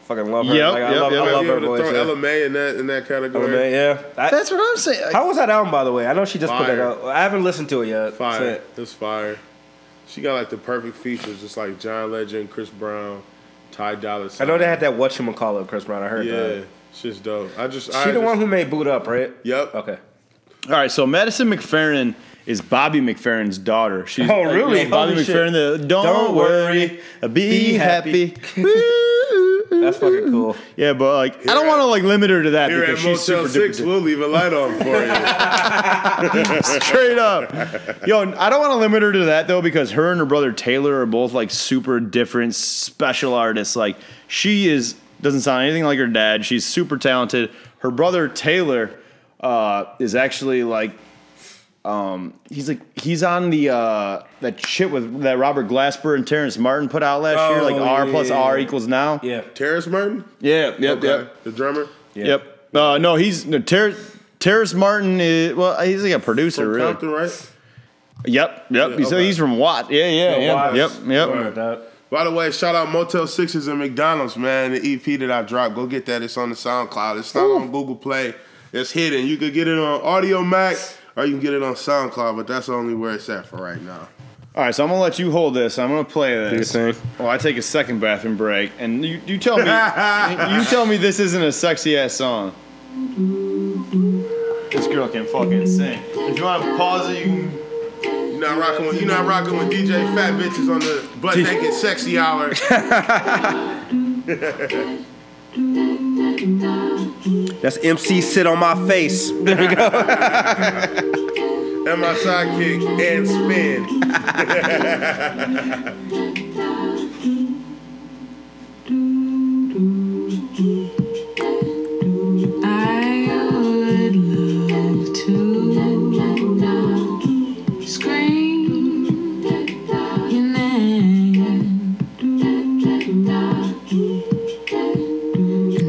B: fucking love her.
D: Yep,
B: like,
D: yep,
B: I love,
D: yep.
B: I
C: I'd
B: love
C: be
B: her
C: able to
B: voice.
C: throw
B: yeah.
C: Ella May in that in that category.
B: LMA, yeah. I-
D: That's what I'm saying. Like,
B: how was that album, by the way? I know she just put that
C: Fire.
B: out. I haven't listened to it yet.
C: Fire.
B: That's it.
C: It's fire. She got like the perfect features, just like John Legend, Chris Brown, Ty Dolla
B: I
C: Sign.
B: know they had that What You Call It, Chris Brown. I heard
C: Yeah,
B: that.
C: shit's dope. I just
B: She
C: I
B: the
C: just,
B: one who made Boot Up, right?
C: Yep.
B: Okay.
D: all right, so Madison McFerrin is Bobby McFerrin's daughter. She's
B: Oh,
D: you know,
B: really?
D: Bobby
B: Holy shit.
D: McFerrin. The, don't,
B: Don't
D: worry,
B: worry,
D: be
B: be
D: happy.
B: happy." That's fucking cool.
D: yeah, but like I don't want to like limit her to that
C: Here
D: because
C: at
D: she's
C: Motel
D: super
C: Six,
D: duper
C: we'll leave a light on for you.
D: straight up. Yo, I don't want to limit her to that though because her and her brother Taylor are both like super different special artists. Like she is doesn't sound anything like her dad. She's super talented. Her brother Taylor uh, is actually like um, he's like he's on the uh, that shit with that Robert Glasper and Terrence Martin put out last year, like
B: Oh,
D: R plus
B: yeah.
D: R equals now.
B: Yeah.
C: Terrence Martin.
D: yeah, yep,
C: Okay,
D: yep.
C: the drummer.
D: Yep. Uh, no, he's no, Ter- Terrence Martin is well, he's like a producer,
C: From
D: really.
C: Compton, right?
D: Yep, yep.
C: Yeah,
D: he's,
C: okay.
D: he's from Watt. Yeah, yeah, yeah. Yep, yep.
C: Alright. By the way, shout out Motel Sixes and McDonald's, man. The EP that I dropped, go get that. It's on the SoundCloud. It's not on Google Play. It's hidden. You could get it on Audio Mac or you can get it on SoundCloud, but that's only where it's at for right now.
D: All right, so I'm gonna let you hold this. I'm gonna play this.
B: thing.
D: Well, I take a second bathroom break, and you, you tell me, you tell me this isn't a sexy ass song. This girl can fucking sing. If you want to pause it, you can.
C: You're not rocking with, you're not rocking with DJ Fat Bitches on the butt naked sexy hour.
J: That's MC sit on my face.
C: and my sidekick and spin.
I: I would love to scream your name.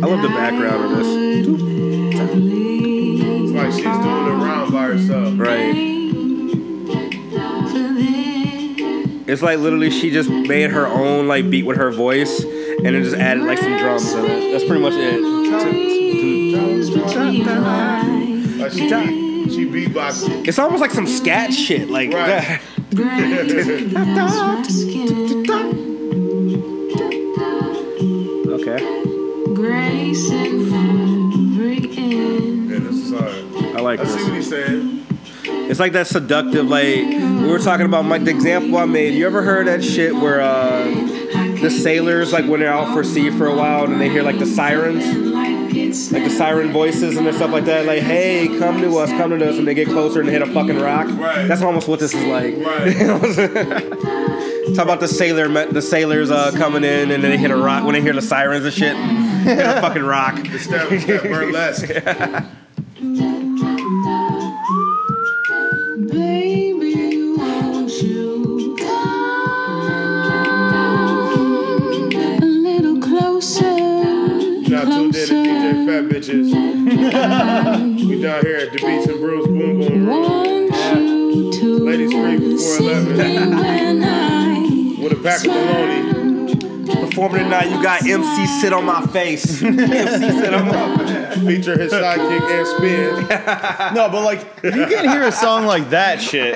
J: I love the background of this.
C: It's like she's doing it round by herself.
J: Right. It's like literally she just made her own like beat with her voice and then just added like some drums in it. That's pretty much it.
C: Like she beat, she beatboxed it.
J: It's almost like some scat shit, like
C: Right.
J: okay.
I: Grace in every end.
C: Yeah, that's sorry.
J: I like
C: I see
J: this.
C: what he's saying.
J: It's like that seductive, like we were talking about. Like the example I made. You ever heard that shit where uh, the sailors, like when they're out for sea for a while, and they hear like the sirens, like the siren voices and stuff like that. Like, hey, come to us, come to us, and they get closer and they hit a fucking rock.
C: Right.
J: That's almost what this is like.
C: Right.
J: Talk about the sailor, met the sailors uh, coming in, and then they hit a rock when they hear the sirens and shit. hit a fucking rock.
C: Step, step burlesque.
I: Baby, won't you come a little closer?
C: Shout out to the DJ Fat Bitches. we down here at the Beats and Brews Boom Boom Room.
I: Want you to
C: Ladies free before 11.
I: when I
C: With a pack of bologna.
J: Performing tonight, you got MC sit on my face. MC sit on my
C: Feature his sidekick and spin.
D: No, but like, if you can't hear a song like that, shit.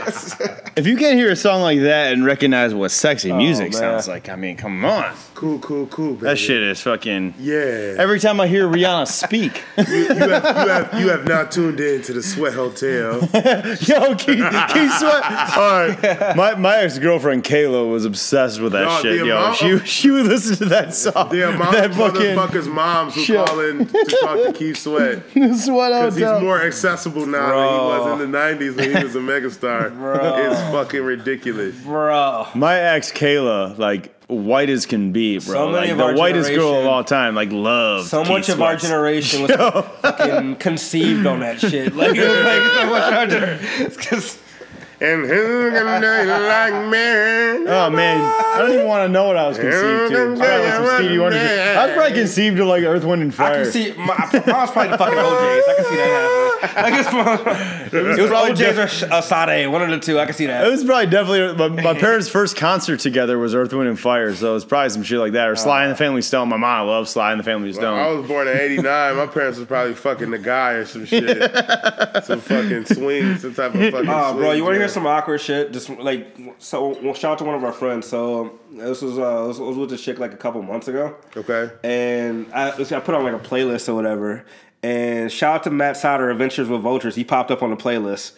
D: If you can't hear a song like that and recognize what sexy music
B: man.
D: sounds like, I mean, come on.
C: Cool, cool, cool, baby.
D: That shit is fucking.
C: Yeah.
D: Every time I hear Rihanna speak,
C: You have, you, have, you have now tuned in to the Sweat Hotel.
D: Yo, Keith, Keith Sweat. All right, Oh, my my ex girlfriend Kayla was obsessed with that
C: Dog, the
D: shit. Yo,
C: amount
D: she
C: of-
D: she would listen to that song.
C: The amount
D: that
C: of
D: fucking
C: motherfuckers' moms who
D: Shit.
C: call in to talk to Keith Sweat.
D: sweat
C: Because he's
D: hotel.
C: more accessible now than he was in the 90s when he was a megastar. It's fucking ridiculous.
B: Bro.
D: my ex Kayla, like white as can be, bro.
B: So many
D: like
B: of
D: the
B: our
D: whitest girl of
B: generation-
D: all time. Like love.
B: So much of our generation was fucking conceived on that shit. Like, it was like so much under. It's 'cause-
C: And who can do it like me?
D: Oh man, I don't even want to know what I was conceived to. I probably was some Stevie Wonder shit. I was probably conceived to like Earth, Wind, and
B: I
D: Fire.
B: can see my, I was probably fucking OJ's. I can see that happening. I guess it was
D: probably
B: OJ's or Sh- uh, Sade, one of the two. I can see
D: It
B: that.
D: was probably definitely my, my parents' first concert together was Earth, Wind, and Fire, so it was probably some shit like that. Or Sly and the Family Stone. My mom loves Sly and the Family Stone.
C: I was born in '89. My parents was probably fucking the guy or some shit, some fucking swing, some type of fucking.
B: Oh, bro,
C: swing
B: you want to hear
C: jam.
B: some awkward shit? Just like so, well, shout out to one of our friends. So um, this was uh, this was with this chick like a couple months ago.
C: Okay.
B: and I, I put on like a playlist or whatever. And shout out to Matt Sider, Adventures with Vultures. He popped up on the playlist.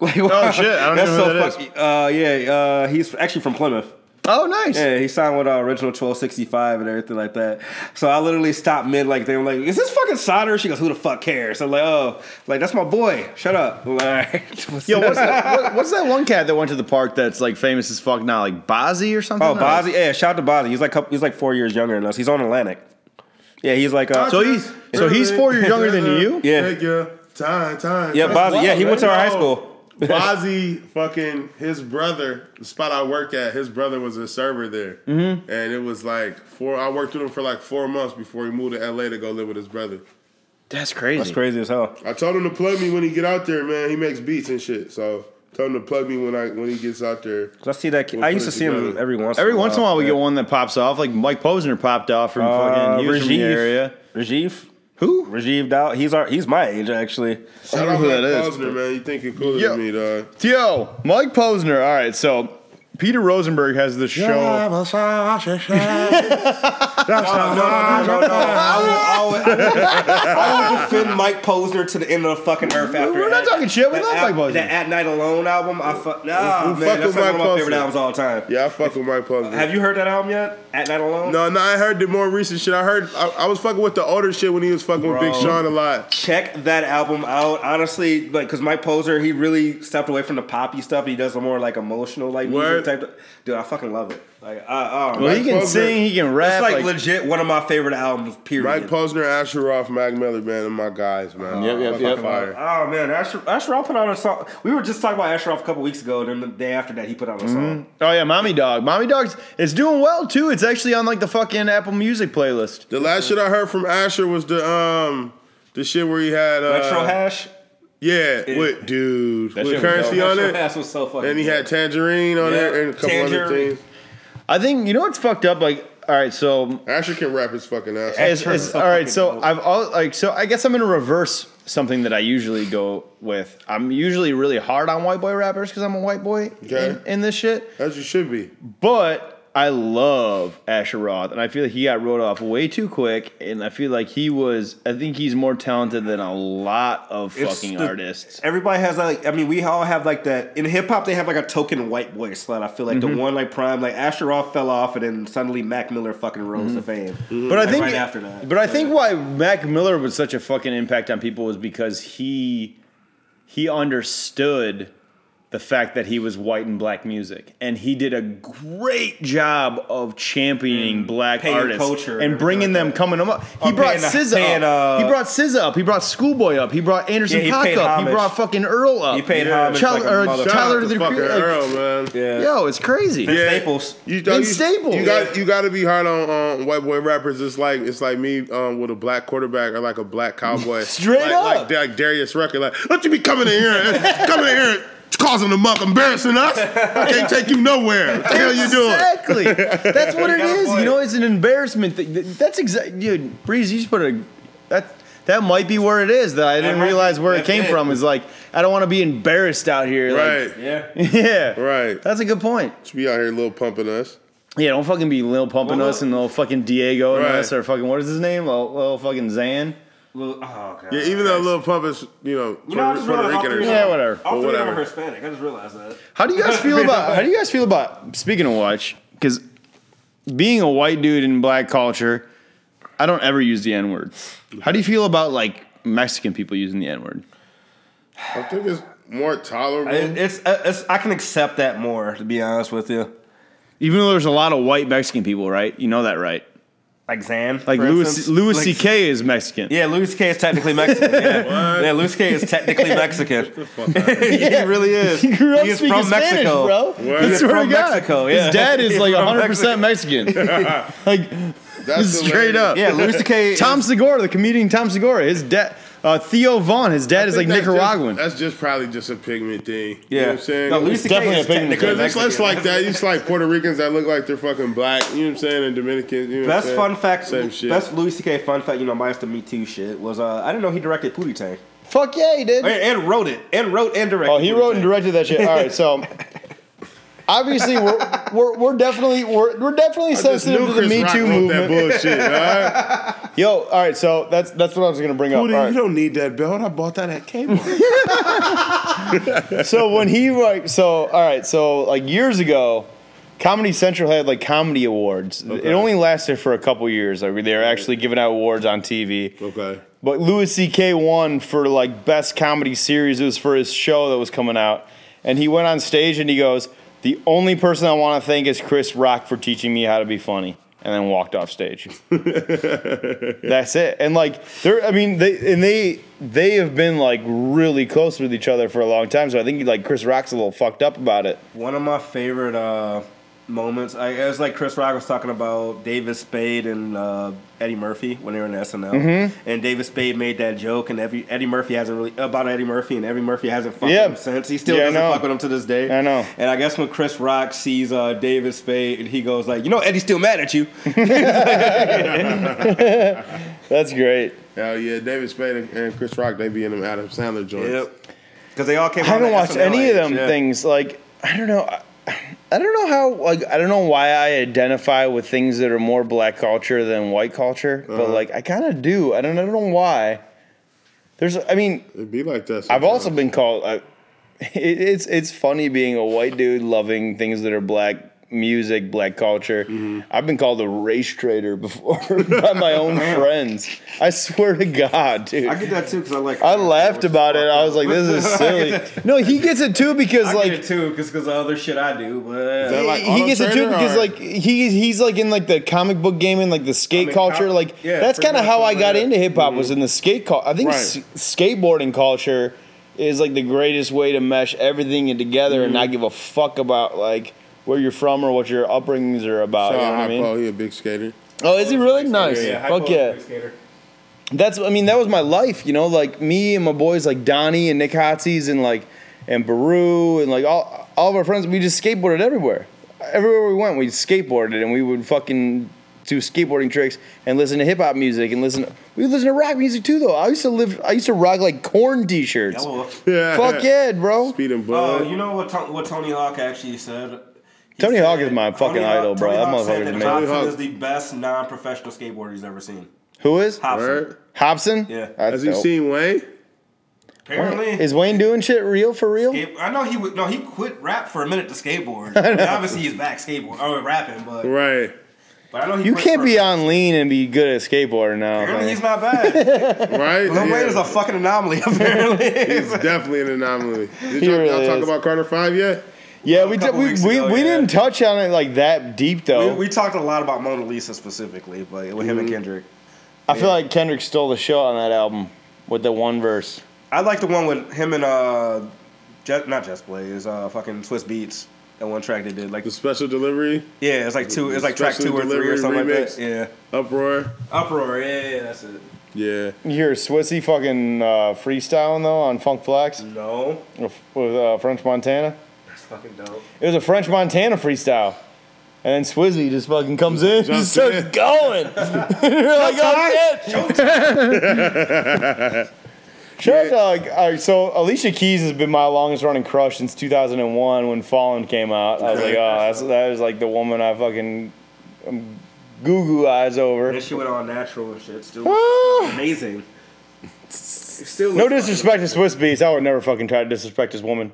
B: Like,
D: Oh, shit, I don't
B: that's
D: even know who that
B: fuck- Uh, yeah, uh, he's actually from Plymouth.
D: Oh, nice.
B: Yeah, he signed with uh, original twelve sixty five and everything like that. So I literally stopped mid, like they were like, "Is this fucking solder?" She goes, "Who the fuck cares?" I'm like, "Oh, like that's my boy. Shut up." Like,
D: Yo, what's that, what, what's that one cat that went to the park that's like famous as fuck now, like Bozzy or something?
B: Oh, Bozzy. Yeah, shout out to Bozzy. He's like couple, he's like four years younger than us. He's on Atlantic. Yeah, he's like uh,
D: So he's so he's four years younger than you.
B: Yeah.
C: Take your time, time.
B: Yeah,
C: That's
B: Bozzy. Yeah, he
C: wild,
B: went to
C: man.
B: our high
C: No.
B: school.
C: Bozzy, fucking his brother, the spot I work at, his brother was a server there, mm-hmm. and it was like four. I worked with him for like four months before he moved to LA to go live with his brother.
D: That's crazy.
B: That's crazy as hell.
C: I told him to plug me when he get out there, man. He makes beats and shit, so tell him to plug me when I when he gets out there.
B: I see that. Kid. I used to see him every once.
D: Every once in a while, we
B: yeah.
D: get one that pops off. Like Mike Posner popped off from fucking he was from the
B: Rajiv.
D: area.
B: Rajiv.
D: Who?
B: Rajiv Dow. He's our. He's my age actually.
C: Shout
D: know
C: out
D: who
C: to
D: that is,
C: Posner, man. You thinking cooler
D: Yo.
C: than me, dog?
D: Yo, Mike Posner. All right, so Peter Rosenberg has this show.
B: No, no, I will, I will, I will, I will defend Mike Posner to the end of the fucking earth. After
D: We're not
B: that-
D: talking shit. We
B: that
D: love
B: al-
D: Mike Posner.
B: That At Night Alone album, I fuck. Nah,
C: who
B: man,
C: fuck
B: that's
C: with
B: like one of
C: Mike
B: my favorite
C: Posner?
B: albums of all time.
C: Yeah, I fuck with Mike Posner.
B: Have you heard that album yet? At Night Alone.
C: No, no, I heard the more recent shit. I heard I, I was fucking with the older shit when he was fucking with Big
B: Bro.
C: Sean a lot.
B: Check that album out. Honestly, like, cause Mike Poser, he really stepped away from the poppy stuff. He does a more like emotional, like music
C: Word.
B: type. Of, dude, I fucking love it. Like, I, I
D: Well, he
B: like,
D: can
C: Posner.
D: sing. He can rap.
B: it's like,
D: like-
B: legit one of my favorite albums. Period.
C: Mike Posner, Asher Roth, Mac Miller, man, and my guys, man. Yep, yep, yep. Fire.
B: Oh man, Asher, Asher Roth put out a song. We were just talking about Asher Roth a couple weeks ago, and then the day after that, he put out a song.
D: oh yeah, Mommy Dog. Mommy Dog's it's doing well too. It's actually on like the fucking Apple Music playlist.
C: The last shit I heard from Asher was the um the shit where he had uh,
B: Metro Hash.
C: Yeah, with dude, with currency on
B: Metro
C: it,
B: Hash was so fucking.
C: and he
B: good.
C: had Tangerine on
B: Yeah,
C: there and a couple other
B: Tangerine.
C: things.
D: I think you know what's fucked up. Like, all right, so
C: Asher can rap his fucking ass. off.
D: It's- it's- all right, so I've all like so I guess I'm gonna reverse something that I usually go with. I'm usually really hard on white boy rappers because I'm a white boy
C: Okay.
D: in, in this shit.
C: As you should be.
D: But I love Asher Roth, and I feel like he got wrote off way too quick. And I feel like he was. I think he's more talented than a lot of
B: It's
D: fucking
B: the-
D: artists.
B: Everybody has like, I mean, we all have like that in hip hop. They have like a token white boy slot. I feel like the one like prime, like Asher Roth fell off, and then suddenly Mac Miller fucking rose to fame.
D: But I
B: Like,
D: think
B: Mm-hmm. right after that.
D: But I think why Mac Miller was such a fucking impact on people was because he he understood the fact that he was white and black music, and he did a great job of championing black
B: paying
D: artists
B: culture and
D: and bringing
B: everything
D: them coming up. He
B: Or
D: brought
B: paying-
D: SZA
B: paying,
D: up.
B: uh,
D: he brought SZA up. He brought Schoolboy up. He brought Anderson
B: Yeah, he
D: Paak
B: paid
D: up. He
B: homage.
D: brought fucking Earl up.
B: He paid homage
D: Chil-
B: like a
D: or
B: motherfucker.
D: Tyler
C: Shout out
D: the
C: to fucking
D: Creator.
C: Earl, man.
B: Yeah.
D: Yo, it's crazy.
B: Yeah. Staples.
C: You,
D: Vince
C: you,
D: Staples.
C: You got you got to be hard on um, white boy rappers. It's like it's like me um, with a black quarterback or like a black cowboy.
D: Straight
C: like,
D: up.
C: like, like Darius Rucker. Like, don't you be coming in here, and- coming in here, causing them up, embarrassing us. I can't take you nowhere. What the hell you doing?
D: Exactly. That's what it
B: got a
D: is. You
B: point.
D: know, it's an embarrassment thing. Th- That's exactly, dude. Breeze, you just put a that. That might be where it is that I didn't
B: might be-
D: realize where it
B: that's
D: came
B: it.
D: from. Is like I don't want to be embarrassed out here.
C: Right,
B: Yeah.
D: Like, yeah.
C: right.
D: That's a good point.
C: Just be out here, little pumping us.
D: Yeah, don't fucking be Lil pumping
B: Well,
D: us and Lil fucking Diego and
C: Right.
D: us or fucking what is his name? Lil, Lil fucking Zan.
B: Well, oh god.
C: Yeah, even though little pump is you know Puerto,
B: You know, I just
C: Puerto
B: realized all
C: Rican or
B: three, of
C: something.
D: Yeah,
B: them-
D: whatever.
B: All three
C: Well,
B: of them are
C: whatever.
B: Hispanic. I just realized that.
D: How do you guys feel about? How do you guys feel about? Speaking of which, because being a white dude in black culture, I don't ever use the n word. How do you feel about like Mexican people using the n word?
C: I think it's more tolerable.
B: It- It's, uh, it's I can accept that more to be honest with you.
D: Even though there's a lot of white Mexican people, right? You know that, right?
B: Like Zan,
D: Like
B: for
D: Louis
B: instance.
D: Louis
B: Like-
D: C.K. is Mexican.
B: Yeah, Louis C.K. is technically Mexican. Yeah, yeah Louis C.K. is technically Mexican. he really is.
D: He grew up
B: He is
D: speaking
B: from
D: Spanish,
B: Mexico.
D: bro.
C: Word.
D: I
C: He's
D: swear
B: from
D: to God.
B: Mexico, yeah.
D: His dad is
B: He's
D: like
B: from
D: 100% Mexican. like,
C: That's
D: straight
C: hilarious.
D: up.
B: Yeah, Louis C.K. is-
D: Tom Segura, the comedian Tom Segura, his dad, uh, Theo Vaughn, his dad is like
C: That's just-
D: Nicaraguan.
C: That's just probably just a pigment thing. You
B: Yeah,
C: know what I'm saying?
B: No, Louis C.K.
D: definitely
B: is
D: a pigment.
B: technically
C: Because it's less
B: Mexican.
C: like that. It's like Puerto Ricans that look like they're fucking black. You know what I'm saying? And Dominicans. You know
B: Best
C: what I'm
B: fun
C: saying?
B: fact.
C: Same shit.
B: Best Louis C.K. fun fact. You know, minus the Me Too shit was uh, I didn't know he directed Pootie Tang
D: Fuck yeah, he did.
B: and, and wrote it and wrote and directed.
D: Oh, he
B: Pootie
D: wrote and
B: Tang.
D: directed that shit. All right, so obviously we're we're, we're definitely we're, we're definitely
C: I just
D: sensitive
C: knew
D: to the
C: Chris
D: Me
C: Rock
D: Too
C: wrote that
D: movement.
C: bullshit. all right?
D: Yo, all right. So that's that's what I was gonna bring up.
C: Booty,
D: All right.
C: you don't need that belt. I bought that at Cable.
D: so when he like so all right so like years ago comedy central had like comedy awards it only lasted for a couple years like they were actually giving out awards on tv
C: okay.
D: but louis ck won for like best comedy series it was for his show that was coming out and he went on stage and he goes the only person i want to thank is chris rock for teaching me how to be funny and then walked off stage that's it. And like they're I mean they and they they have been like really close with each other for a long time. So I think like Chris Rock's a little fucked up about it.
B: One of my favorite uh, moments, I, it was like Chris Rock was talking about David Spade and uh, Eddie Murphy when they were in SNL,
D: Mm-hmm.
B: and David Spade made that joke, and every Eddie Murphy hasn't really about Eddie Murphy, and Eddie Murphy hasn't fucked
D: Yeah.
B: with him since. He still
D: Yeah, I
B: doesn't
D: know.
B: fuck with him to this day.
D: I know.
B: And I guess when Chris Rock sees uh, David Spade, he goes like, "You know, Eddie's still mad at you."
D: That's great.
C: Hell yeah, David Spade and- and Chris Rock, they be in them Adam Sandler joints.
B: Because they all came.
D: I
B: out
D: haven't
B: of
D: watched
B: SNL
D: any of
B: age,
D: them
B: yeah.
D: things. Like I don't know. I, I don't know how. Like I don't know why I identify with things that are more black culture than white culture, but like I kind of do. I don't. I don't know why. There's. I mean,
C: It be like that.
D: I've also
C: sometimes.
D: been called. I, it, it's it's funny being a white dude loving things that are black music, black culture. I've been called a race traitor before by my own friends. I swear to God, dude.
B: I get that too because I like.
D: I laughed about it. I was like, "This is silly." No, he gets it too because
B: I
D: like
B: get it too because of other shit I do, but
C: that like
D: he
C: Auto
D: gets it too
C: Trader
D: because
C: or-
D: like he he's like in like the comic book game and like the skate
B: Comic
D: culture.
B: cop-
D: like
B: yeah,
D: that's
B: pretty
D: kind of
B: much
D: how I
B: something
D: got
B: like Mm-hmm.
D: into hip hop was in the skate. Cul- I think
C: Right.
D: s- skateboarding culture is like the greatest way to mesh everything in together and
B: Mm-hmm.
D: not give a fuck about like where you're from or what your upbringings are about.
C: Shout
D: you know
C: out
D: what I mean?
C: Hypo, Oh, he a big skater.
D: Oh, is he really nice? fuck yeah. That's I mean that was my life, you know, like me and my boys like Donnie and Nick Hotzies and like and Baru and like all all of our friends, we just skateboarded everywhere. Everywhere we went, we skateboarded and we would fucking do skateboarding tricks and listen to hip hop music and listen we listen to rock music too though. I used to live I used to rock like corn t shirts.
C: Yeah.
D: Fuck yeah, bro.
C: Speed and
B: Oh,
C: Bud.
B: you know what, Ton- what Tony Hawk actually said? He
D: Tony
B: said-
D: Hawk is my fucking
B: Tony Hawk-
D: idol, bro.
B: Tony
D: That
B: Hawk said
D: motherfucker's
B: that
D: amazing.
B: Hobson
C: Tony Hawk-
B: is the best non-professional skateboarder he's ever seen.
D: Who is?
B: Hobson.
C: Word.
D: Hobson?
B: Yeah.
D: That's
C: Has you
D: dope.
C: seen Wayne?
B: Apparently,
D: Is Wayne doing shit real for real?
B: skate- I know he would. No, he quit rap for a minute to skateboard. I mean, obviously, he's back skateboard or rapping, but,
C: Right.
B: but I know he
D: You
B: quit
D: can't
B: for-
D: be on lean and be good at skateboarding now.
B: Apparently,
D: man.
B: he's not bad.
C: Right?
B: Lil Wayne is a fucking anomaly. Apparently,
C: He's definitely an anomaly. Did
D: He
C: y'all, y'all
D: really
C: talk
D: is.
C: about Carter Five yet?
D: Yeah, we,
B: A
D: did,
B: couple
D: we,
B: weeks
D: we,
B: ago,
D: we
B: yeah.
D: didn't touch on it like that deep
B: we,
D: though.
B: we talked a lot about Mona Lisa specifically, but with him
D: Mm-hmm.
B: and Kendrick.
D: I feel like Kendrick stole the show on that album with the one verse.
B: I like the one with him and uh, Je- not Jess Blaze, uh, fucking Swiss Beats. That one track they did, like
C: The special delivery,
B: yeah, it's like two, it's like track two
C: Special
B: or three or
C: Delivery
B: something
C: remix.
B: like that. Yeah,
C: uproar.
B: uproar. Yeah, yeah, that's it.
C: Yeah.
D: You hear Swissy fucking uh, freestyling though on Funk Flex
B: No,
D: with uh, French Montana.
B: that's fucking dope.
D: It was a French Montana freestyle. And then Swizzy just fucking comes in and
C: Jumps
D: starts
C: in.
D: going. You're like, oh shit. Shut up. All right, so Alicia Keys has been my longest running crush since 2001 when Fallen came out. I was like, oh, that's, that is like the woman I fucking um, goo goo eyes over.
B: And she went all natural and shit. Still
D: Ah.
B: amazing. Still
D: No disrespect to Swiss Beats. I would never fucking try to disrespect this woman.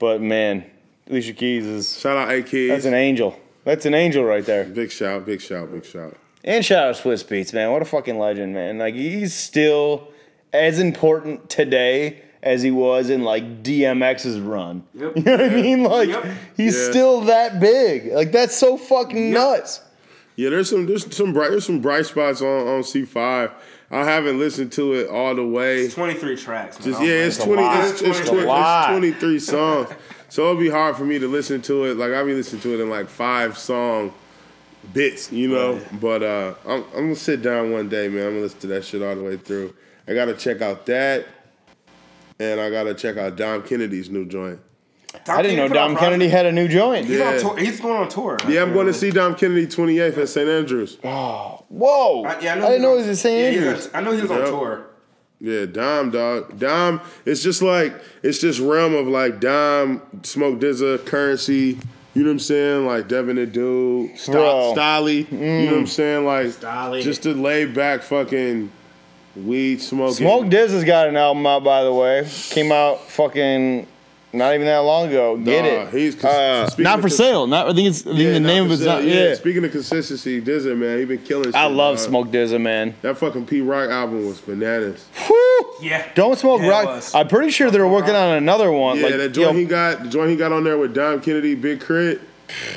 D: But man, Alicia Keys is
C: Shout out A
D: that's
C: Kids.
D: an angel. That's an angel right there.
C: Big shout, big shout, big shout.
D: And shout out Swiss Beats, man. What a fucking legend, man. Like he's still as important today as he was in like DMX's run. You know what I mean? Like
B: Yep.
D: he's
C: Yeah.
D: still that big. Like that's so fucking nuts.
C: Yeah, there's some there's some bright there's some bright spots on, on C five. I haven't listened to it all the way.
B: Twenty three tracks. Man.
C: Just, yeah, it's twenty it's, it's,
B: It's a
C: twen- it's
D: lot.
C: twenty three songs. so it'll be hard for me to listen to it. Like I'll be listening to it in like five song bits, you know. But uh I'm, I'm gonna sit down one day, man. I'm gonna listen to that shit all the way through. I gotta check out that. And I gotta check out Dom Kennedy's new joint.
B: Tom
D: I didn't know
B: Kennedy put out
D: Dom Kennedy had a new joint.
B: He's,
C: Yeah.
B: on tour. he's going on tour.
C: Yeah, I'm going to see Dom Kennedy 28th at St. Andrews.
D: Oh, Whoa. I,
B: I, yeah, I, know
D: didn't
B: he's
D: know
B: on-
D: it was the St.
B: yeah, he's on-
D: Andrews.
B: I know he was on
C: Yep.
B: tour.
C: Yeah, Dom, dog. Dom, it's just like, it's this realm of like Dom, Smoke Dizza, Currency, You know what I'm saying? Like Devin the Dude,
D: Bro. Mm.
C: Stop Stolly. You know what I'm saying? Like
J: Stolly.
C: just to lay back fucking weed smoking.
D: Smoke Diz has got an album out, by the way. Came out fucking not even that long ago. Get
C: Nah,
D: it?
C: he's cons-
D: Uh,
C: speaking
D: not
C: of
D: for
C: cons-
D: sale. Not. I think it's. I think the
C: not
D: name of
C: for
D: it's
C: sale.
D: not.
C: Yeah.
D: Yeah.
C: Speaking uh, of consistency, Dizzy man, he been killing. Shit,
D: I love
C: dog.
D: Smoke Dizza, man.
C: That fucking P Rock album was bananas.
D: Whew!
B: Yeah.
D: Don't smoke
B: Yeah, it
D: rock.
B: was.
D: I'm pretty sure they're working on another one.
C: Yeah,
D: like,
C: that
D: yo,
C: joint he got, the joint he got on there with Dom Kennedy, Big Crit,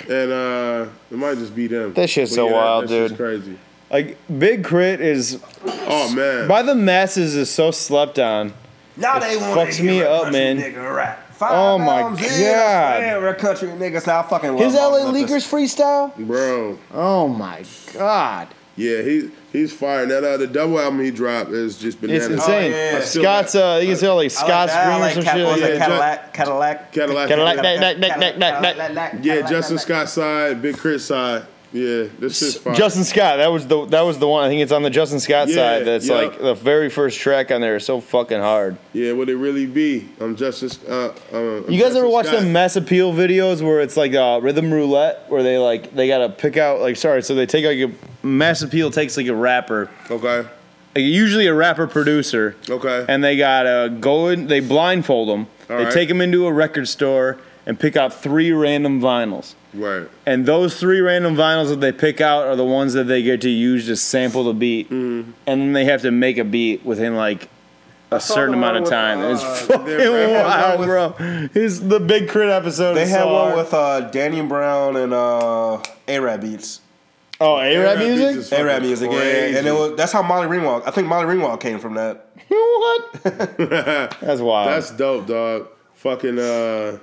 C: and uh, it might just be them.
D: That shit's
C: But
D: so
C: yeah,
D: wild,
C: shit's
D: dude.
C: Crazy.
D: like Big Crit is
C: Oh man.
D: by the masses is so slept on.
B: Now they want
D: fucks me up, man.
B: Nigga rap. Five
D: Oh my
B: albums in, I
D: God.
B: swear, we're country niggas. Now I fucking love
D: His LA
B: motherfuckers.
D: Leakers freestyle.
C: bro.
D: Oh my god.
C: Yeah, he he's firing that. Uh, the double album he dropped is just bananas.
D: It's insane.
B: Oh, yeah, yeah.
D: Scott's, uh, I think it's like
B: I like
D: Scott's
B: that. I
D: Green or
B: like
D: some
B: Cat-
D: shit.
B: what was
D: like
B: that,
C: Yeah,
B: Cadillac, Cadillac,
C: Cadillac.
D: Cadillac, back, back, back,
B: Cadillac,
D: back, back, back.
B: Cadillac,
C: Yeah,
B: Cadillac,
C: Justin
B: Cadillac.
C: Scott side, Big Crit side. Yeah, this is fire.
D: Justin Scott. That was the that was the one. I think it's on the Justin Scott
C: Yeah,
D: side. That's
C: yeah.
D: like the very first track on there. Is so fucking hard.
C: Yeah, would it really be? I'm Justin. Sc- Uh, um, I'm
D: You guys ever
C: Justin
D: watch
C: Scott.
D: them Mass Appeal videos where it's like uh, rhythm roulette, where they like they gotta pick out like sorry, so they take like a Mass Appeal takes like a rapper,
C: Okay.
D: like usually a rapper producer,
C: Okay.
D: and they gotta go in. They blindfold them.
C: All
D: they
C: right.
D: take them into a record store and pick out three random vinyls.
C: right.
D: and those three random vinyls that they pick out are the ones that they get to use to sample the beat,
C: Mm-hmm.
D: and then they have to make a beat within like a certain amount of time.
C: uh,
D: it's fucking
C: they
D: wild, bro. It's the big crit episode.
B: They
D: is
B: had
D: so
B: one
D: hard.
B: with uh, Danny Brown and uh, A-Rap Beats.
D: oh A-Rap
C: A-Rap
D: music.
C: Beats is-
B: A-Rap music, yeah, yeah.
C: Crazy.
B: And it was, that's how Molly Ringwald, I think Molly Ringwald came from that.
D: what? That's wild.
C: That's dope, dog. Fucking. uh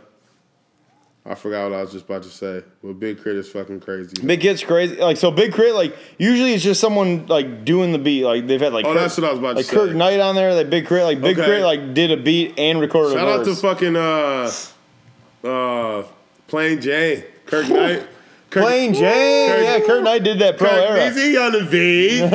C: I forgot what I was just about to say. But Big Crit is fucking crazy.
D: Big Crit's crazy. Like so, Big Crit. Like usually it's just someone like doing the beat. Like they've had like
C: Oh, that's what I was about to
D: like
C: say.
D: Kirk Knight on there. Like Big Crit. Like Big
C: Okay.
D: Crit. Like did a beat and recorded
C: Shout
D: a
C: out
D: verse.
C: to fucking uh uh Plain Jane, Kirk Knight. Kirk,
D: Plain Jane.
C: Kirk-
D: yeah, Kirk Knight did that pro
C: Kirk
D: era.
C: busy on the V. Uh,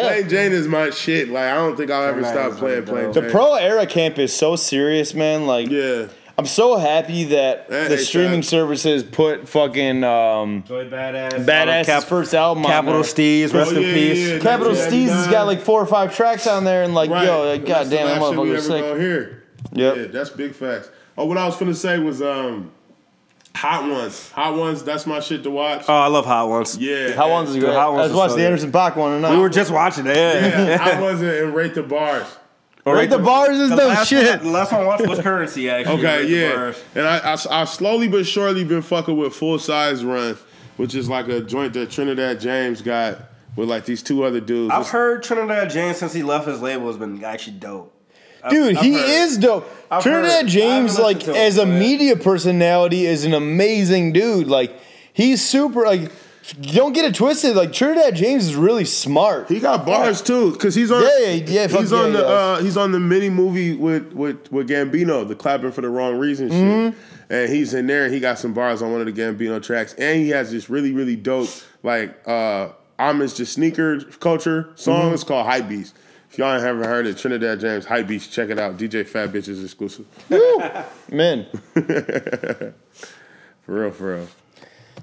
C: Plain Jane is my shit. Like I don't think I'll ever
B: Knight
C: stop
B: is
C: playing
B: really
C: Plain
B: dope.
D: The
C: Jane.
D: pro era camp is so serious, man. Like,
C: Yeah.
D: I'm so happy that
C: That
D: the
C: ain't
D: streaming
C: bad.
D: services put fucking um,
J: Joy Badass.
D: Badass
B: Cap-
D: first album
B: Capital
D: on there.
B: Steez, rest
C: Oh,
B: in
C: yeah,
B: peace.
C: yeah, yeah.
D: Capital
C: Yeah,
D: Steez has
C: nine.
D: got like four or five tracks on there, and like,
C: Right.
D: yo, like,
C: That's the
D: goddamn, that
C: last shit we
D: motherfucker's
C: ever gonna
D: sick.
C: hear.
D: Yep.
C: Yeah, that's big facts. Oh, what I was finna say was um Hot Ones. Hot Ones, that's my shit to watch.
D: Uh,
B: Oh, I love Hot Ones.
C: yeah.
D: How long is it?
B: Dude,
D: Good.
B: Hot
D: I
B: Ones
D: was
B: is
D: watching
B: so
D: the
B: good.
D: Anderson Pac one, and
B: We were just watching it, yeah.
C: Yeah, Hot Ones and, and Rate the Bars.
D: right. The bars is the
B: last
D: shit.
B: One, the last one I watched was Currency, actually.
C: Okay,
B: Rate the
C: yeah.
B: Bars.
C: And I, I, have slowly but surely been fucking with Full Size Run, which is like a joint that Trinidad James got with like these two other dudes.
B: I've heard Trinidad James since he left his label has been actually dope.
D: Dude,
B: I've
D: he
B: heard.
D: is dope.
B: I've heard.
D: Trinidad
B: I
D: James,
B: haven't
D: like
B: listened to
D: as a
B: him, but-
D: media personality, is an amazing dude. Like he's super. Like don't get it twisted. Like Trinidad James is really smart.
C: he got bars too, cause he's on.
D: Yeah, yeah, yeah, fuck
C: he's
D: yeah,
C: on
D: he
C: the
D: does.
C: uh, he's on the mini movie with with with Gambino, the clapping for the wrong reason shit.
D: Mm-hmm.
C: And he's in there, and he got some bars on one of the Gambino tracks, and he has this really really dope like uh homage to sneaker culture
D: Mm-hmm.
C: song. It's called Hype Beast. If y'all haven't heard it, Trinidad James Hype Beast, check it out. DJ Fat Bitch is exclusive.
D: Man,
C: For real, for real.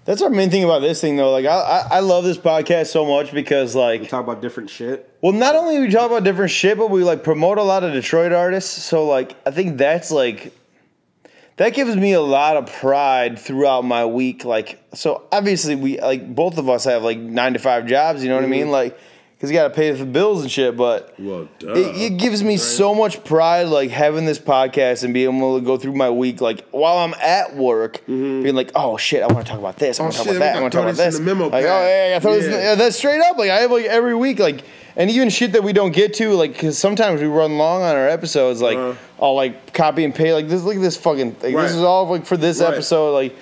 D: that's our main thing about this thing though. Like I, I, I love this podcast so much because like,
B: Talk about different shit.
D: well, not only we talk about different shit, but we like promote a lot of Detroit artists. So like, I think that's like. That gives me a lot of pride throughout my week. Like, so obviously we like both of us have like nine to five jobs. You know what I mean? Like, because you got to pay the bills and shit. But
C: Mm-hmm. Well, duh.
D: it, it gives me so much pride like having this podcast and being able to go through my week like while I'm at work being like oh shit I want to talk about this I want to
C: Mm-hmm. Oh,
D: talk
C: shit,
D: about that
C: we
D: I want to
C: gotta
D: talk about
C: throw
D: this
C: this in the memo
D: like oh
C: pad.
D: yeah, yeah, I throw this in the-
C: Yeah.
D: yeah, that's straight up like I have like every week like and even shit that we don't get to like because sometimes we run long on our episodes like
B: Uh-huh.
D: I'll like copy and paste like this look at this fucking thing
C: Right.
D: this is all like for this
C: Right.
D: episode like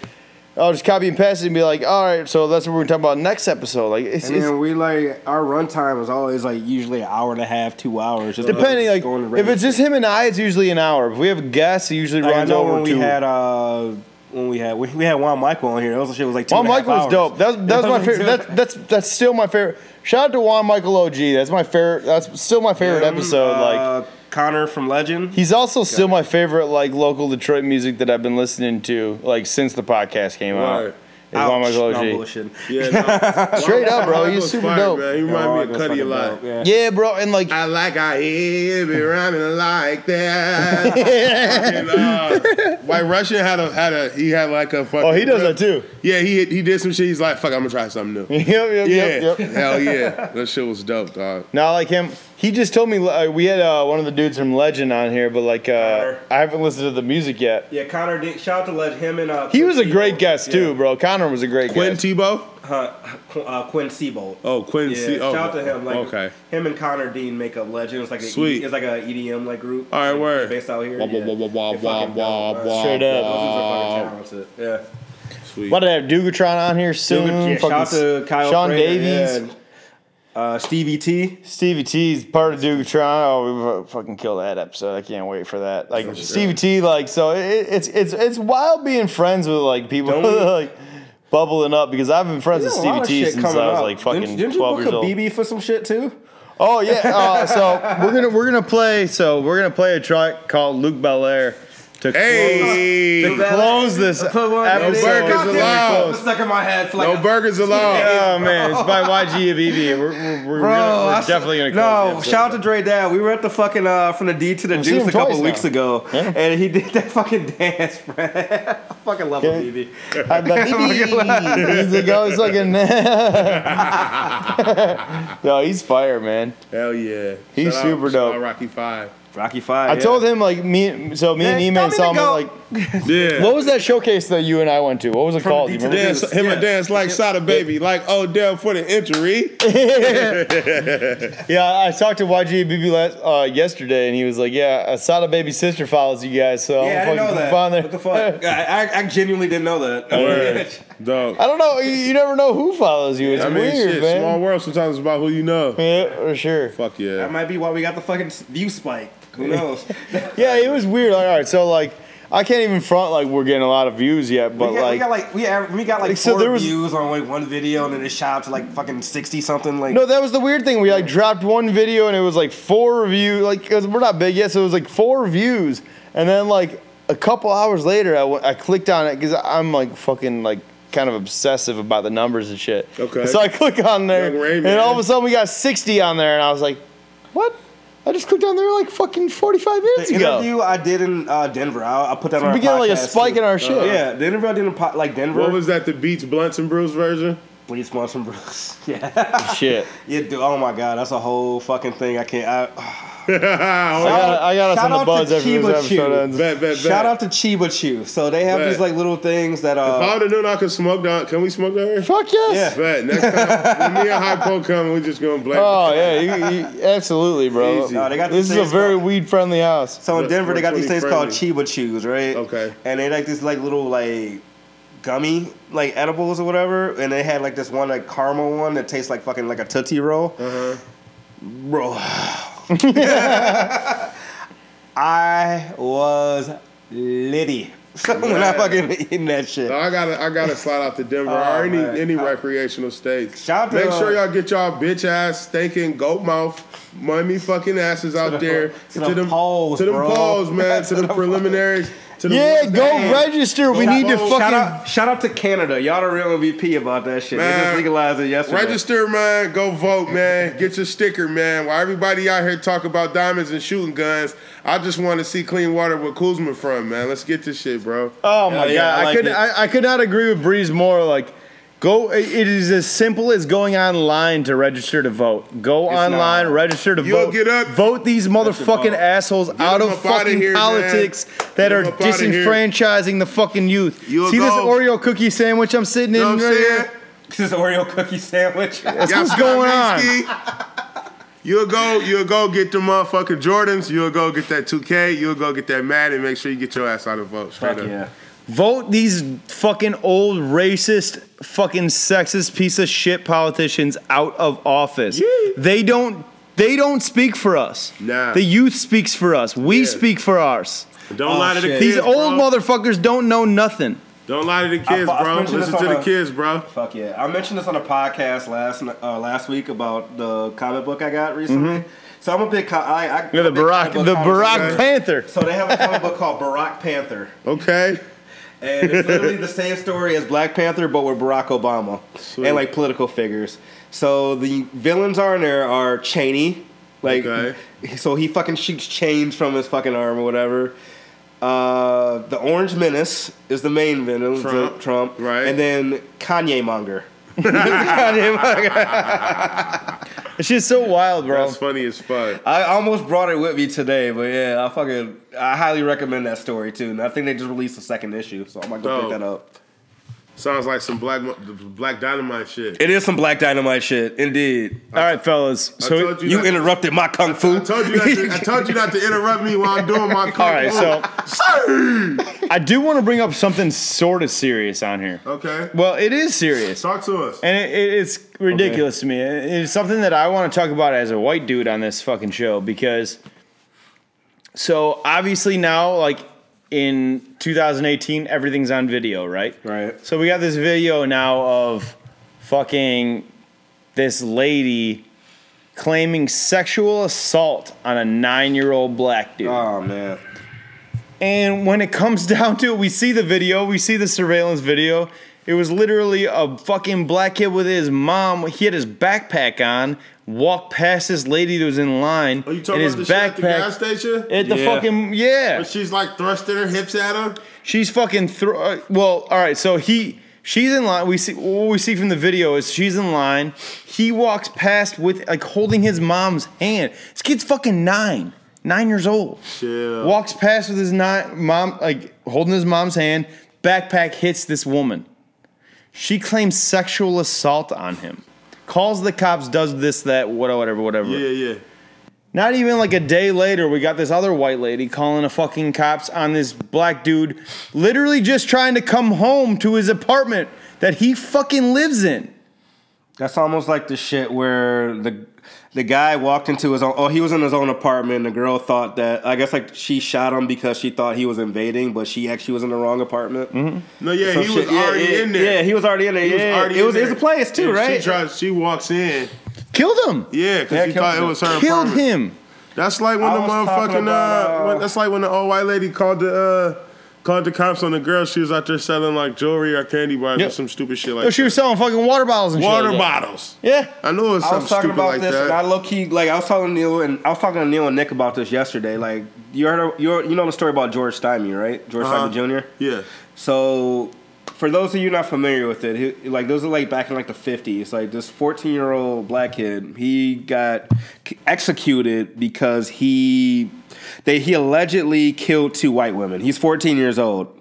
D: I'll just copy and paste it and be like all right so that's what we're talking about next episode like it's,
B: And
D: it's
B: then we like our runtime is always like usually an hour and a half, two hours. Just
D: Depending, like
B: going to
D: if it's
B: random
D: just him and I, it's usually an hour. If we have a guest, it usually
B: Like, I
D: runs
B: know
D: over
B: when we
D: two.
B: had uh when we had we, we had Juan Michael on here. That was shit was like two
D: Juan
B: and a half
D: Michael was
B: hours.
D: dope. That's that's my favorite.
B: Yeah.
D: That's that's that's still my favorite. Shout out to Juan Michael OG. That's my favorite. That's still my favorite
B: Him,
D: episode.
B: uh,
D: Like
B: Connor from Legend.
D: He's also still my favorite like local Detroit music that I've been listening to like since the podcast came
C: Right.
D: out. Islamic
B: Ouch.
D: OG.
B: No, I'm bullshitting.
C: Yeah, no.
D: Straight up, bro.
C: Wildwood's
D: He's super
C: fire,
D: dope.
C: Man. He remind me of Cuddy a lot.
B: Yeah.
D: Yeah, bro, and like
C: I like I hear me rhyming like that. Fucking, uh, White Russian had a had a he had like a fucking.
D: Oh, he does that too.
C: Yeah, he he did some shit. He's like, fuck, I'm gonna try something new.
D: Yep, yep,
C: yeah,
D: yep, yep.
C: hell yeah, that shit was dope, dog.
D: No, I like him. He just told me uh, we had uh, one of the dudes from Legend on here, but like uh, I haven't listened to the music yet.
B: Yeah, Connor. Did, shout out to Legend. Him and uh,
D: He
B: Quinn
D: was a great
B: Sebold.
D: guest too, bro. Connor was a great
C: Quinn
D: guest.
C: Tebow.
B: Uh, Qu- uh, Quinn Sebold.
C: Oh, Quinn
B: Yeah,
C: C- oh,
B: shout out to him. Like,
C: okay.
B: Him and Connor Dean make up Legend. It's like a E
C: Sweet.
B: It's like a EDM like group.
C: All right,
B: Like,
C: word.
B: Based out here.
C: Wah, wah,
B: yeah.
C: wah, wah, wah,
B: They
C: wah,
B: fucking
C: wah,
B: dope,
C: wah,
B: man.
D: Straight up.
B: Those dudes
C: wah.
B: are fucking talented. Yeah.
C: Sweet.
D: About to have Dugatron on here soon.
B: Yeah, shout out
D: Fucking
B: to Kyle
D: Sean
B: Frater,
D: Davies.
B: yeah, and, uh, Stevie T.
D: Stevie T's part of Dugatron. Oh, we fu- fucking killed that episode. I can't wait for that. Like Stevie T, like so, it, it's it's it's wild being friends with like people
B: Don't we-
D: like bubbling up because I've been friends with
B: There's a lot
D: Stevie
B: of
D: T since
B: shit
D: I was
B: coming up.
D: like fucking
B: didn't, didn't you
D: twelve
B: book
D: years
B: a
D: old.
B: BB for some shit too?
D: Oh yeah. Uh, so we're gonna we're gonna play. So we're gonna play a track called Luke Belair to
C: Hey,
D: close, to close this episode.
C: burgers allowed.
B: It's stuck in my head for like
C: no burgers allowed.
D: Oh man, it's by YG of EB. We're, we're, we're,
B: Bro,
D: gonna, we're
B: I s-
D: definitely gonna close
B: No,
D: the
B: shout out to Dre Dad. We were at the fucking uh, from the D to
D: seen
B: the Juice
D: him
B: a couple
D: twice now.
B: weeks ago,
D: Yeah.
B: and he did that fucking dance, bro. I fucking love him,
D: Yeah.
B: BB.
D: I love you. He's like, oh, he's fucking. no, he's fire, man.
C: Hell yeah,
D: He's
C: Shout out-
D: super
C: shout
D: dope.
C: out Rocky Five.
B: Rocky Five.
D: I told him like me. So me and
B: Yeah,
D: E-Man
B: tell me
D: saw
B: to
D: him
B: go.
D: like.
C: Yeah.
D: What was that showcase that you and I went to? What was it called? You
B: D to
D: remember?
C: Dance, him a dance like Sada Baby, like Odell for the injury.
D: Yeah, I talked to YG BB last uh, yesterday, and he was like, "Yeah, Asada baby sister follows you guys, so
B: Yeah, I
D: I'm
B: didn't
D: gonna
B: know
D: fucking
B: that.
D: poop on there."
B: What the fuck? I, I, I genuinely didn't know that.
C: Word. Dope.
D: I don't know. You, you never know who follows you. It's
C: I mean,
D: weird,
C: shit, small
D: man.
C: world sometimes it's about who you know.
D: Yeah, for sure.
C: Fuck
B: That
C: yeah.
B: might be why we got the fucking view spike. Who knows?
D: Yeah, it was weird. Like, all right, so like, I can't even front like we're getting a lot of views yet, but
B: we, got,
D: like,
B: we got like we, aver- we got like
D: So
B: four
D: there was-
B: views on like one video, and then it shot up to like fucking sixty something. Like
D: No, that was the weird thing. We like dropped one video and it was like four review. Like 'cause we're not big yet, so it was like four views. And then like a couple hours later, I went- I clicked on it because I'm like fucking like kind of obsessive about the numbers and shit.
C: Okay.
D: So I click on there,
C: Young Ray,
D: and
C: man.
D: all of a sudden we got 60 on there, and I was like, what? I just clicked on there like fucking 45
B: the
D: minutes ago.
B: interview I did in uh, Denver, I, I put that on.
D: We
B: our
D: getting like a
B: podcast,
D: spike
B: too.
D: in our shit.
B: yeah, the interview I did in po- like Denver.
C: What was that? The Beats Blunts and Brews version?
B: Bleach Monson Brooks. Yeah.
D: Shit.
B: Yeah, dude. Oh my god, that's a whole fucking thing. I can't. I,
D: I got, I got us
B: Shout
D: on the
B: out to
D: buzz after
B: Chiba
D: this episode
B: Chu.
D: ends.
C: Bet, bet, bet.
B: shout out to Chiba Chew. So they have
C: Bet.
B: these like little things that uh.
C: If I would have known I could smoke down, can we smoke down here?
D: Fuck yes.
B: Yeah.
C: Bet. Next time, when me and Hypo come, we just gonna blame.
D: Oh yeah, you, you, absolutely, bro.
C: Easy. No,
B: they got
D: this
B: the
D: is a
B: same
D: very
B: stuff.
D: weed friendly house.
B: So in Denver, they got these things
C: 420
B: called Chiba Chews, right?
C: Okay.
B: And they like this like little like gummy like edibles or whatever, and they had like this one like caramel one that tastes like fucking like a tootsie roll.
C: Uh-huh.
B: Bro, I was litty when I fucking eating that shit.
C: So I gotta, I gotta slide out to Denver or any
B: Oh, man.
C: any recreational states.
B: Shout out to- uh,
C: Make sure y'all get y'all bitch ass stinking goat mouth mummy fucking asses out there
B: to the polls,
C: to them
B: bro.
C: polls, man, to
B: To
C: the
B: the
C: preliminaries. To the
D: Yeah,
C: ones
D: go
C: that-
D: register. We
C: Go
D: need to
C: vote.
D: fucking.
B: Shout out, shout out to Canada. Y'all the real MVP about that shit. they
C: Man,
B: just legalized it yesterday.
C: Register, man. Go vote, man. Get your sticker, man. While everybody out here talk about diamonds and shooting guns, I just want to see clean water with Kuzma from, man. Let's get this shit, bro.
D: Oh my
C: yeah,
D: god,
C: I
D: I,
C: like
D: could
C: it.
D: I, I could not agree with Breeze more. Like, go. It it is as simple as going online to register to vote. Go online, register to
C: You'll
D: vote.
C: get up.
D: Vote these motherfucking
C: vote.
D: assholes out of
C: them up outta
D: fucking
C: here, man.
D: politics
C: Get
D: that
C: them
D: are
C: up outta here.
D: disenfranchising the fucking youth.
C: You'll
D: See this
C: go.
D: Oreo cookie sandwich I'm sitting
C: You know
D: in
C: what I'm
D: right
C: saying?
D: here.
B: this is Oreo cookie sandwich.
D: That's what's going on.
C: You'll go, you'll go get the motherfucking Jordans. You'll go get that 2K. You'll go get that Madden. Make sure you get your ass out and vote. Straight up.
D: Vote these fucking old racist, fucking sexist piece of shit politicians out of office. They don't. They don't speak for us.
C: Nah.
D: The youth speaks for us. We speak for ours.
C: Don't lie to the
B: shit.
C: kids.
D: Oh, These old
C: bro.
D: motherfuckers don't know nothing.
C: Don't lie to the kids,
B: I
C: bro.
B: mentioned
C: Listen
B: this
C: to
B: on
C: the
B: a-
C: kids, bro.
B: Fuck yeah! I mentioned this on a podcast last n- uh, last week about the comic book I got recently. So I'm a big. Co- I, I,
D: Mm-hmm. Yeah, the
B: I'm a big comic
D: Barack,
B: book
D: the
B: comic book
D: Barack
B: guy.
D: Panther.
B: So they have a comic book called Barack Panther,
C: Okay.
B: and it's literally the same story as Black Panther, but with Barack Obama and like political figures. So the villains on there are Cheney, like
C: Okay.
B: so he fucking shoots chains from his fucking arm or whatever. Uh, the Orange Menace is the main villain, Trump,
C: Trump.
B: Trump.
C: Right.
B: and then Kanye Monger.
D: It's just so wild, bro.
C: That's funny as fuck.
B: I almost brought it with me today, but yeah, I fucking I highly recommend that story too. And I think they just released a second issue, so I'm gonna go
C: Dope.
B: pick that up.
C: Sounds like some black mo- the black dynamite shit.
B: It is some black dynamite shit, indeed.
D: All right, fellas.
C: I
D: So
C: told you,
B: You
C: not,
B: interrupted my kung fu.
C: I told you not to, I told you not to interrupt me while I'm doing my.
D: All
C: All
D: right, so I do want to bring up something sort of serious on here.
C: okay,
D: Well, it is serious,
C: talk to us.
D: and it, it, it's ridiculous to me. It- It's something that I want to talk about as a white dude on this fucking show because. So obviously now, like in 2018, everything's on video, right?
B: Right.
D: So we got this video now of fucking this lady claiming sexual assault on a nine-year-old black dude.
B: Oh man.
D: And when it comes down to it, we see the video, we see the surveillance video. It was literally a fucking black kid with his mom. He had his backpack on, walked past this lady that was in line.
C: Are Oh, you talking
D: and his
C: about the shit at the gas
D: backpack
C: station?
D: at the
B: Yeah.
D: fucking yeah.
C: But she's like thrusting her hips at him.
D: She's fucking throw. uh, Well, all right. So he, she's in line. We see what we see from the video is she's in line. He walks past with like holding his mom's hand. This kid's fucking nine, nine years old.
C: Chill.
D: Walks past with his nine mom like holding his mom's hand. Backpack hits this woman. She claims sexual assault on him. Calls the cops. Does this that what whatever whatever.
C: Yeah, yeah.
D: Not even like a day later, we got this other white lady calling the fucking cops on this black dude, literally just trying to come home to his apartment that he fucking lives in.
B: That's almost like the shit where the the guy walked into his own. Oh, he was in his own apartment. And the girl thought that I guess like she shot him because she thought he was invading, but she actually was in the wrong apartment. Mm-hmm.
C: No, yeah, he was already
B: yeah,
C: in there.
B: Yeah, he was already in there.
C: He was
B: yeah,
C: already
B: it
C: in
B: was. It's
C: there.
B: a place too,
C: And
B: right?
C: She tries. She walks in.
D: Killed him.
C: Yeah, because he
B: killed
C: thought it
B: him.
C: was her.
D: Killed
C: apartment.
D: him.
C: That's like when
B: I
C: the
B: was talking
C: motherfucking
B: about,
C: uh,
B: uh,
C: when, that's like when the old white lady called the uh, called the cops on the girl. She was out there selling like jewelry or candy bars or
D: Yep.
C: some stupid shit
D: Oh,
C: like
D: she was selling fucking water bottles and
C: that.
D: shit like
C: water
D: that.
C: bottles.
D: Yeah.
C: I know it's
B: I
C: something
B: was talking
C: stupid
B: about
C: like
B: this, and I
C: that.
B: low key like I was talking to Neil and I was talking to Neil and Nick about this yesterday. Like you heard, you you know the story about George Stymie, right? George
C: Uh-huh.
B: Stymie Jr.
C: Yeah,
B: So, for those of you not familiar with it, he, like those are like back in like the fifties. Like this fourteen-year-old black kid, he got c- executed because he they he allegedly killed two white women. He's fourteen years old.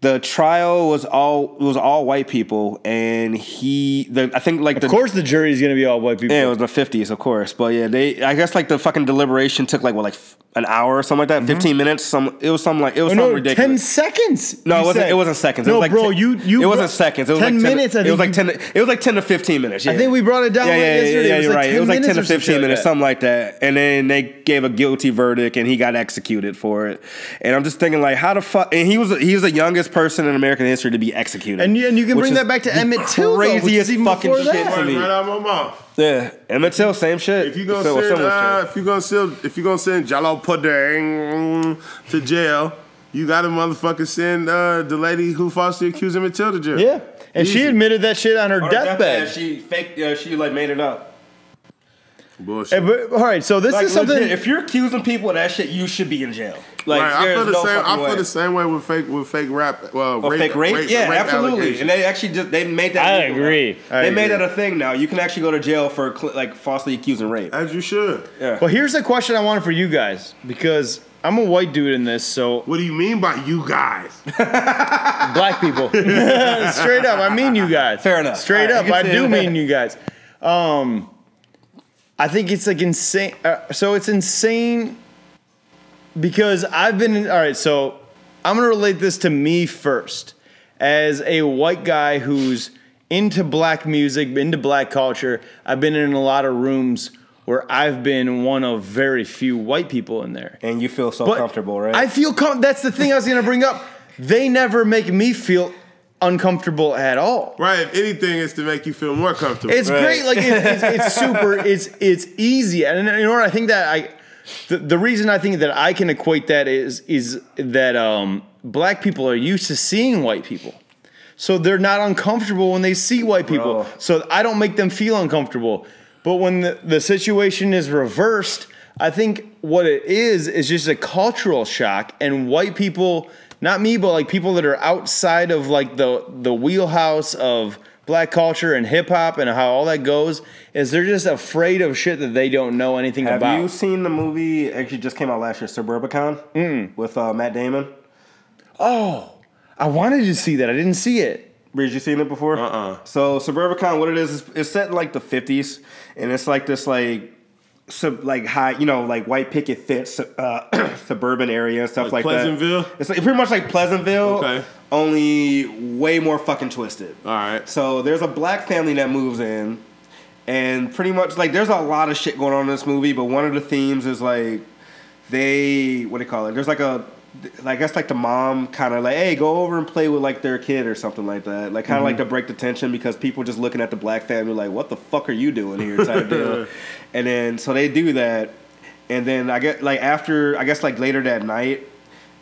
B: The trial was all was all white people, and he the I think like the
D: Of course, the jury's gonna be all white people.
B: yeah, it was in the fifties, of course. But yeah, they I guess like the fucking deliberation took like what like f- an hour or something like that, fifteen minutes. Some it was something like it was
D: Mm-hmm. Oh,
B: something
D: no,
B: ridiculous.
D: ten seconds.
B: No,
D: you
B: it wasn't.
D: said.
B: It wasn't seconds.
D: No,
B: it was like
D: bro,
B: 10
D: you you.
B: It
D: bro-
B: wasn't seconds. It was
D: ten
B: like 10,
D: minutes. I
B: It was like
D: think
B: ten. It was like ten to fifteen minutes. Yeah.
D: I think we brought it down
B: Yeah,
D: like
B: yeah, yeah,
D: yesterday.
B: yeah,
D: it was
B: you're
D: like
B: right.
D: 10
B: It was like ten to
D: minutes or
B: fifteen
D: something like
B: minutes,
D: that.
B: something like that. And then they gave a guilty verdict, and he got executed for it. And I'm just thinking, like, how the fuck? And he was he was the youngest person in American history to be executed.
D: And you, and you can
B: which
D: bring
B: is
D: that back to
B: the
D: Emmett Till, though, which is
B: craziest
D: even
B: fucking
D: before
B: shit
D: that.
B: to
C: Words
B: me.
C: right out of my mouth.
B: Yeah, Emmett Till, same shit.
C: If you gonna
B: So-
C: send,
B: similar shit.
C: uh, if you gonna send, if you gonna send Jalo Pudding to jail, you gotta motherfucking send uh, the lady who falsely accused him of jail to jail.
D: Yeah, and she
C: Easy.
D: admitted that shit on her,
B: On her
D: deathbed.
B: She faked. Uh, she like made it up.
C: bullshit.
D: Eh, but- all right, so this
B: Like,
D: is something.
B: legit, if you're accusing people of that shit, you should be in jail. Like,
C: Right, I
B: there
C: feel
B: is
C: the
B: no
C: same. I
B: fucking
C: feel
B: way.
C: the same way with fake with fake rap. Well,
B: Or
C: rape,
B: fake rape? yeah, absolutely.
C: allegations.
B: And they actually just they made that.
D: I
B: legal
D: agree.
B: now.
D: I
B: they made
D: agree.
B: that a thing now. You can actually go to jail for cl- like falsely accusing rape.
C: As you should.
D: well, here's the question I wanted for you guys because I'm a white dude in this, so
C: What do you mean by you guys?
D: black people, straight up, I mean you guys.
B: Fair enough.
D: Straight
B: All right,
D: up,
B: you
D: I
B: can say
D: do
B: that.
D: mean you guys. Um, I think it's like insane. Uh, so it's insane because I've been all right. So I'm gonna relate this to me first, as a white guy who's into black music, into black culture. I've been in a lot of rooms where I've been one of very few white people in there.
B: And you feel so
D: But
B: comfortable, right?
D: I feel com- that's the thing I was gonna bring up. They never make me feel uncomfortable at all.
C: Right. If anything, is to make you feel more comfortable.
D: It's great. Like it's, it's, it's super. It's it's easy. And you know what? I think that I, the, the reason I think that I can equate that is is that um, black people are used to seeing white people. So they're not uncomfortable when they see white people.
B: Bro.
D: So I don't make them feel uncomfortable. But when the, the situation is reversed, I think what it is is just a cultural shock and white people, not me, but like people that are outside of like the the wheelhouse of black culture and hip hop and how all that goes, is they're just afraid of shit that they don't know anything
B: Have
D: about.
B: you seen the movie? Actually, just came out last year, Suburbicon, with uh, Matt Damon.
D: Oh, I wanted to see that. I didn't see it.
B: Reed, you seen it before? Uh uh
C: Uh-uh.
B: So Suburbicon, what it is, is it's set in like the fifties, and it's like this like sub like high, you know, like white picket fence uh, suburban area and stuff like,
C: Pleasantville?
B: that. It's like, pretty much like Pleasantville,
C: Okay.
B: only way more fucking twisted.
C: All right.
B: So there's a black family that moves in, and pretty much like there's a lot of shit going on in this movie, but one of the themes is like they what do you call it? There's like a I guess like the mom kind of like, hey, go over and play with like their kid or something like that. Like kind of like to break the tension because people just looking at the black family like, what the fuck are you doing here? Type deal. And then so they do that, and then I get like after I guess like later that night,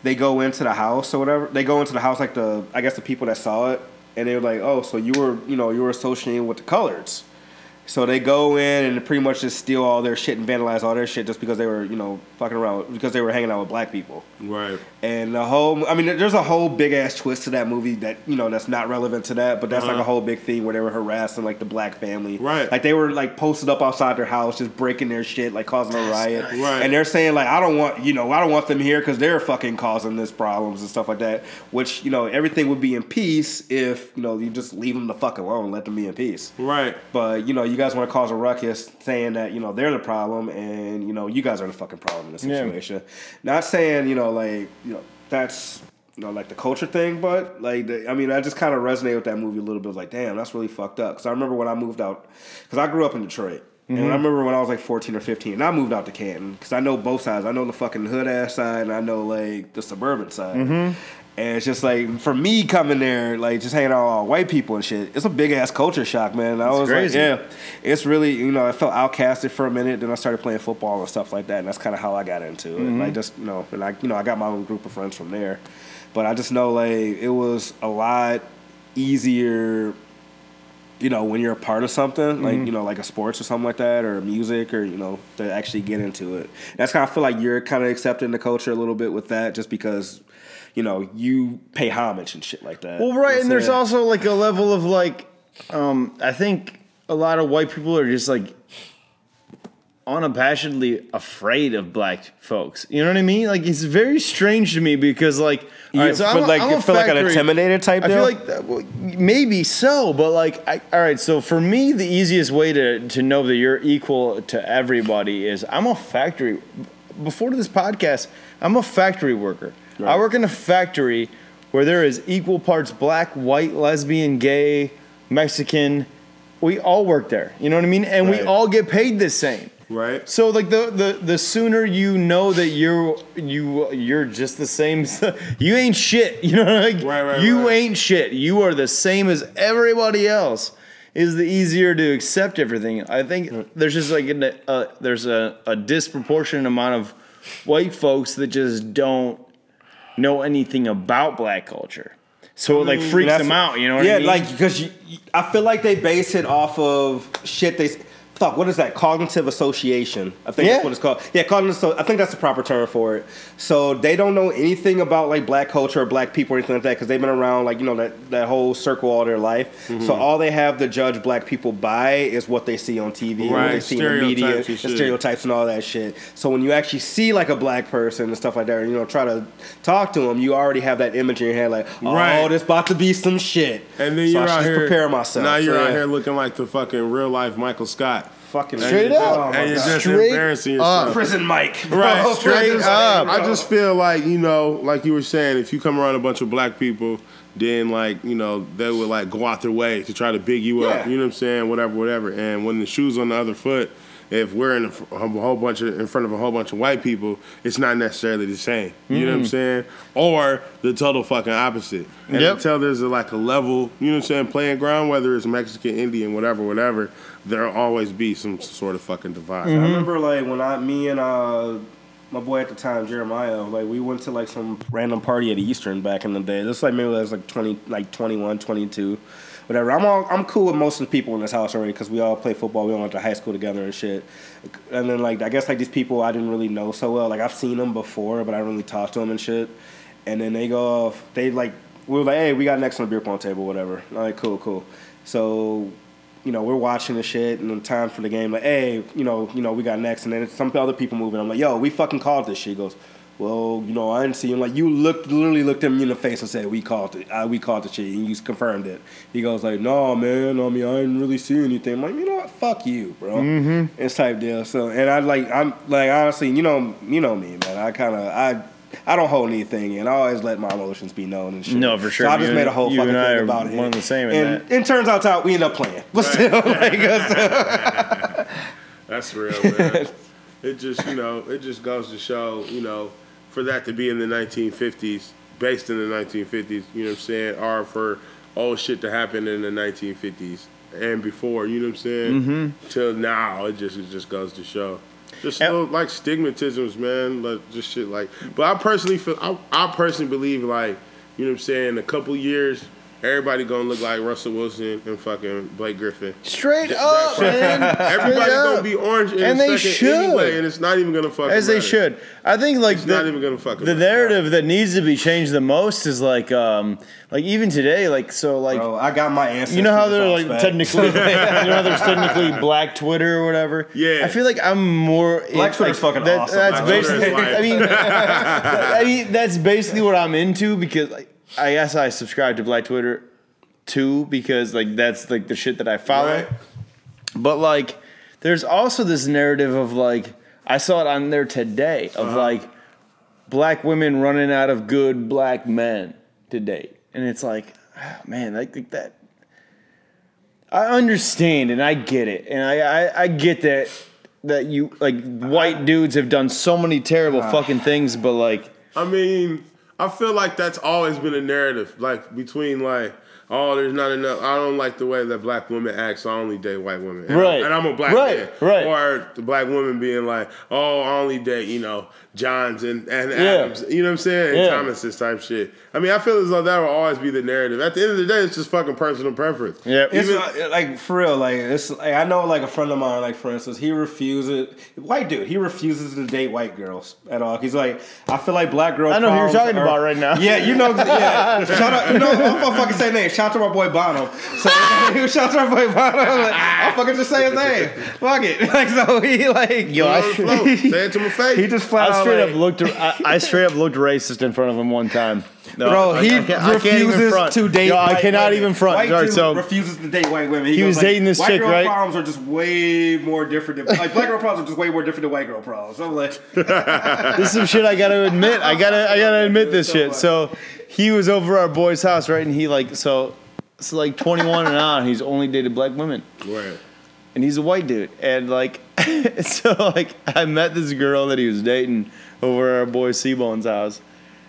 B: they go into the house or whatever. They go into the house like the I guess the people that saw it, and they're like, oh, so you were you know you were associating with the coloreds. So they go in and pretty much just steal all their shit and vandalize all their shit just because they were, you know, fucking around because they were hanging out with black people.
C: Right.
B: And the whole, I mean, there- there's a whole big ass twist to that movie that you know that's not relevant to that, but that's like a whole big thing where they were harassing like the black family,
C: Right.
B: Like they were like posted up outside their house, just breaking their shit, like causing a riot,
C: Right.
B: And they're saying like, I don't want, you know, I don't want them here because they're fucking causing this problems and stuff like that. Which you know, everything would be in peace if you know you just leave them the fuck alone, and let them be in peace,
C: Right.
B: but you know, you guys want to cause a ruckus, saying that you know they're the problem, and you know you guys are the fucking problem in this situation. Not saying you know like you know that's you know like the culture thing, but like the, I mean, I just kind of resonate with that movie a little bit. Like, damn, that's really fucked up. Because I remember when I moved out, because I grew up in Detroit. And I remember when I was like 14 or 15, and I moved out to Canton because I know both sides. I know the fucking hood ass side, and I know like the suburban side. And it's just like for me coming there, like just hanging out with all white people and shit. It's a big ass culture shock, man. I was
D: crazy.
B: like, yeah, it's really you know I felt outcasted for a minute. Then I started playing football and stuff like that, and that's kind of how I got into it.
D: Mm-hmm.
B: Like just you know, and I you know I got my own group of friends from there, but I just know like it was a lot easier you know, when you're a part of something,
D: Mm-hmm.
B: like, you know, like a sports or something like that, or music, or, you know, to actually get into it. That's kind of, I feel like you're kind of accepting the culture a little bit with that just because, you know, you pay homage and shit like that.
D: Well, right, and there's
B: also
D: also like a level of like, um, I think a lot of white people are just like unabashedly afraid of black folks. You know what I mean? Like it's very strange to me because like, all right, so I'm, a- I'm a factory-
B: type
D: I feel like that, well, maybe so, but like, I, all right. So for me, the easiest way to to know that you're equal to everybody is I'm a factory. Before this podcast, I'm a factory worker. I work in a factory where there is equal parts black, white, lesbian, gay, Mexican. We all work there. You know what I mean? And we
C: Right.
D: all get paid the same.
C: Right.
D: So like the, the the sooner you know that you're you you're just the same as- you ain't shit you know like
C: Right, right,
D: you
C: right.
D: ain't shit you are the same as everybody else is the easier to accept everything I think there's just like an, uh, there's a, a disproportionate amount of white folks that just don't know anything about black culture so it like freaks them out you know what
B: Mm, yeah,
D: I mean?
B: like because you, you- I feel like they base it off of shit they. s- Fuck, what is that? Cognitive association. I think
D: Yeah.
B: that's what it's called. Yeah, cognitive. asso- I think that's the proper term for it. So they don't know anything about like black culture or black people or anything like that because they've been around like you know that, that whole circle all their life.
D: Mm-hmm.
B: So all they have to judge black people by is what they see on TV, and what
C: Right,
B: they see in the media,
C: stereotypes
B: the
C: and shit.
B: stereotypes and all that shit. So when you actually see like a black person and stuff like that, or, you know, try to talk to them, you already have that image in your head, like, oh,
C: Right.
B: this about to be some shit.
C: And then
B: So
C: you're
B: I should
C: out
B: just
C: here
B: prepare myself.
C: Now you're
B: So,
C: out
B: yeah.
C: here looking like the fucking real life Michael Scott.
B: fucking Oh,
D: Straight
C: and you're
D: up.
C: just- and you're just
D: Straight
C: embarrassing yourself.
B: prison Mike, bro.
C: Right, straight
B: Prison
C: up.
B: Mike,
C: Oh, I
B: bro.
C: just feel like you know, like you were saying, if you come around a bunch of black people, then like you know they would like go out their way to try to big you up.
B: Yeah.
C: You know what I'm saying? Whatever, whatever. And when the shoes on the other foot, if we're in a, f- a whole bunch of in front of a whole bunch of white people, it's not necessarily the same. You know what I'm
K: Mm.
C: saying? Or the total fucking opposite. And
K: Yep.
C: until there's a, like a level, you know what I'm saying, playing ground, whether it's Mexican, Indian, whatever, whatever, there'll always be some sort of fucking divide.
B: I remember like when I, me and uh, my boy at the time, Jeremiah, like we went to like some random party at Eastern back in the day. This like maybe I was like twenty, like 21, 22, whatever. I'm all, I'm cool with most of the people in this house already because we all play football. We all went to high school together and shit. And then like I guess like these people I didn't really know so well. Like I've seen them before, but I didn't really talk to them and shit. And then they go off. They like we were like, hey, we got next on the beer pong table, whatever. I'm like, cool, cool. So you know, we're watching the shit and then time for the game, like, hey, you know, you know, we got next and then some other people moving. I'm like, yo, we fucking called this shit. He goes, Well, you know, I didn't see him like you looked literally looked at me in the face and said, We called it. I, we called the shit and you confirmed it. He goes like, No man, I mean I didn't really see anything. I'm like, you know what? Fuck you, bro.
K: Mhm.
D: Mm-hmm.
B: It's type deal. So and I like I'm like honestly, you know you know me, man. I kinda I I don't hold anything in. I always let my emotions be known and shit.
D: No, for sure.
B: So I just
D: You
B: made a
D: and-
B: whole
D: you
B: fucking
D: and I
B: thing
D: are
B: about it.
D: one and the same in
B: and it turns out out we end up playing. But still, like,
C: That's real, man. it just, you know, it just goes to show, you know, for that to be in the 1950s, based in the 1950s, you know what I'm saying, or for old shit to happen in the 1950s and before, you know what I'm saying,
K: Mhm.
C: till now, it just it just goes to show. Just little, like stigmatisms, man, like just shit like. But I personally feel, I, I personally believe like, you know what I'm saying, in a couple years. Everybody gonna look like Russell Wilson and fucking Blake Griffin.
K: Straight
C: Th-
K: up,
C: that's right.
K: man.
C: Everybody
K: Straight
C: gonna
K: up.
C: be orange, in
K: And
C: a
K: they
C: second
K: should.
C: anyway, and it's not even gonna fucking.
D: as they
C: matter.
D: should. I think like
C: It's
D: the,
C: not even gonna fucking.
D: the narrative that needs to be changed the most is like um like even today like so like
B: I got my answer.
D: You know how they're like
K: back.
D: technically you know how there's technically black Twitter or whatever. Yeah, I feel like I'm more
K: Black
D: Twitter's
K: Twitter's fucking awesome.
D: That's
K: Black Twitter is
D: basically.
K: life.
D: I mean, I mean that's basically what I'm into because like, I guess I subscribe to Black Twitter too because like that's like the shit that I follow. But like, there's also this narrative of like I saw it on there today of
K: Uh-huh.
D: like black women running out of good black men to date, and it's like, ah, man, I think that. I understand and I get it, and I I, I get that that you like white dudes have done so many terrible
C: Ah.
D: fucking things, but like
C: I mean, I feel like that's always been a narrative, like between like, oh, there's not enough. I don't like the way that black women act, so I only date white women. And,
D: Right.
C: And I'm a black
D: Right,
C: man.
D: right.
C: Or the black woman being like, oh, I only date you know Johns and and
K: Yeah.
C: Adams. You know what I'm saying? And
K: Yeah.
C: Thomases type shit. I mean, I feel as though that will always be the narrative. At the end of the day, it's just fucking personal preference.
D: Yeah.
B: It's uh, like for real. Like it's. Like, I know like a friend of mine. Like for instance, he refuses. White dude. He refuses to date white girls at all. He's like, I feel like black girls.
D: I know who you're
B: problems
D: talking
B: are-
D: about right now.
B: Yeah, you know. Yeah. shout out. You know. I'm gonna fucking say name. Shout out to my boy Bono. So shout out to my boy Bono. Like, I'll fucking just say his name. Fuck it. Like so he like.
D: Yo, I-
C: Say it to my face.
B: He just flat
D: I
B: out
D: straight
B: like,
D: up looked I, I straight up looked racist in front of him one time. No,
B: Bro,
D: I-
B: he
D: I can't- I can't even
B: refuses
D: front.
B: to date.
D: Yo, I
B: white
D: cannot
B: women.
D: even front.
B: White
D: All right,
B: dude
D: so
B: refuses to date white women.
D: He
B: goes
D: was
B: like,
D: dating this
B: white
D: chick,
B: girl
D: right?
B: Problems are just way more different. Than, like black girl problems are just way more different than white girl problems. I'm like,
D: this is some shit I gotta admit. I gotta I gotta admit this shit. So he was over our boy's house, right? And he like so so like 21 and on. He's only dated black women.
C: Right.
D: And he's a white dude. And like so like I met this girl that he was dating over at our boy Seabone's house.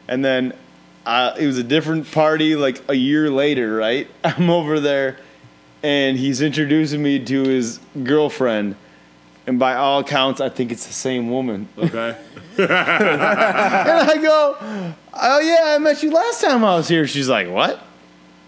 D: And then I, it was a different party like a year later, right? I'm over there and he's introducing me to his girlfriend. And by all counts, I think it's the same woman.
C: Okay.
D: and I go, "Oh yeah, I met you last time I was here." She's like, "What?"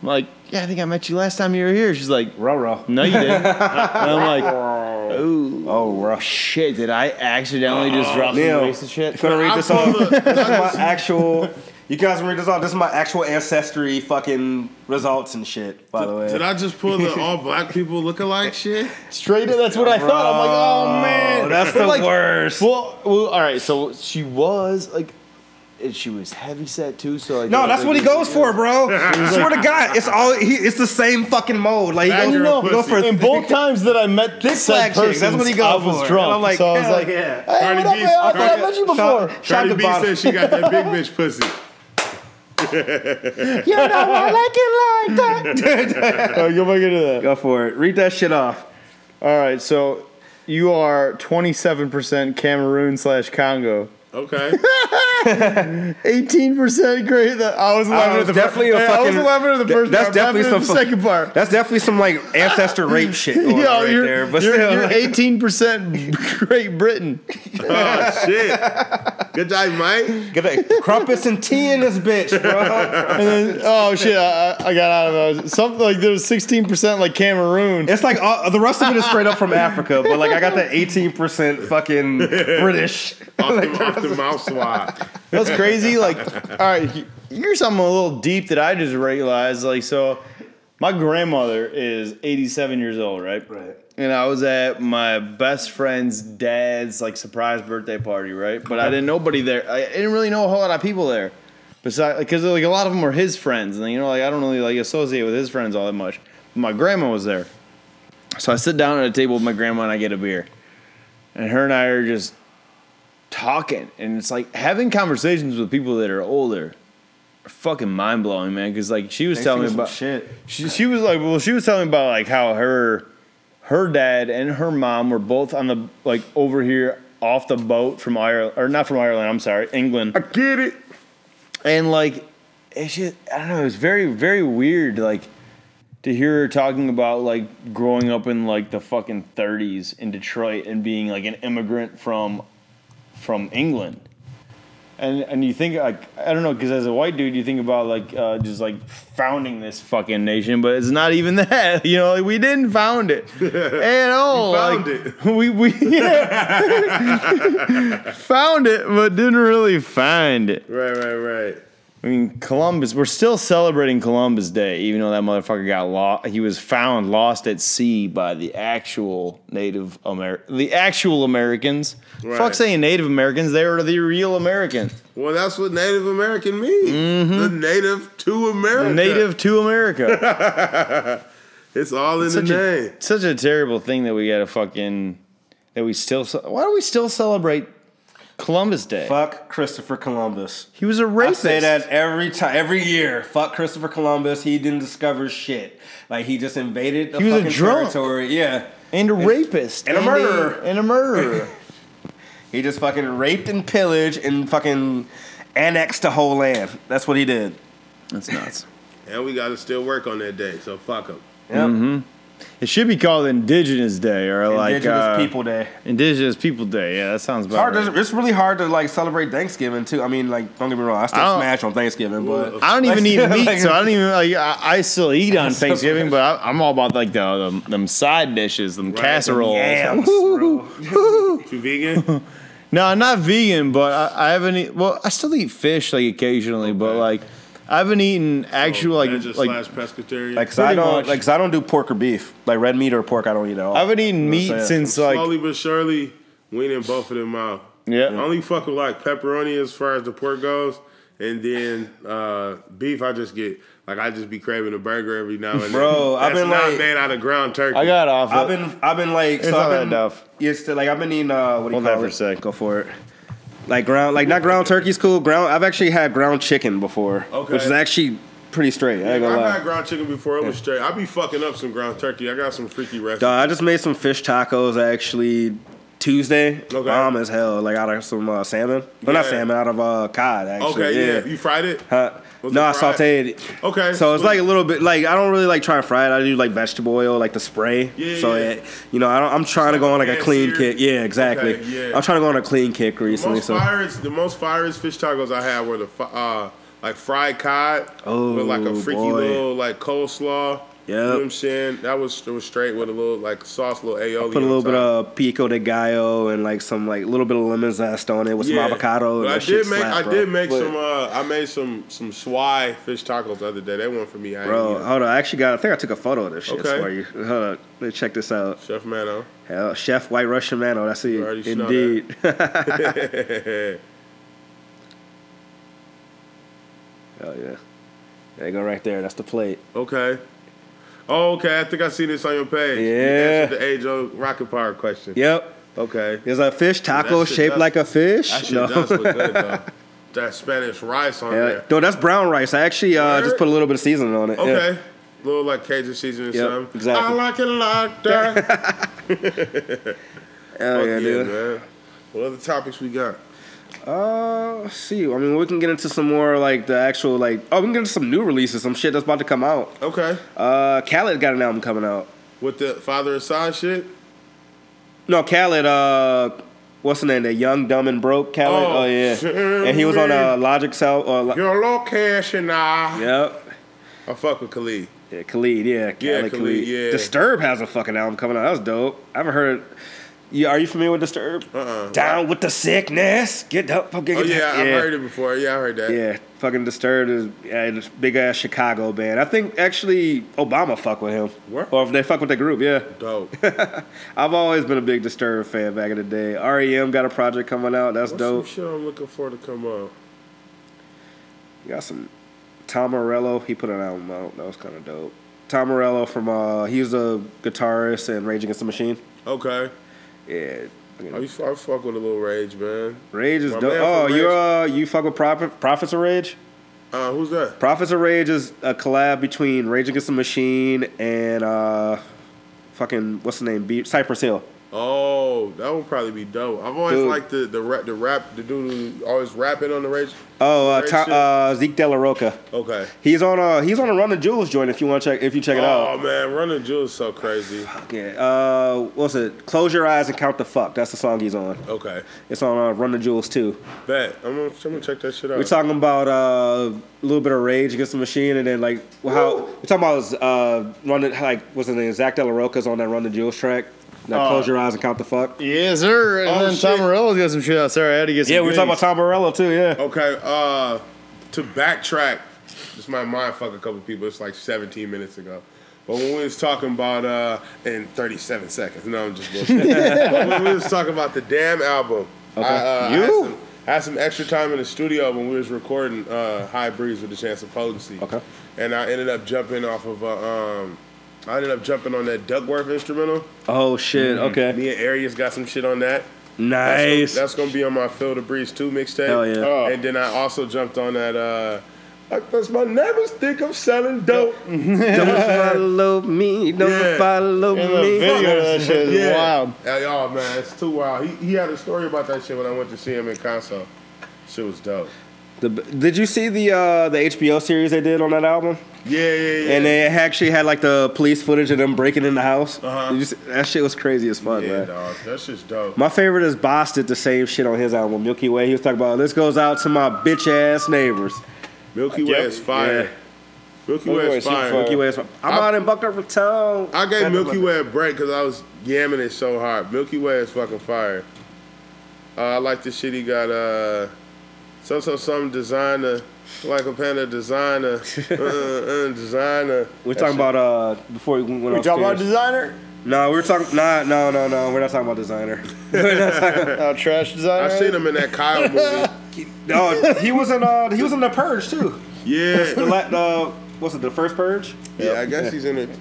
D: I'm like, "Yeah, I think I met you last time you were here." She's like,
B: "Row row."
D: No, you didn't. and I'm like, "Oh,
B: oh,
D: shit! Did I accidentally just drop some
B: Neil,
D: racist shit?"
B: Gonna read this off. this is my actual. You guys read this off. This is my actual ancestry fucking results and shit. By the way,
C: Did I just pull the all black people lookalike shit?
D: Straight up, that's what I thought. I'm like, oh man,
C: that's
D: But,
C: the
D: like,
C: worst.
D: Well, well, all right. So she was like, and she was heavy set too. So like,
B: No, that's what he goes for, bro. Swear to God, it's all he, it's the same fucking mode. Like he
D: I
B: goes,
D: don't know.
B: he goes for
D: in both times that I met
B: Thick
D: this said
B: flag chicks,
D: person,
B: that's what he
D: I
B: goes
D: was
B: for.
D: drunk,
B: And I'm like,
D: so I was
B: hell
D: like,
B: yeah.
D: "Hey, what up, man? I thought I met you before."
C: Cardi B said she got that big bitch pussy.
D: You know I like it like that.
B: go back into that. Go for it. Read that shit off.
D: All right, so you are 27% Cameroon slash Congo.
C: Okay.
D: 18% great. That I was laughing
B: I
D: at
B: was
D: the
B: definitely
D: first,
B: a
D: I
B: fucking.
D: was laughing at the first
B: That's
D: part, I'm
B: definitely
D: laughing
B: some
D: at the second part.
B: That's definitely some like ancestor rape shit going
D: Yo,
B: on right
D: you're,
B: there. But
D: you're,
B: still,
D: you're
B: like-
D: 18% Great Britain.
C: oh shit. Good job, Mike.
B: Get that crumpets and tea in this bitch, bro.
D: And then, oh shit, I, I got out of it. I was- Something like there was 16% like Cameroon.
B: It's like all, the rest of it is straight up from Africa, but like I got that eighteen percent fucking British.
C: Off the, off the mouth swab.
D: That's crazy. Like, all right, here's something a little deep that I just realized. Like, so my grandmother is 87 years old, right? Right. And I was at my best friend's dad's like surprise birthday party, right? But I didn't nobody there. I didn't really know a whole lot of people there, besides because like a lot of them were his friends, and you know, like I don't really like associate with his friends all that much. my grandma was there, so I sit down at a table with my grandma and I get a beer, and her and I are just talking and it's like having conversations with people that are older are fucking mind blowing, man. Cause like she was telling me about
B: shit.
D: She, she was like, well, she was telling me about like how her her dad and her mom were both on the like over here off the boat from Ireland or not from Ireland. I'm sorry, England. I get it. And like, it's just I don't know. It was very very weird. Like to hear her talking about like growing up in like the fucking 30s in Detroit and being like an immigrant from from England. And and you think like I don't know because as a white dude you think about like uh, just like founding this fucking nation, but it's not even that. You know, like, we didn't found it at all.
C: found
D: like, We we yeah. found it, but didn't really find it.
C: Right, right, right.
D: I mean, Columbus. We're still celebrating Columbus Day, even though that motherfucker got lost. He was found lost at sea by the actual Native Amer, the actual Americans. Fuck
C: Right.
D: saying Native Americans. They were the real Americans.
C: Well, that's what Native American means. The native to America.
D: Mm-hmm. Native to America.
C: It's all in
D: such,
C: the
D: a,
C: name.
D: such a terrible thing that we got to fucking that we still. ce- Why do we still celebrate Columbus Day?
B: Fuck Christopher Columbus.
D: He was a
B: I
D: racist.
B: say that every time, every year. Fuck Christopher Columbus. He didn't discover shit. Like he just invaded. The
D: He was a
B: fucking
D: drunk.
B: territory. Yeah,
D: and a rapist
B: and a murderer.
D: and a murderer.
B: he just fucking raped and pillaged and fucking annexed the whole land. That's what he did.
D: That's nuts.
C: And we got to still work on that day, so fuck them.
B: Yep.
D: It should be called Indigenous Day or like
B: Indigenous
D: uh,
B: People Day.
D: Indigenous People Day. Yeah, that sounds
B: It's,
D: about
B: hard
D: right.
B: to, it's really hard to like celebrate Thanksgiving too. I mean, like don't get me wrong, I still
D: I don't-
B: smash on Thanksgiving, but
D: I don't even
B: Like,
D: eat meat,
B: like-
D: so I don't even like. I, I still eat on
B: So-
D: Thanksgiving, but I, I'm all about like the them, them side dishes, them casseroles.
B: Yams, bro.
C: You vegan?
D: No, I'm not vegan, but I, I haven't. Eat, well, I still eat fish like occasionally, but like I haven't eaten
B: Oh,
D: actual like
C: Ninja
D: like
C: slash pescatarian.
B: Like 'cause I
D: Pretty
B: don't,
D: much.
B: like 'cause I don't do pork or beef, like red meat or pork. I don't eat at all.
D: I haven't eaten
B: You know what
D: meat
B: I'm saying?
D: since like
C: Slowly but surely, weaning both of them out.
D: Yeah.
C: I only fuck with like pepperoni as far as the pork goes, and then uh, beef. I just get like I just be craving a burger every now and then.
B: Bro, I've
C: That's
B: been,
C: not
B: like-
C: made out of ground turkey.
D: I got off.
B: I've
D: it.
B: been, I've been like,
D: It's not
B: I've
D: that
B: been,
D: tough.
B: Yeah, still, like I've been eating. Uh, what do you
D: Hold
B: call
D: that for
B: it?
D: a sec.
B: Go for it. Like ground, like not ground turkey's cool. Ground, I've actually had ground chicken before,
C: Okay.
B: which is actually pretty straight. I ain't
C: I've
B: gonna lie.
C: had ground chicken before. It was straight. I be fucking up some ground turkey. I got some freaky recipes.
B: Dog, I just made some fish tacos actually Tuesday.
C: Okay.
B: Bomb as hell. Like out of some uh, salmon, but not
C: Yeah.
B: salmon, out of uh, cod actually.
C: Okay, yeah.
B: yeah.
C: You fried it?
B: Huh?
C: Was
B: Uh, no,
C: it
B: I
C: fried?
B: sauteed it.
C: Okay,
B: So it's
C: sweet.
B: like a little bit like I don't really like try and fry it. I do like vegetable oil, like the spray.
C: Yeah,
B: so
C: yeah.
B: It, you know, I don't, I'm trying to go on like a clean
C: Fancier.
B: kick. Yeah, exactly.
C: Okay, yeah.
B: I'm trying to go on a clean kick
C: The
B: recently.
C: most
B: So
C: fires, the most fires fish tacos I had were the fi- uh, like fried cod
B: Oh,
C: with like a freaky
B: boy.
C: little like coleslaw. You know
B: Yep.
C: what I'm saying? That was it was straight with a little like sauce, little aioli.
B: put a
C: on
B: little bit
C: top.
B: of pico de gallo and like some like a little bit of lemon zest on it with
C: Yeah.
B: some avocado.
C: But
B: And
C: I
B: that
C: did
B: shit
C: make
B: slap,
C: I
B: bro.
C: did make
B: But-
C: some uh, I made some some swai fish tacos the other day. They went for me. I
B: Bro,
C: ain't eat 'em.
B: hold on. I actually got. I think I took a photo of this shit
C: Okay.
B: for you. Hold on. Let me check this out.
C: Chef Mano.
B: Hell, Chef White Russian Mano. That's it.
C: already smell
B: Indeed. Hell yeah. There you go, right there. That's the plate.
C: Okay. Oh, okay. I think I see this on your page. You
B: Yeah.
C: answered the age old rocket power question.
B: Yep.
C: Okay.
B: There's a fish taco
C: That shit
B: shaped
C: does-
B: like a fish.
C: That shit
B: no.
C: does look good though. That Spanish rice on
B: Yeah.
C: there.
B: no, that's brown rice. I actually uh, just put a little bit of seasoning on it. Yeah.
C: Okay. Little like Cajun seasoning or
B: Yep,
C: something.
B: exactly.
C: I like it like that.
D: Hell
C: Fuck
D: yeah, dude.
C: man. What other topics we got?
D: Uh, let's see. I mean, we can get into some more like the actual like. Oh, we can get into some new releases, some shit that's about to come out.
C: Okay.
D: Uh, Khaled got an album coming out.
C: With the father aside shit?
D: No, Khaled. Uh, what's the name? That young, dumb, and broke Khaled.
C: Oh,
D: Oh, yeah.
C: sure,
D: And he was on uh,
C: man.
D: Logic's album. Uh, Lo-
C: Your location, ah.
D: Yep.
C: I fuck with Khalid.
D: Yeah, Khalid. Yeah, Khaled.
C: Yeah,
D: Khalid.
C: Khalid, yeah.
D: Disturb has a fucking album coming out. That's dope. I haven't heard. Yeah, are you familiar with Disturb?
C: Uh-uh.
D: Down with the sickness. Get up. Get,
C: Oh
D: get-
C: yeah, I've heard it before. Yeah, I heard that.
D: Yeah, fucking disturbed is yeah, this big ass Chicago band. I think actually Obama fuck with him,
C: What?
D: or if they fuck with the group. Yeah,
C: Dope.
D: I've always been a big Disturbed fan back in the day. REM got a project coming out. That's
C: What's
D: dope.
C: some shit I'm looking for to come out?
D: You got some Tom Morello. He put an album out. That was kind of dope. Tom Morello from uh, he was a guitarist in Rage Against the Machine.
C: Okay.
D: Yeah.
C: I, used to- I fuck with a little rage, man.
D: Rage is
C: My
D: dope.
C: man
D: Oh,
C: from
D: you
C: Rage-
D: uh, you fuck with Prophet, Prophets of Rage?
C: Uh, who's that?
D: Prophets of Rage is a collab between Rage Against the Machine and uh, fucking what's the name? Be- Cypress Hill.
C: Oh, that would probably be dope. I've always
D: Dude.
C: liked the the rap, the rap, the dude who always rapping on the rage.
D: Oh, uh,
C: Rage
D: Tom,
C: shit.
D: uh, Zeke De La Roca.
C: Okay.
D: He's on uh he's on a Run the Jewels joint. If you want to check, if you check it
C: oh
D: out.
C: man, running jewels so crazy.
D: Yeah. Uh, what's it? Close your eyes and count the fuck. That's the song he's on.
C: Okay.
D: It's on uh, Run the Jewels too.
C: Bet. I'm gonna, I'm gonna check that shit out.
D: We're talking about uh, a little bit of Rage Against the Machine, and then like how we're talking about uh, Run the, like what's the name? Zach De La Roca's on that Run the Jewels track. That
B: Uh,
D: close your eyes and count the fuck.
B: Yeah, sir. And
C: Oh,
B: then Tom
C: shit.
B: Morello's got some shit out. Sorry, I had to get some
D: Yeah, we were talking about
B: goodies.
D: Tom Morello too. Yeah.
C: Okay, uh, to backtrack, just my mind fuck a couple people. It's like 17 minutes ago. But when we was talking about uh, in 37 seconds, no, I'm just bullshit. But when we was talking about the damn album, I, uh, I, had
D: You?
C: some, I had some extra time in the studio when we was recording uh, High Breeze with the Chance of Potency.
D: Okay.
C: And I ended up jumping off of a, um, I ended up jumping on that Duckworth instrumental.
D: Oh shit. Okay.
C: Me and Arius got some shit on that. Mm. That's gonna-
D: Nice.
C: That's gonna be on my Feel the Breeze 2 mixtape.
D: Hell yeah. Oh.
C: And then I also jumped on that uh like that's my neighbors think I'm selling dope.
D: Mm-hmm. Don't follow me. Don't
C: Yeah.
D: follow
B: And the video of that shit is wild.
C: Hey, y'all man, it's too wild. He, he had a story about that shit when I went to see him in concert. Shit was dope.
D: The, did you see the uh, the HBO series they did on that album?
C: Yeah, yeah, yeah.
D: And they actually had like the police footage of them breaking in the house.
C: Uh-huh.
D: Did you see- that shit was crazy as fuck,
C: yeah,
D: man.
C: dog. That shit's dope.
D: My favorite is Boss did the same shit on his album Milky Way. He was talking about this goes out to my bitch ass neighbors.
C: Milky Way
B: Yep.
C: is fire.
D: Yeah.
B: Milky
C: Milky Way
B: Way
C: is
B: is
C: fire.
B: super
D: Milky Way is. I'm out in Buckner for town.
C: I gave Milky Way a break because I was yamming it so hard. Milky Way is fucking fire. Uh, I like the shit he got. Uh, some some some designer, like a panda designer, uh, uh, designer.
D: We're talking about uh before we went
B: We talking about
D: upstairs.
B: designer?
D: No, we were talking. Nah, no, no, no. We're not talking about designer. We're not talking-
B: Uh, trash designer?
C: I seen him in that Kyle movie.
D: no, he was in. Uh, he was in the Purge too. The
C: Yeah,
D: la- uh, what's it? The first Purge?
C: yeah. I guess he's enter-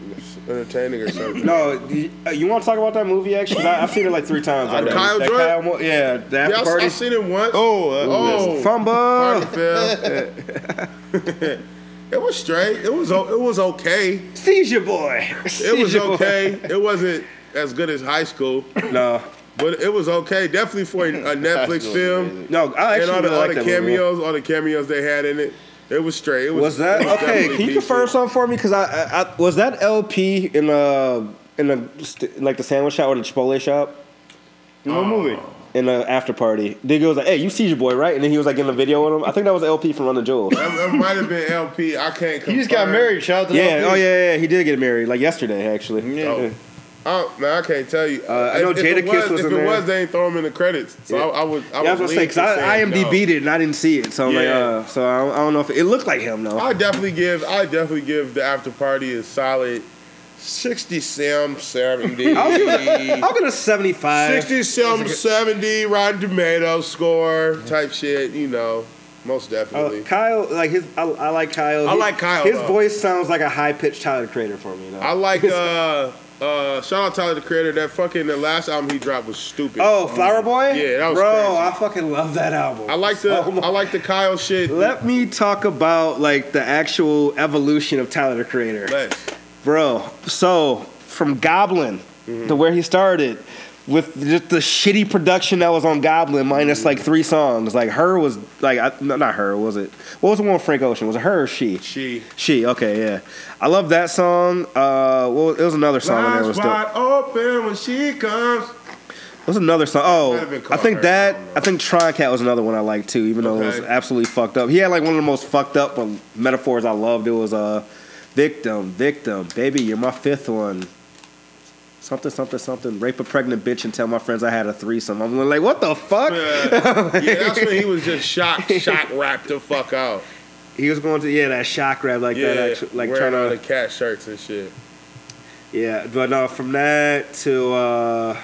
C: entertaining or something.
D: No, you, uh, you want to talk about that movie? Actually, I, I've seen it like three times.
C: Uh,
D: already.
C: Kyle
D: That
C: Jordan?
D: mo- yeah, the after
C: yeah, I,
D: party.
C: I seen him once.
B: Oh, uh,
C: oh,
D: Fumble.
C: Party fell. it was straight. It was o- it was okay.
D: Seize your boy.
C: It
D: Seize
C: was
D: your boy.
C: okay. It wasn't as good as high school.
D: No,
C: But it was okay, definitely for a a Netflix film.
D: no. I
C: And
D: actually
C: all the,
D: really
C: all
D: like
C: the
D: that movie.
C: cameos, all the cameos they had in it, it was straight. It was,
D: Was that
C: it was
D: okay?
C: definitely
D: Can you
C: decent.
D: confirm something for me? Because I, I, I was that LP in the in the st- like the sandwich shop or the Chipotle shop
B: In what movie?
D: in the after party. Diggy was like, "Hey, you seize your boy, right?" And then he was like in the video with him. I think that was LP from Run the Jewels.
C: That, that might have been LP. I can't. Confirm.
B: He just got married. Shout out to
D: Yeah.
B: LP.
D: Oh yeah, yeah. yeah, He did get married like yesterday, actually.
B: Yeah.
C: Mm-hmm. Oh man, I can't tell you.
D: Uh, I know
C: If- if
D: Jada
C: it
D: Kiss was
C: if
D: in
C: it
D: there.
C: was, they ain't throw him in the credits. So I, I would. I
D: Yeah, I was
C: would
D: gonna say
C: lean
D: because I, I
C: saying no.
D: IMDb'd it and I didn't see it, so I'm
C: Yeah.
D: like, uh, so I don't, I don't know if it looked like him though.
C: I definitely give. I definitely give the after party a solid sixty some seventy.
D: I'll give it, I'll give it a 75.
C: 60 some 70 Rotten Tomatoes score type shit, you know, most definitely.
D: Uh, Kyle, like his, I, I like Kyle.
C: I
D: He-
C: like Kyle,
D: His
C: though.
D: voice sounds like a high pitched Tyler the Creator for me. Though.
C: I like uh uh shout out Tyler the Creator. That fucking the last album he dropped was stupid.
D: oh, Flower Boy.
C: Yeah, that was
D: bro.
C: crazy.
D: I fucking love that album.
C: I like the
D: so much.
C: I like the Kyle shit.
D: Let me talk about like the actual evolution of Tyler the Creator.
C: Let's-
D: Bro, so from Goblin to where he started
B: with just the shitty production that was on Goblin, minus like three songs. Like her was like I, no, not her was it? What was the one with Frank Ocean? Was it her or she?
C: She.
B: She. Okay, yeah. I love that song. Uh, well, it was another song on there. It was
C: Eyes
B: dope.
C: wide open when she comes.
B: It was another song. Oh,
C: Might have been
B: I
C: called
B: think
C: her.
B: that I think Tron Cat was another one I liked too, even though it was
C: Okay.
B: absolutely fucked up. He had like one of the most fucked up um, metaphors I loved. It was uh, victim, victim, baby, you're my fifth one. Something, something, something. Rape a pregnant bitch and tell my friends I had a threesome. I'm like, what the fuck?
C: Yeah, Uh, yeah, that's when he was just shocked, shock wrapped the fuck out.
B: He was going to yeah that shock rap like
C: yeah,
B: that, actually, like
C: wearing
B: trying
C: all
B: to
C: the cat shirts and shit.
B: Yeah, but no, from that to uh,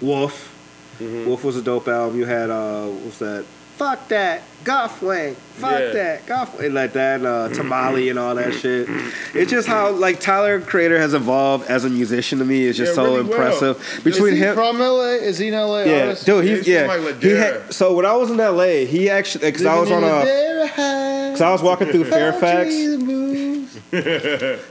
B: Wolf.
C: Mm-hmm.
B: Wolf was a dope album. You had uh, what was that? Fuck that, Gothwang. Fuck
C: Yeah.
B: that, Gothwang. Like that, and, uh, Tamale and all that shit. It's just how like Tyler Creator has evolved as a musician to me. It's just
D: Yeah,
B: so
D: really well.
B: impressive. Between
D: is he
B: him,
D: from uh, LA? Is he an LA
B: yeah,
D: artist?
B: dude, he's yeah.
D: from, like,
B: he
D: Ladera.
B: had, so when I was in L.A., he actually because I was on
D: Living in Oh, Ladera
B: a
D: High.
B: because I was walking through Fairfax.
D: Country and blues.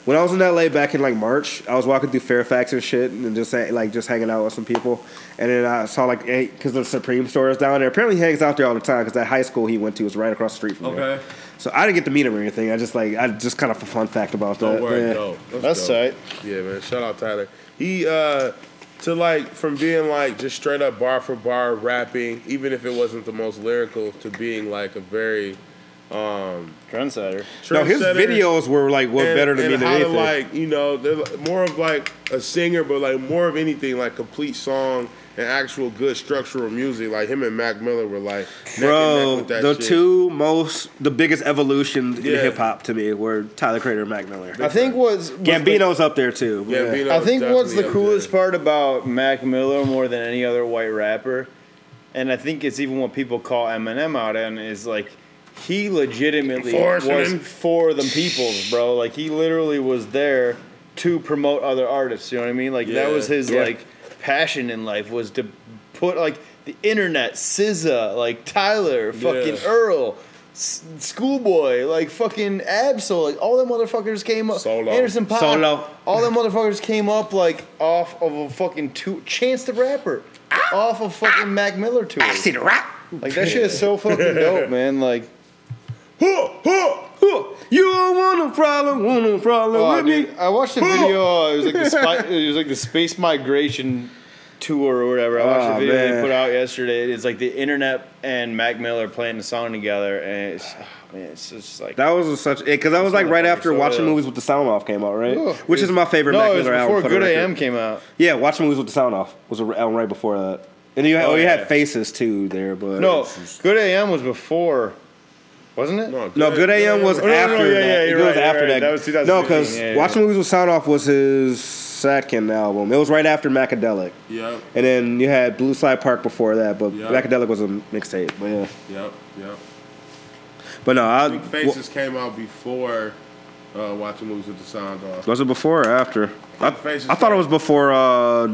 B: When I was in LA back in like March, I was walking through Fairfax and shit, and just ha- like just hanging out with some people, and then I saw like because the Supreme store is down there. Apparently, he hangs out there all the time because that high school he went to was right across the street from there.
C: Okay.
B: So I didn't get to meet him or anything. I just like I just kind of a fun fact about that.
C: Don't worry,
B: Yeah.
C: dope.
D: That's
C: dope.
D: tight.
C: Yeah, man. Shout out Tyler. He uh to like from being like just straight up bar for bar rapping, even if it wasn't the most lyrical, to being like a very um
D: Trendsetter.
B: No, his
C: trendsetter
B: videos were like what
C: and-
B: better to
C: and
B: me than
C: how to,
B: anything.
C: like you know they're like- more of like a singer but like more of anything like complete song and actual good structural music like him and Mac Miller were like neck and neck
B: Bro,
C: with that
B: the
C: shit.
B: two most, the biggest evolution in
C: Yeah.
B: hip hop to me were Tyler Crater and Mac Miller.
D: I think what's what's
B: Gambino's up there too. but yeah.
C: Gambino
D: I think
C: was
D: what's the
C: definitely up
D: coolest
C: there.
D: part about Mac Miller more than any other white rapper, and I think it's even what people call Eminem out on is like he legitimately
C: Forcing
D: was
C: him.
D: for the peoples, bro. Like he literally was there to promote other artists. You know what I mean? Like that was
C: Yeah.
D: his
B: Yeah.
D: like passion in life was to put like the internet, SZA, like Tyler, fucking
C: Yeah.
D: Earl. S- Schoolboy, like fucking Absol, like all them motherfuckers came up.
C: Solo.
D: Anderson Paak,
B: Solo.
D: all them motherfuckers came up like off of a fucking two Chance the Rapper,
B: Ah.
D: off of fucking Mac Miller tour. I see the rap. Like that shit is so fucking dope, man. Like
B: You don't want no problem, want no problem
D: oh,
B: with
D: dude,
B: me.
D: I watched the video. Uh, it was like the spy, it was like the space migration tour or whatever. I watched
B: Oh,
D: the video they
B: man.
D: put out yesterday. It's like the internet and Mac Miller playing the song together, and it's oh, man, it's just like
B: That was such because that was like right after
D: So,
B: watching
D: yeah.
B: movies with the sound off came out, right?
D: Ugh.
B: Which is my favorite
D: no,
B: Mac
D: it was
B: Miller album.
D: before
B: for the
D: Good
B: record.
D: AM came out.
B: Yeah, watching movies with the sound off was an album right before that. And you had,
D: Oh,
B: oh, you
D: yeah.
B: had Faces too there, but
D: No, Good AM was before, wasn't it?
B: No, Good AM was
D: no, no,
B: after
D: yeah,
B: that.
D: yeah, you're
B: it was
D: right, you're
B: after
D: right.
B: that.
D: That was 2015,
B: No, because
D: yeah, yeah.
B: Watching Movies with Sound Off was his second album. It was right after Macadelic.
C: Yep,
B: And then you had Blue Slide Park before that, but
C: Yeah.
B: Macadelic was a mixtape. But yeah.
C: yep, yep.
B: But no, I,
C: I think Faces came out before uh, Watching Movies with the Sound Off.
B: Was it before or after? I,
C: Faces
B: I thought it was before uh,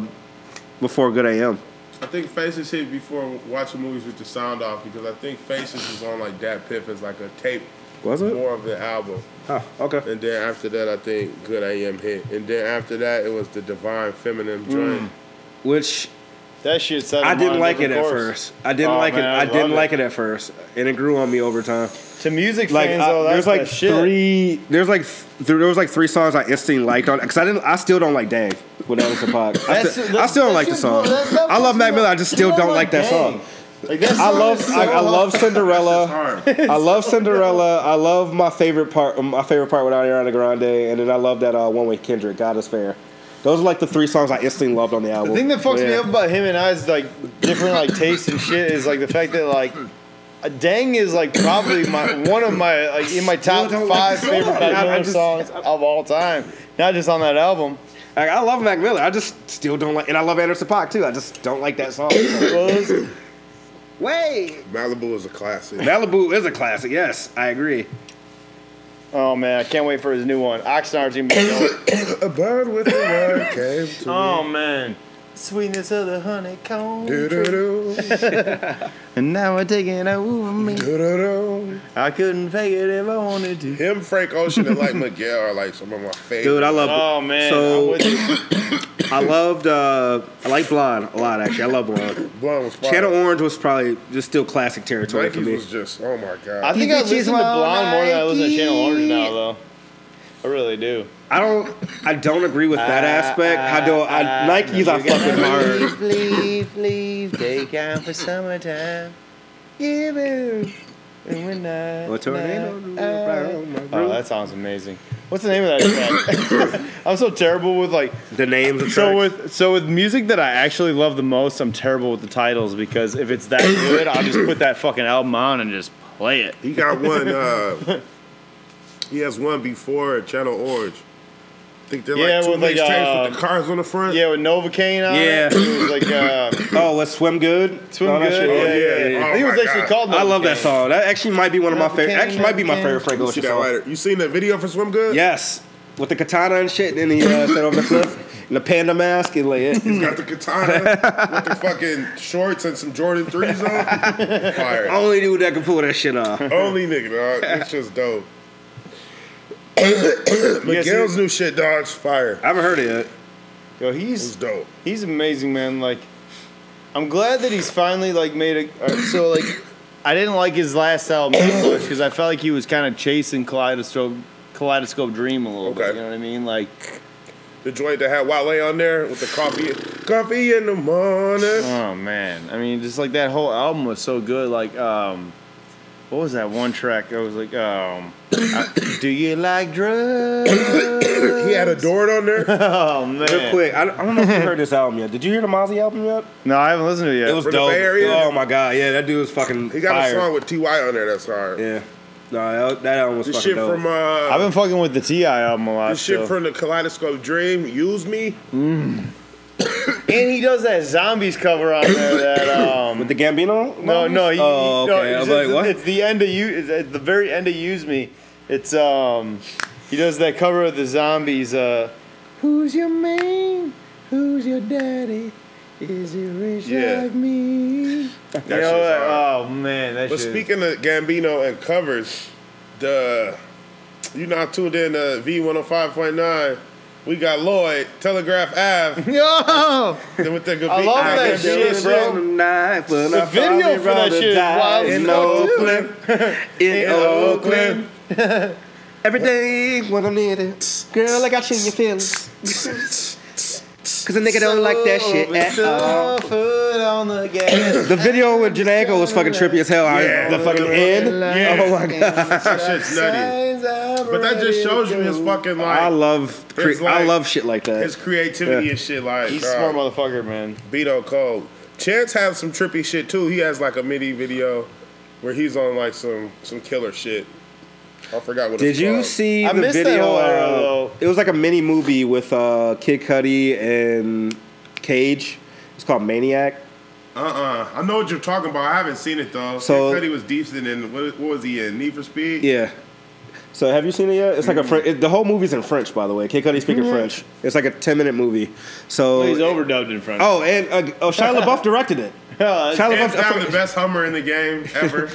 B: before Good AM.
C: I think Faces hit before Watching Movies with the Sound Off because I think Faces was on like that Piff as like a tape.
B: Was it?
C: More of the album.
B: Oh, okay.
C: And then after that, I think Good AM hit. And then after that, it was the Divine Feminine
B: Mm.
C: joint.
B: Which
D: That shit set. him
B: I
D: on
B: didn't
D: a
B: like it
D: different
B: at
D: course.
B: first. I didn't
D: Oh,
B: like
D: man,
B: it.
D: I
B: I, didn't
D: love
B: like
D: it.
B: it at first, and it grew on me over time.
D: To music
B: Like
D: fans,
B: I-
D: though, that's
B: there's like
D: the shit.
B: three. There's like th- there, there was like three songs I instantly liked on because I didn't. I still don't like Dang with Anderson Paak. I,
D: That's-
B: still- I
D: that-
B: still
D: that
B: don't like the
D: shit-
B: song.
D: that- that
B: I love
D: fucking-
B: Mac Miller. I just
D: you
B: still
D: don't
B: don't
D: like
B: like that
D: Dang.
B: song.
D: Like that
B: I
D: song
B: love
D: is so
B: I, I love Cinderella. I love Cinderella. I love my favorite part. My favorite part with Ariana Grande, and then I love that uh, one with Kendrick. God is fair. Those are like the three songs I instantly loved on the album.
D: The thing that fucks me
B: Yeah.
D: up about him and I's like different like tastes and shit is like the fact that like a Dang is like probably my one of my like in my top
B: don't like
D: five
B: the song.
D: favorite Mac
B: I- I
D: Miller
B: just-
D: songs of all time. Not just on that album.
B: Like, I love Mac Miller. I just still don't like, and I love Anderson Paak too. I just don't like that song. So- Wait,
C: Malibu is a classic.
B: Malibu is a classic. Yes, I agree.
D: Oh man, I can't wait for his new one. Oxnard's gonna be dope.
C: a bird with a word came to
D: Oh man. Sweetness of the honeycomb.
C: Do-do-do,
D: And now we're taking over me.
C: do-do-do.
D: I couldn't fake it if I wanted to.
C: Him, Frank Ocean, and like Miguel are like some of my favorites.
B: Dude, I love.
D: Oh man,
B: So
D: I'm with you.
B: I loved. Uh, I like Blonde a lot. Actually, I love Blonde.
C: Blonde was fire.
B: Channel Orange was probably just still classic territory for
C: Nike's
B: me.
C: was just, oh my god.
D: I think I
B: Bitches
D: listen to
B: love
D: Blonde more than I listen to Channel Orange now,
B: Nike.
D: though. I really do.
B: I don't. I don't agree with that
D: Ah,
B: aspect. I do.
D: uh,
B: I, Nike's. I fucking hard.
D: leave, leave, take out for summertime. Yeah, baby. And we're not.
B: What's her name?
D: Oh, that sounds amazing. What's the name of that track? I'm so terrible with like.
B: The names. Of
L: So
B: so
L: with so with music that I actually love the most, I'm terrible with the titles because if it's that good, I'll just put that fucking album on and just play it.
C: He got one. Uh, he has one before Channel Orange. I think they're
D: Yeah,
C: like two
D: with, like,
C: mixtapes
D: uh,
C: with the cars on the front.
D: Yeah, with Novocaine on
B: Yeah.
D: it. It was like uh,
B: oh, let's swim good.
D: Swim
B: Oh, that's
D: Good.
B: what-
D: Yeah,
C: Oh,
D: yeah,
C: yeah,
D: yeah.
C: yeah.
D: I think it was
C: Oh, my
D: actually
C: God.
D: called Novocaine.
B: I love that song. That actually might be one of my favorite. Actually, might be my favorite Frank
C: See
B: Ocean
C: that
B: song.
C: lighter? You seen that video for Swim Good?
B: Yes, with the katana and shit, and then he uh, set over the cliff and the panda mask and like it.
C: He's got the katana with the fucking shorts and some Jordan threes on. Fire.
B: Only dude that can pull that shit off.
C: Only nigga, dog. It's just dope. Miguel's new shit, dog. It's fire.
B: I haven't heard it yet.
D: Yo,
C: It's
D: he's
C: dope.
D: he's amazing, man. Like, I'm glad that he's finally like made a. uh, so like, I didn't like his last album because I felt like he was kind of chasing kaleidoscope, kaleidoscope dream a little bit.
C: Okay.
D: You know what I mean? Like,
C: The joint that had Wale on there with the coffee, coffee in the morning.
D: oh man, I mean, just like that whole album was so good. Like, um, what was that one track? I was like, um, I- do you like drugs?
C: He had a Dort on there.
D: Oh man,
B: Real quick, I, I don't know if you heard this album yet. Did you hear the Mozzie album yet?
L: No, I haven't listened to it yet.
B: It was
C: For the
B: dope.
C: Bay Area?
B: Oh my god, yeah, that dude was fucking.
C: He got
B: fire.
C: a song with T.Y. on there that's hard.
B: Yeah, no, that, that album was
C: This
B: fucking
C: shit
B: dope.
C: from uh,
L: I've been fucking with the Ti album a lot.
C: this shit
L: so.
C: from the Kaleidoscope Dream. Use me.
D: and he does that zombies cover on there. That um,
B: With the Gambino?
D: No, no, you,
B: oh,
D: you- no,
B: okay.
D: it's,
B: I was like,
D: it's-
B: what?
D: it's the end of you. It's at the very end of "Use Me." It's um, he does that cover of the zombies. Uh, Who's your man? Who's your daddy? Is he rich
C: Yeah.
D: like me? You
C: shit's
D: know, like,
C: hard.
D: oh man, that
C: But
D: shit.
C: speaking of Gambino and covers, the you not tuned in to V one hundred five point nine. We got Lloyd Telegraph Ave.
D: Yo,
C: then with the Gavi-
D: I love that
C: Gavi-
D: shit,
B: Shit,
D: bro.
B: bro. Knife, when
D: The
B: I
D: video
B: finally
D: for that
B: rolled a
D: shit is
B: die
D: wild as
B: In
D: fuck, too.
B: Oakland, in Oakland, everything when I need it, girl, I got you in your feelings. Cause a nigga don't like that shit at all.
D: Foot on the gas.
B: The video with Janago was fucking trippy as hell.
C: Yeah.
B: The fucking end. Oh my god.
C: That shit's nutty. But that just shows you his fucking like
B: I love, cre-
C: It's like-
B: I love shit like that.
C: his creativity and shit. Like
D: He's a
C: dog,
D: smart motherfucker, man.
C: Beto Cole. Chance has some trippy shit too. He has like a MIDI video where he's on like some some killer shit. I forgot what.
B: Did
C: it's
B: you
C: called.
B: see
D: I
B: the
D: missed that
B: video?
D: whole era,
B: uh,
D: though.
B: it was like a mini movie with uh, Kid Cudi and Cage. It's called Maniac.
C: Uh-uh. I know what you're talking about. I haven't seen it though.
B: So-
C: So he was decent in what, what was he in? Need for Speed.
B: Yeah. So have you seen it yet? It's like a French. It, the whole movie's in French, by the way. Kid Cudi speaking French. It's like a ten minute movie. So
D: Mm-hmm. He's overdubbed in front.
B: oh, and uh, oh, Shia LaBeouf directed it.
D: Oh,
B: Shia
C: Hands
B: LaBeouf. I
C: down
B: forget-
C: the best Hummer in the game ever.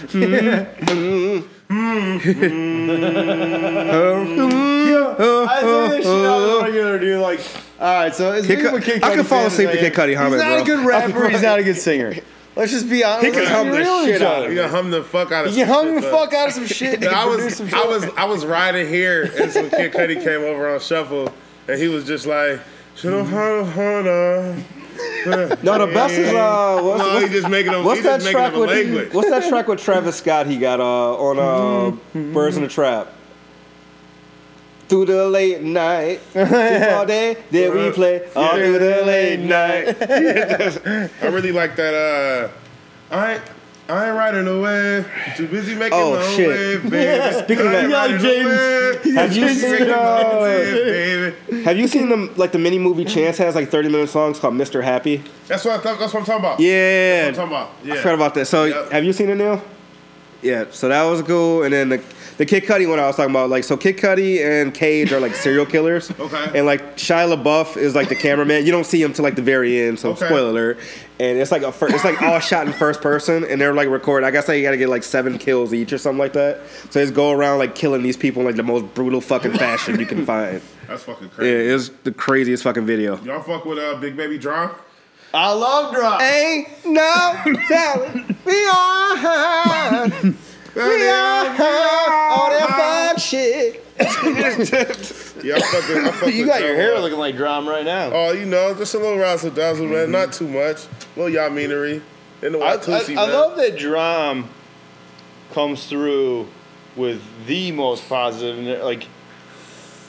D: I say this shit on the regular, dude. Like, all right, so it's
B: Kid Cu- I could fall asleep to Kid Cudi Hammett,
D: He's not a
B: bro.
D: good rapper. he's not a good singer. Let's just be honest.
B: He can
D: Let's
B: hum
D: be
B: the
D: real with
B: shit
D: each
B: out
D: other.
C: You got hum the fuck out of.
D: He
C: some
D: hung
C: shit,
D: the
C: though.
D: fuck out of some shit.
C: But I
D: produced
C: was
D: some
C: I
D: shit.
C: was I was riding here and some Kid Cudi came over on shuffle and he was just like. "Shonohana, Hana."
B: No, the best is uh, what's,
C: No,
B: what's,
C: he just making up.
B: what's
C: he
B: that
C: just making
B: track
C: up a
B: with?
C: language.
B: What's that track with Travis Scott? He got uh on uh Birds in the Trap. Through the late night, all day, then we play all through the late night.
C: I really like that. Uh, I ain't- I ain't riding away. Too busy making
B: Oh,
C: my own
B: shit.
C: wave, baby.
B: Speaking of
C: I ain't
B: that-
C: riding away.
B: Have you
C: Busy
B: seen
C: making my own
B: uh,
C: wave, baby.
B: Have you seen the like the mini movie Chance has like thirty minute songs called Mr. Happy?
C: That's what I thought. That's what I'm talking about.
B: Yeah,
C: That's what I'm talking about. Yeah.
B: I forgot about that. So
C: Yep.
B: have you seen it now? Yeah. So that was cool. And then the the Kid Cudi one I was talking about, like so Kid Cudi and Cage are like serial killers.
C: Okay.
B: And like Shia LaBeouf is like the cameraman. You don't see him till like the very end. So
C: Okay.
B: spoiler alert. And it's like a fir- it's like all shot in first person, and they're like recording. I guess they got to get like seven kills each or something like that. So they just go around like killing these people in like the most brutal fucking fashion you can find.
C: That's fucking crazy.
M: Yeah, it's the craziest fucking video.
C: Y'all fuck with uh, Big Baby Drop?
D: I love Drop.
N: Ain't no telling. We are high. We are high. All that fuck shit.
C: Yeah, I fuck with, I fuck
D: You
C: with
D: got your
C: Drop.
D: hair looking like Drum right now.
C: Oh, you know, just a little razzle dazzle, man.
B: Mm-hmm.
C: Not too much. A little y'all meanery. And the
D: I,
C: white
D: I,
C: pussy,
D: I
C: man.
D: love that Drum comes through with the most positive, and they're like,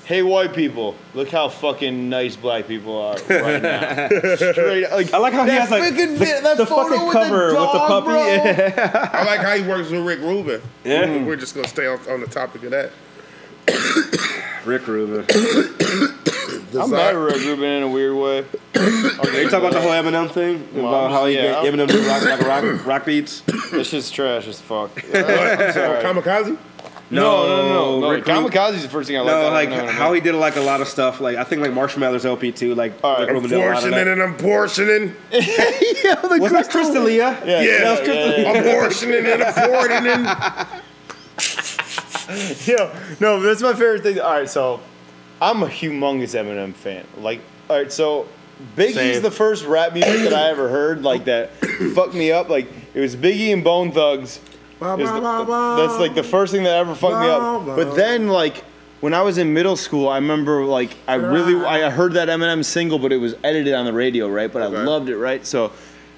D: hey, white people, look how fucking nice black people are right now. Straight, like,
B: I like how he
N: That
B: has like
N: freaking vi- that
B: the
N: photo
B: fucking
N: with the
B: cover with the
N: dog,
B: puppy.
N: bro.
B: Yeah.
C: I like how he works with Rick Rubin. Yeah. We're just gonna stay on, on the topic of that.
B: Rick Rubin.
D: I'm mad at Rick Rubin in a weird way.
B: Are you talking about the whole Eminem thing? about how he
D: yeah.
B: made Eminem do rock, rock, rock, rock beats?
D: This shit's trash as fuck.
C: Kamikaze?
D: No, no, no, no.
B: Rick Rubin-
D: Kamikaze's the first thing I like.
B: no,
D: I
B: like
D: don't know, no.
B: how he did like a lot of stuff. Like I think like Marshmallow's LP too. Like
D: All right.
B: Rick Rubin did a lot of
C: Portioning
B: that.
C: and I'm portioning.
B: Was that Crystalia? Yeah, that was
C: Yeah.
B: Crystalia.
C: I'm portioning and affording and
D: Yo, no, that's my favorite thing. All right, so I'm a humongous Eminem fan. Like, all right, so Biggie's
B: Same.
D: the first rap music that I ever heard. Like that, fucked me up. Like it was Biggie and Bone Thugs. is the- that's like the first thing that ever fucked me up. But then, like when I was in middle school, I remember like I really I heard that Eminem single, but it was edited on the radio, right? But I loved it, right? So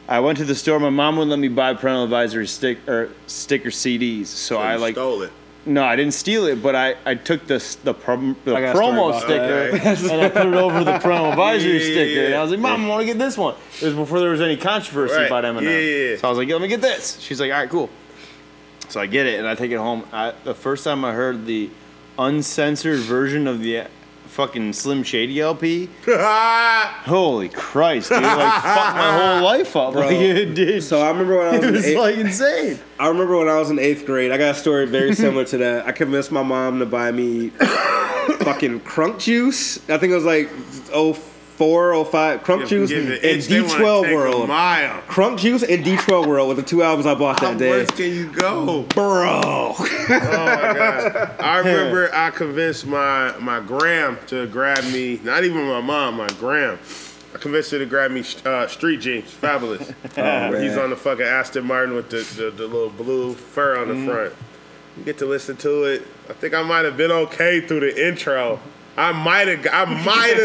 D: I went to the store. My mom wouldn't let me buy parental advisory stick or sticker CDs, so I like
C: stole it.
D: no, I didn't steal it, but I, I took this the prom, the
B: got a story
D: promo
B: about
D: sticker and I put it over the promo advisory sticker, and I was like, "Mom, I want to get this one." It was before there was any controversy
C: Right.
D: about Eminem,
C: Yeah, yeah, yeah.
D: so I was like, "Let me get this." She's like, "All right, cool." So I get it, and I take it home. I, the first time I heard the uncensored version of the fucking Slim Shady LP,
C: Ah!
D: holy Christ, dude! Like, fucked my whole life up, bro. Like, it did.
B: So I remember when I was,
D: it
B: in
D: was
B: eighth,
D: like insane.
B: I remember when I was in eighth grade. I got a story very similar to that. I convinced my mom to buy me fucking crunk juice. I think it was like oh four oh five crunk juice
C: Give it
B: and
C: itch, they
B: D
C: wanna
B: twelve
C: take a
B: world.
C: Mile.
B: Crunk juice and D twelve world were the two albums I bought that
C: How
B: day.
C: worse can you go?
B: Bro,
C: I remember I convinced my my gram to grab me, not even my mom, my gram. I convinced her to grab me uh, Street James, fabulous.
B: Oh,
C: He's on the fucking Aston Martin with the, the, the little blue fur on the
B: Mm-hmm.
C: front. You get to listen to it. I think I might have been okay through the intro. I might have, I might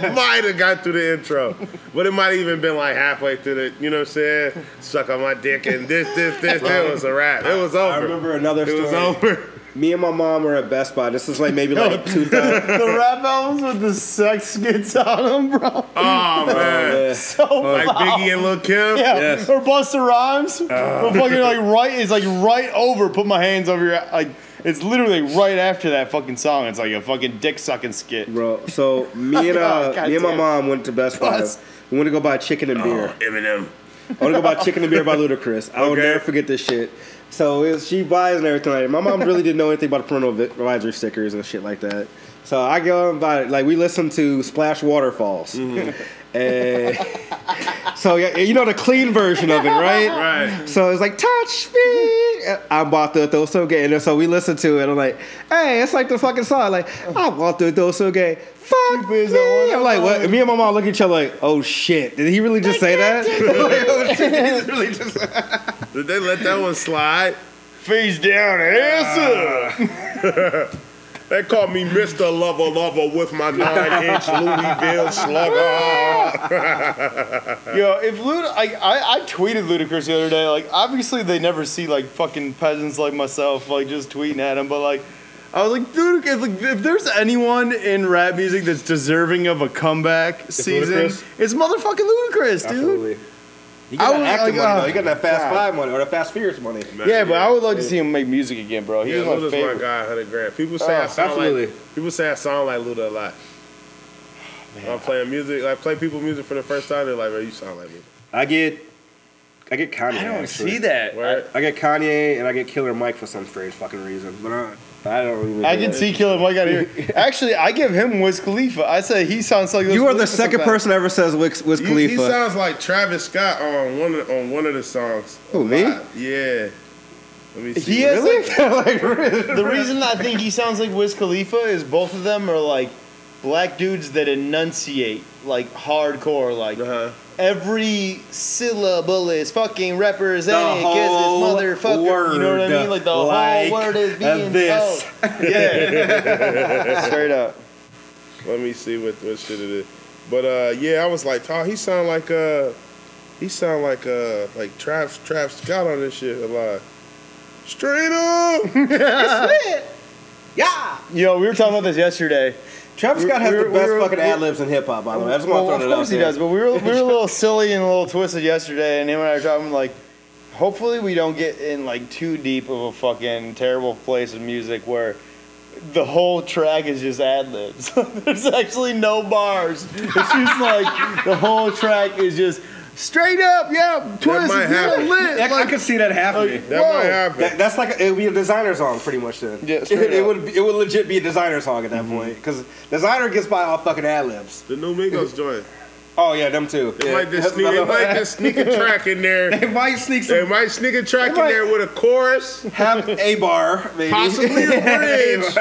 C: have, might have got through the intro, but it might have even been like halfway through the, you know what I'm saying? Suck on my dick and this, this, this. It was a wrap. It was over.
B: I remember another
C: It
B: story.
C: was over.
B: Me and my mom were at Best Buy. This is like maybe like two thousand.
D: the rap albums with the sex skits on them, bro.
C: Oh man.
D: So
C: Like Biggie and Uh, Lil Kim.
D: Yeah,
B: Yes.
D: or Busta Rhymes. Or fucking like right, it's like right over. Put my hands over your like. It's literally right after that fucking song. It's like a fucking dick sucking skit.
B: Bro, so me and uh,
D: God
B: me and my
D: damn.
B: mom went to Best Buy.
D: Plus-
B: We went to go buy chicken and
C: Oh.
B: beer.
C: Eminem.
B: I want to go buy Chicken and Beer by Ludacris. I will
C: Okay.
B: never forget this shit. So it was- she buys and everything like that. My mom really didn't know anything about parental vi- advisory stickers and shit like that. So I go and buy it. Like we listened to Splash Waterfalls. Mm-hmm. And so yeah, you know the clean version of it, right?
C: Right.
B: So it's like touch me. I bought the doso gay, and so we listened to it. I'm like, hey, it's like the fucking song. Like I bought the doso gay. Fuck me. I'm like, what? Me and my mom look at each other like, oh shit, did he really just say that? Like, oh, shit, did he just really just-
C: Did they let that one slide?
D: Face down, ass up.
C: They call me Mr. Lover Lover with my nine inch Louisville slugger.
D: Yo, if Lud, I, I, I tweeted Ludacris the other day. Like, obviously they never see like fucking peasants like myself, like just tweeting at him. But like, I was like, Ludacris, like, if there's anyone in rap music that's deserving of a comeback season,
C: Ludacris?
D: it's motherfucking Ludacris, dude.
B: He
D: I
B: got
D: was
B: that
D: like,
B: acting money,
D: uh,
B: though. He got that Fast Five money or the Fast Furious money.
D: Yeah, but I would like to see him make music again, bro. He's
C: Yeah,
D: my
C: Luda's my
D: favorite.
C: guy, hundred grand. People say
D: Oh,
C: I sound
B: absolutely.
C: like people say I sound like Luda a lot. I'm playing music. I play people music for the first time. They're like, "Man, you sound like me."
B: I get, I get Kanye.
D: I don't
B: actually.
D: see that.
C: Right?
B: I get Kanye and I get Killer Mike for some strange fucking reason, but I, I don't even.
D: I
B: do
D: can
B: that.
D: see Killer Mike out here. Actually, I give him Wiz Khalifa. I say he sounds like Wiz
B: You are the
D: Khalifa
B: second
D: sometimes.
B: person ever says Wiz, Wiz
C: You- he
B: Khalifa.
C: sounds like Travis Scott on one of, on one of the songs.
B: Who, me?
C: Yeah. Let me see.
D: He has like, the reason I think he sounds like Wiz Khalifa is both of them are like
O: black dudes that enunciate like hardcore, like
J: Uh-huh.
O: every syllable is fucking represented
J: whole
O: because it's motherfucker. you know what I mean?
J: word,
O: Like the
J: like
O: whole word is being
J: this.
O: spelled. Yeah, straight up.
C: Let me see what, what shit it is. But uh, yeah, I was like, Tom, he sound like uh, he sound like uh, like Trav Trav Scott on this shit a lot. Straight up,
O: Yeah.
D: Yo, we were talking about this yesterday.
B: Travis Scott has
D: We-
B: the
D: we-
B: best
D: we-
B: fucking
D: we-
B: ad libs in hip hop. By the way, I just
D: Well,
B: want to throw
D: Of
B: that out
D: course he
B: there.
D: does, but we were, we were a little silly and a little twisted yesterday, and him and I were talking like, hopefully we don't get in like too deep of a fucking terrible place in music where the whole track is just ad libs. There's actually no bars. It's just like the whole track is just straight up, yeah, twist,
C: might happen.
B: I, I could see that happening.
C: That might happen.
B: That- that's like it would be a designer song, pretty much. Then
D: Yeah,
B: it,
D: straight
B: it
D: up. Mm-hmm.
B: would be, it would legit be a designer song at that point because designer gets by all fucking ad libs.
C: the new Migos joint.
B: Oh yeah, them too.
C: They
B: yeah.
C: might just sneak, they might just sneak a track in there.
B: They might sneak some.
C: They might sneak a track in
B: might-
C: there with a chorus,
B: Have a bar, maybe.
C: possibly a bridge,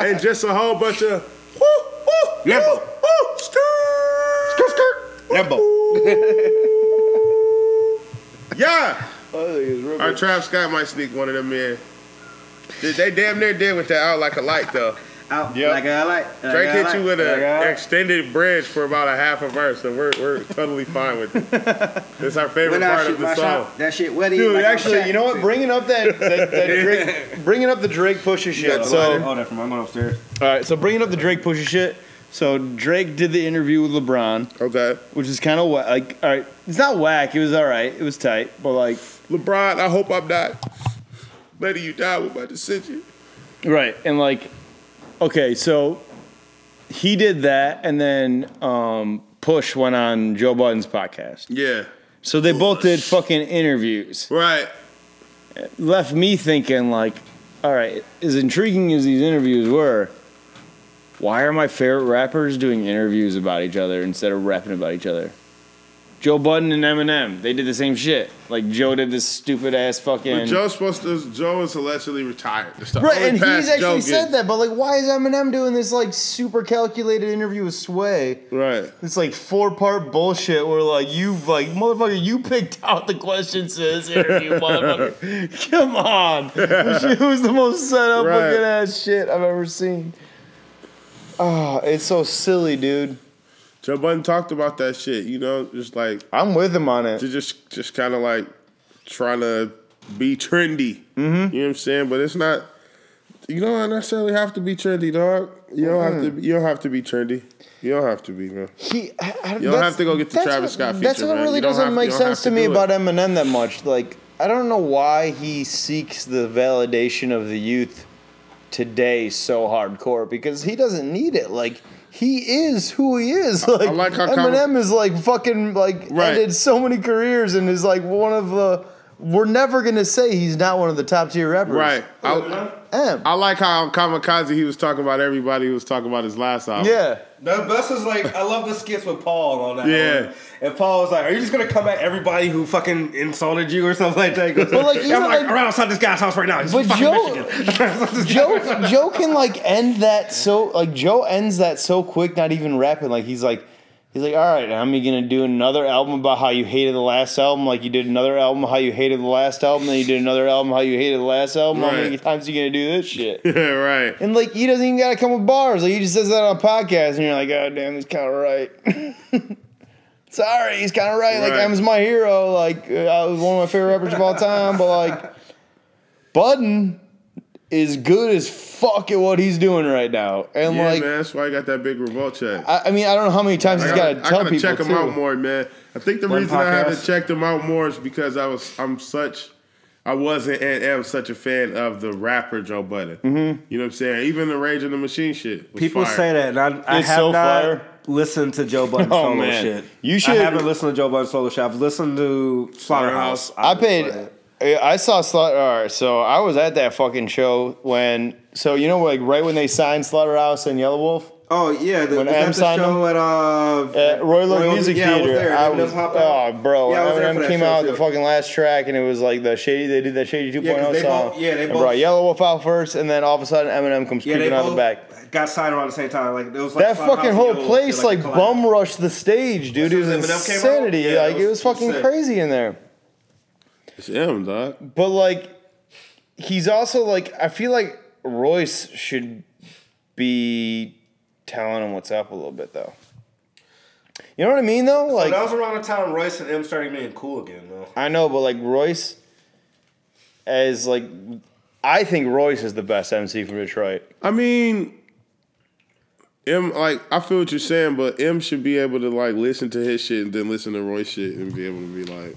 C: and just a whole bunch of woo woo
B: Limbo.
C: woo woo skirt skirt skirt Yeah. Our Trav Scott might sneak one of them in. They, they damn near did with that out like a light though.
J: Out
D: Yep.
J: like I like. like
C: Drake
J: I
C: hit
J: like,
C: you with
J: like I
C: an
J: like.
C: extended bridge for about a half a verse, and we're, we're totally fine with it. It's our favorite
J: When I
C: part
J: shoot
C: of
J: my
C: the song.
J: shot, that shit wetty.
D: Dude,
J: like I'm
D: actually,
J: Shaq.
D: you know what? Bringing up that, that, that Drake, bringing up the Drake pusha shit. So,
B: hold on, from I'm going upstairs.
D: all right, so bringing up the Drake pusha shit. So Drake did the interview with LeBron.
C: Okay.
D: which is kind of whack. Like, all right, it's not whack. It was all right. It was tight, but like,
C: LeBron, I hope I'm not letting you die with my decision.
D: right, and like, okay, so he did that, and then um, Push went on Joe Budden's podcast.
C: Yeah.
D: So they both did fucking interviews.
C: Right.
D: Left me thinking like, all right, as intriguing as these interviews were. Why are my favorite rappers doing interviews about each other instead of rapping about each other? Joe Budden and Eminem, they did the same shit. Like Joe did this stupid ass fucking.
C: But Joe's supposed to. Joe is allegedly retired. That's the
D: Right,
C: only
D: and he's
C: pass
D: actually
C: Joe
D: said
C: gets.
D: that, but like, why is Eminem doing this like super calculated interview with Sway?
C: Right.
D: It's like four part bullshit where like you like motherfucker, you picked out the questions to this interview, motherfucker. Come on, This shit was the most set up
C: Right.
D: looking ass shit I've ever seen. Ah, it's so silly, dude.
C: Joe Budden talked about that shit. You know, just like
D: I'm with him on it.
C: to just just kind of like trying to be trendy. You know what I'm saying? But it's not. You don't necessarily have to be trendy, dog. You don't have to. You don't have to be trendy. You don't have to be, man.
D: He, I, I,
C: You don't
D: that's-
C: have to go get the
D: that's
C: Travis
D: what-
C: Scott
D: That's
C: feature,
D: what
C: man.
D: really
C: You don't
D: doesn't
C: have-
D: make
C: you don't have
D: sense to
C: to
D: me
C: do it.
D: about Eminem that much. Like, I don't know why he seeks the validation of the youth today so hardcore because he doesn't need it. Like, he is who he is. Like,
C: like how conver-
D: Eminem is like fucking like
C: Right.
D: ended so many careers and is like one of the. We're never gonna say he's not one of the top tier rappers.
C: Right. I,
D: M.
C: I like how Kamikaze he was talking about everybody who was talking about his last album.
D: yeah.
B: The best is like I love the skits with Paul and all that.
C: Yeah.
B: And Paul was like, "Are you just gonna come at everybody who fucking insulted you or something like that?" But
D: like,
B: I'm
D: even
B: like,
D: like-
B: "Right outside this guy's house right now." He's
D: But
B: fucking
D: Joe-
B: Michigan.
D: Joe Joe can like end that so like Joe ends that so quick, not even rapping. Like he's like he's like, all right, how am you gonna do another album about how you hated the last album? Like you did another album how you hated the last album, then you did another album how you hated the last album. How many
C: Right.
D: times you gonna do this shit?
C: Yeah, right.
D: And like he doesn't even gotta come with bars. Like he just says that on a podcast, and you're like, oh damn, he's kind of right. Sorry, he's kind of right. Like
C: Right.
D: M's my hero. Like uh, I was one of my favorite rappers of all time. But like, Budden is good as fuck at what he's doing right now. And
C: Yeah,
D: like,
C: man. That's why I got that big revolt check.
D: I, I mean, I don't know how many times he's
C: gotta-
D: gotta tell
C: I gotta
D: people
C: check
D: too.
C: them out more, man. I think the reason I haven't checked them out more is because I was I'm such I wasn't and am such a fan of the rapper Joe Budden.
D: Mm-hmm.
C: You know what I'm saying? Even the Rage and the Machine shit. Was
B: People
C: fire.
B: say that, and I, I
D: It's
B: have
D: so
B: not
D: fire.
B: listened to Joe Budden
D: Oh,
B: solo
D: man.
B: shit.
D: You
B: I
D: should-
B: haven't listened to Joe Budden solo shit. I've listened to Slaughterhouse.
D: I paid. uh, I saw Slaughter. All right, so I was at that fucking show when. So you know, like right when they signed Slaughterhouse and Yellow Wolf.
J: Oh yeah, the,
D: When
J: was that
D: Em
J: the
D: signed
J: show at uh
D: At Royal Oak Music
J: yeah,
D: Theater.
J: I was there.
D: I
J: Eminem
D: was,
J: hopped out.
D: oh, bro.
J: Yeah, I was there
D: when
J: for
D: Eminem
J: that
D: came
J: show,
D: out,
J: too.
D: the fucking last track, and it was like the shady. They did that shady 2.0
J: Yeah, 'cause they
D: song.
J: both- yeah, they
D: and
J: both-
D: brought Yellow Wolf out first, and then all of a sudden Eminem comes
J: Yeah,
D: creeping
J: they
D: out the
J: both
D: back.
B: got signed around the same time. Like it was like
D: That
B: five
D: fucking
B: houses
D: whole
B: old,
D: place
B: they,
D: like,
B: collided.
D: bum rushed the stage, dude. It was insanity. like it was fucking crazy in there.
C: It's him, dog.
D: But like, he's also like, I feel like Royce should be telling him what's up a little bit though. You know what I mean though?
B: So
D: Like
B: that was around the time Royce and M started being cool again, though.
D: I know, but like Royce, as like, I think Royce is the best MC from Detroit.
C: I mean, M, like, I feel what you're saying, but M should be able to, like, listen to his shit and then listen to Roy's shit and be able to be like,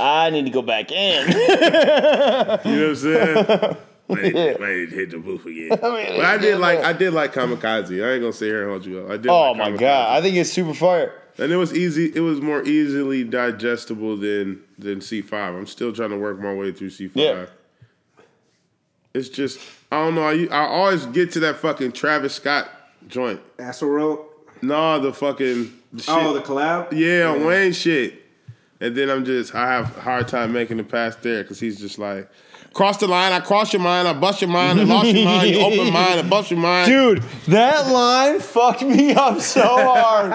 D: I need to go back in. you
C: know what I'm saying? Wait,
D: Yeah.
C: wait, hit the booth again.
D: I
C: I
D: mean,
C: but I
D: yeah,
C: did like I did like Kamikaze. I ain't gonna sit here and hold you up. I did.
D: Oh
C: like
D: my
C: Kamikaze.
D: god, I think it's super fire.
C: And it was easy. It was more easily digestible than than C five. I'm still trying to work my way through C five.
D: Yeah.
C: It's just I don't know. I, I always get to that fucking Travis Scott joint.
B: Astro World.
C: No, the fucking the shit.
B: Oh, the collab.
C: Yeah,
B: Yeah.
C: Wayne shit. And then I'm just I have a hard time making the pass there because he's just like. Cross the line, I cross your mind, I bust your mind, I lost your mind, you open mind, I bust your mind.
D: Dude, that line fucked me up so hard.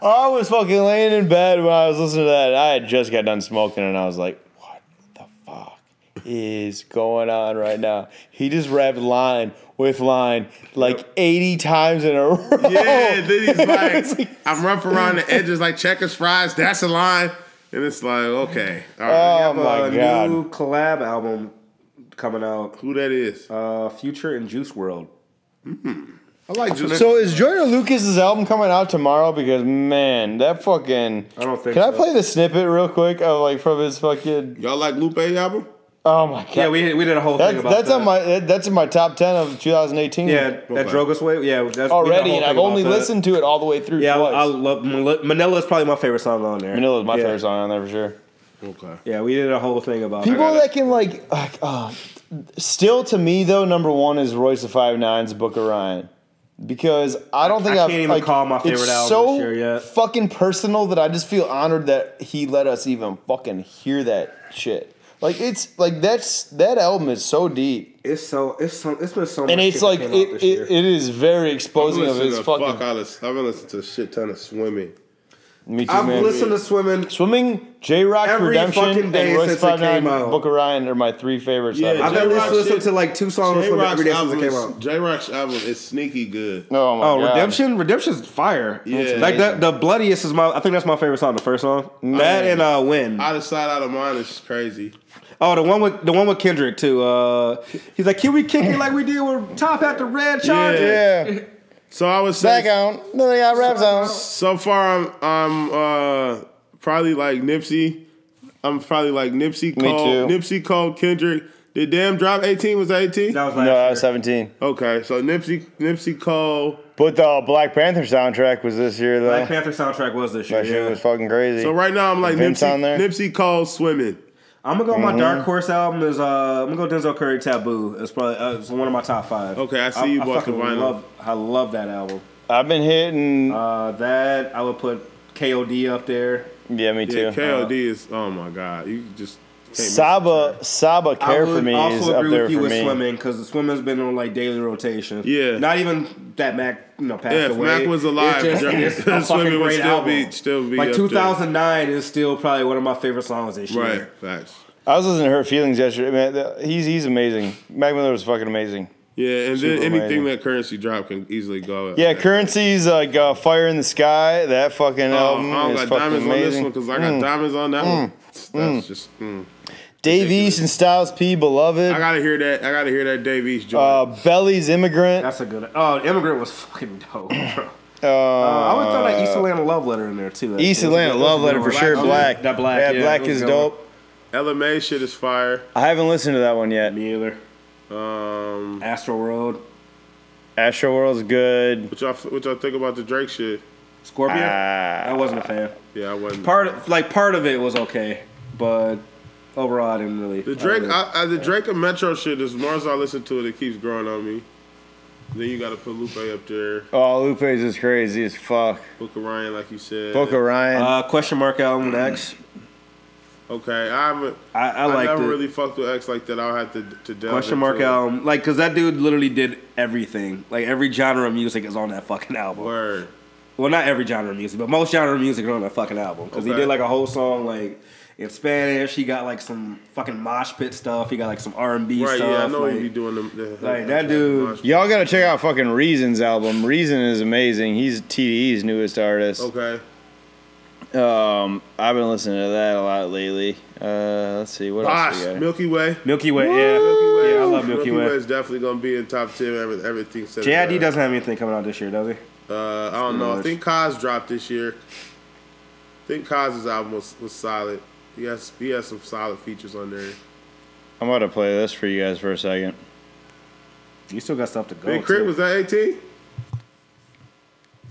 D: I was fucking laying in bed when I was listening to that. I had just got done smoking and I was like, what the fuck is going on right now? He just rapped line with line like 80 times in a row.
C: Yeah,
D: Oh.
C: then he's like, I'm rough around the edges like checkers fries. That's a line, and it's like, okay, all right.
D: Oh, my
B: a
D: God.
B: Uh, new collab album coming out.
C: Who that is?
B: Uh, Future and Juice World.
C: I like
D: So is Jordan Lucas's album coming out tomorrow? Because man, that fucking. I
B: don't think
D: Can I
B: so.
D: play the snippet real quick of like from his fucking?
C: Y'all like Lupe album?
D: Oh my god!
B: Yeah, we- we did a whole thing
D: That's-
B: about
D: that's
B: that.
D: on my that, that's in my top ten of 2018.
B: Yeah, that drug us way. Yeah, that's, we did a
D: already,
B: whole
D: and
B: thing
D: I've only
B: about that.
D: listened to it all the way through
B: Yeah, I,
D: twice.
B: I love Manila. Manila's probably my favorite song on there.
D: Manila's my
B: Yeah.
D: favorite song on there for sure.
C: Okay.
B: Yeah, we did a whole thing about
D: People
B: that.
D: that can like, like uh, still to me though, number one is Royce the Five Nines, Booker Ryan, because I don't think
B: I
D: I've,
B: can't even
D: like,
B: call my favorite
D: it's
B: album
D: so
B: this year yet.
D: fucking personal that I just feel honored that he let us even fucking hear that shit. Like it's like that's that album is so deep.
B: It's so it's so it's been so.
D: And
B: much
D: it's
B: shit that
D: like
B: came out
D: it,
B: this
D: it,
B: year.
D: it is very
C: I've
D: exposing of
C: listened
D: his
C: to
D: fucking.
C: fuck. I listen, I've been listening to a shit ton of swimming.
D: Me too,
B: I've
D: man.
B: listened to swimming.
D: Swimming, J Rock
B: Every
D: Redemption,
B: fucking
D: and
B: day
D: Royce
B: since it
D: Five Nine,
B: came out.
D: Booker Ryan are my three favorites.
C: Yeah,
D: ever.
B: I've at least
C: J-Rock's
B: listened
C: shit-
B: to like two songs from it every day since it came out.
C: J Rock's album is sneaky good.
D: Oh my
B: Oh,
D: god!
B: Redemption! Redemption's fire.
C: Yeah.
B: like the, the bloodiest is my. I think that's my favorite song. The first song, that and uh, Win.
C: Out of sight, out of mind is crazy.
B: Oh, the one with the one with Kendrick too. Uh, he's like, "Can we kick it like we did with Top Hat the Red Charger?"
D: Yeah.
C: So I would say
D: Back on. No, they got raps on.
C: So far, I'm I'm uh, probably like Nipsey. I'm probably like Nipsey
D: Me
C: Cole.
D: too.
C: Nipsey Cole Kendrick. Did damn drop 18 was 18?
B: That was
D: No, I was 17.
C: Okay, so Nipsey Nipsey Cole.
D: But the Black Panther soundtrack was this year, though.
B: Black Panther soundtrack was this year.
D: that shit
B: yeah.
D: was fucking crazy.
C: So right now I'm like
D: Vince
C: Nipsey,
D: on there?
C: Nipsey Cole swimming.
B: I'm gonna go. My
D: Mm-hmm.
B: dark horse album is. Uh, I'm gonna go Denzel Curry Taboo. It's probably uh, it's one of my top five.
C: Okay, I see you bought
B: fucking
C: the vinyl.
B: Love, I love that album.
D: I've been hitting.
B: Uh, that I would put KOD up there.
D: yeah, Uh-huh. me
C: Yeah,
D: too.
C: KOD is oh my god, you just can't miss
D: Saba, Saba, care
B: I
D: for
B: would
D: me
B: also
D: is
B: agree
D: up there
B: with you
D: for
B: with
D: me.
B: swimming because the swimming's been on like daily rotation.
C: Yeah.
B: not even that Mac. You know, passed
C: Yeah, if
B: away.
C: Mac was alive,
B: it's
C: Dr-
B: just, it's a
C: Swimming
B: fucking
C: would
B: great
C: still
B: album.
C: be- still be up
B: like
C: there.
B: 2009 is still probably one of my favorite songs this
C: it.
B: year.
C: Right, facts.
D: I was listening to her feelings yesterday. Man, th- he's he's amazing. Mac Miller was fucking amazing.
C: Yeah, and
D: Super
C: then anything
D: amazing.
C: that currency drop can easily go.
D: Yeah, currency's like uh, Fire in the Sky. That fucking
C: Oh,
D: album
C: I
D: is
C: don't
D: fucking
C: got diamonds on this
D: amazing.
C: one because I got
D: Mm.
C: diamonds on that
D: Mm.
C: one. That's
D: Mm.
C: just. Mm.
D: Dave East and Styles P, beloved.
C: I gotta hear that. I gotta hear that Dave East joint.
D: uh, Belly's immigrant.
B: That's a good. Oh, Immigrant was fucking dope, bro.
D: Uh,
B: Uh, I would throw that East Atlanta love letter in there too.
D: East Atlanta love letter for sure. Black.
B: That black.
D: Yeah, black is dope.
C: LMA shit is fire.
D: I haven't listened to that one yet.
B: Me either.
C: Um,
B: Astro World.
D: Astro World's good.
C: what y'all what y'all think about the Drake shit?
B: Scorpion.
D: Ah.
B: I wasn't a fan.
C: Yeah, I wasn't.
B: Part of, like part of it was okay, but overall I didn't really.
C: the Drake, I, I, the Drake and Metro shit. As more as I listen to it, it keeps growing on me. Then you gotta put Lupe up there.
D: Oh, Lupe's is crazy as fuck.
C: Booker Ryan, like you said.
D: Book Ryan.
B: uh, question mark album next.
C: Okay, I haven't.
B: I, I liked
C: never
B: it.
C: really fucked with X like that. I'll have to to delve
B: Question
C: into
B: mark
C: it.
B: album, like, cause that dude literally did everything. Like every genre of music is on that fucking album.
C: Word.
B: Well, not every genre of music, but most genre of music are on that fucking album. Cause he
C: Okay.
B: did like a whole song like in Spanish. He got like some fucking mosh pit stuff. He got like some R and B
C: Right,
B: stuff.
C: yeah, I know
B: like,
C: he be doing them. The,
B: like, that dude.
D: Y'all gotta check out fucking Reason's album. Reason is amazing. He's TDE's newest artist.
C: Okay.
D: Um, I've been listening to that a lot lately. Uh, let's see what
C: Boss,
D: else. We got?
C: Milky Way.
B: Milky Way, yeah.
C: Milky Way.
B: Yeah, I love Milky Way.
C: is definitely gonna be in top ten. Every, everything said.
B: JID doesn't have anything coming out this year, does he?
C: Uh, I don't know. I think Cos dropped this year. I think Cos's album was, was solid. He has he has some solid features on there.
D: I'm about to play this for you guys for a second.
B: You still got stuff to go.
D: Oh,
C: Big Crit was that AT? Is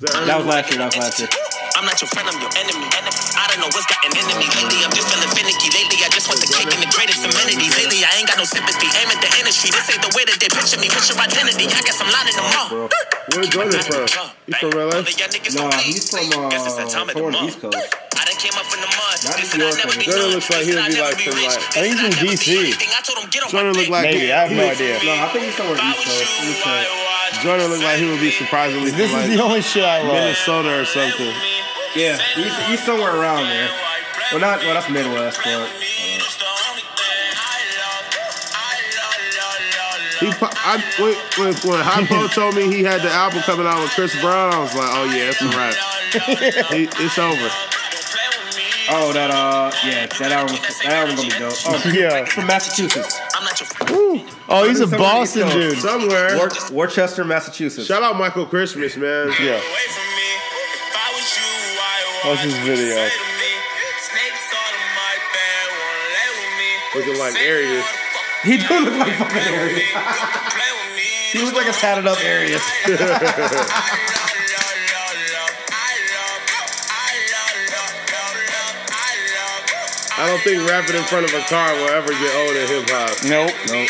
C: That,
B: That was last year. That was last year.
P: I'm not your friend, I'm your enemy. I don't know what's gotten into me lately. I'm just feeling finicky. Lately, I just want the cake and the greatest amenities. Lately, I ain't got no sympathy. Aim at the industry. This ain't the way that they picture me. What's your identity? I guess I'm lying to them all.
C: Where's Jordan from? He's from LA.
B: Nah, he's from uh, Florida East Coast. Not New York.
C: Jordan looks like he would be like from like.
D: I think he's from DC.
C: Jordan look like
D: Maybe, I have no idea.
B: No, I think he's somewhere East Coast. Let me check.
C: Jordan look like he would be surprisingly.
D: This
C: from,
D: is
C: like,
D: the only shit I love.
C: Minnesota or something.
B: Yeah, he's, he's somewhere around there. Well, not well, that's Midwest, but
C: He, po- I, when, when, when Hypo told me he had the album coming out with Chris Brown, I was like, oh yeah, it's a wrap. He- it's over.
B: oh, that uh, yeah, that album, that album gonna be dope. Oh,
D: Yeah.
B: from Massachusetts.
D: Oh, he's a
B: Somewhere on the East
D: Boston
B: Coast.
D: dude.
C: Somewhere.
B: War- Worcester, Massachusetts.
C: Shout out Michael Christmas, man.
D: Yeah. Watch this video.
C: Looking like Arius.
B: He do look like fucking Arius. he looks like a tatted up Arius.
C: I don't think rapping in front of a car will ever get old in hip hop.
D: Nope. Nope.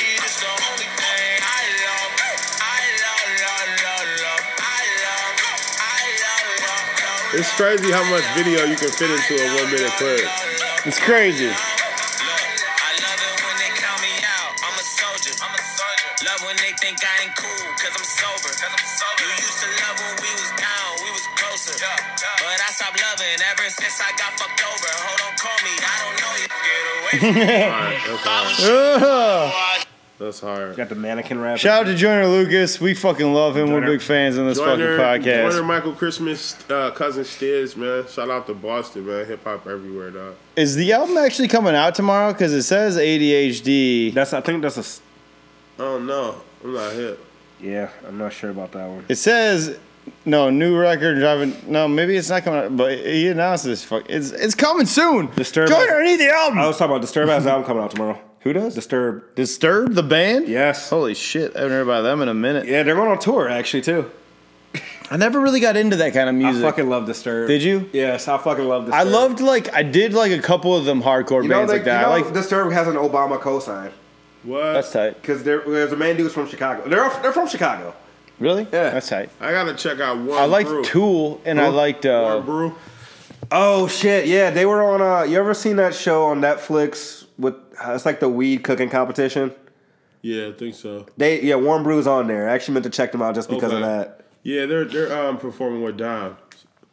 C: It's crazy how much video you can fit into a one minute clip.
D: It's crazy. Ugh.
C: That's hard.
B: Got the mannequin rap.
D: Shout out to Joyner Lucas. We fucking love him. We're big fans on this
C: Joyner,
D: fucking podcast.
C: Joyner Michael Christmas, uh, cousin Stiz, man. Shout out to Boston, man. Hip hop everywhere, dog.
D: Is the album actually coming out tomorrow? Because it says ADHD.
B: That's I think that's a s-
C: I don't know. I'm not hip.
B: yeah. I'm not sure about that one.
D: It says no new record driving. No, maybe it's not coming out. But he announced this. Fuck, it's it's coming soon.
B: Disturbed.
D: Joyner, I need the album.
B: I was talking about Disturbed has an album coming out tomorrow.
D: Who does? Oh.
B: Disturbed.
D: Disturbed the band?
B: Yes.
D: Holy shit! I haven't heard about them in a minute.
B: Yeah, they're going on tour actually too.
D: I never really got into that kind of music.
B: I fucking love Disturbed.
D: Did you?
B: Yes, I fucking love Disturbed.
D: I loved like I did like a couple of them hardcore
B: you know,
D: bands
B: they,
D: like that.
B: You know,
D: I like
B: Disturbed has an Obama cosign
C: What?
D: that's tight.
B: because there's a man dude's from Chicago. They're all- they're from Chicago.
D: Really? Yeah, that's tight.
C: I gotta check out one.
D: I liked
C: brew.
D: Tool and I liked
C: One
D: uh,
C: brew.
B: Oh shit! Yeah, they were on. Uh, you ever seen that show on Netflix with? uh, It's like the weed cooking competition.
C: Yeah, I think so.
B: They yeah, Warm Brew's on there. I actually meant to check them out just because of
C: Okay.
B: that.
C: Yeah, they're they're um performing with Dom.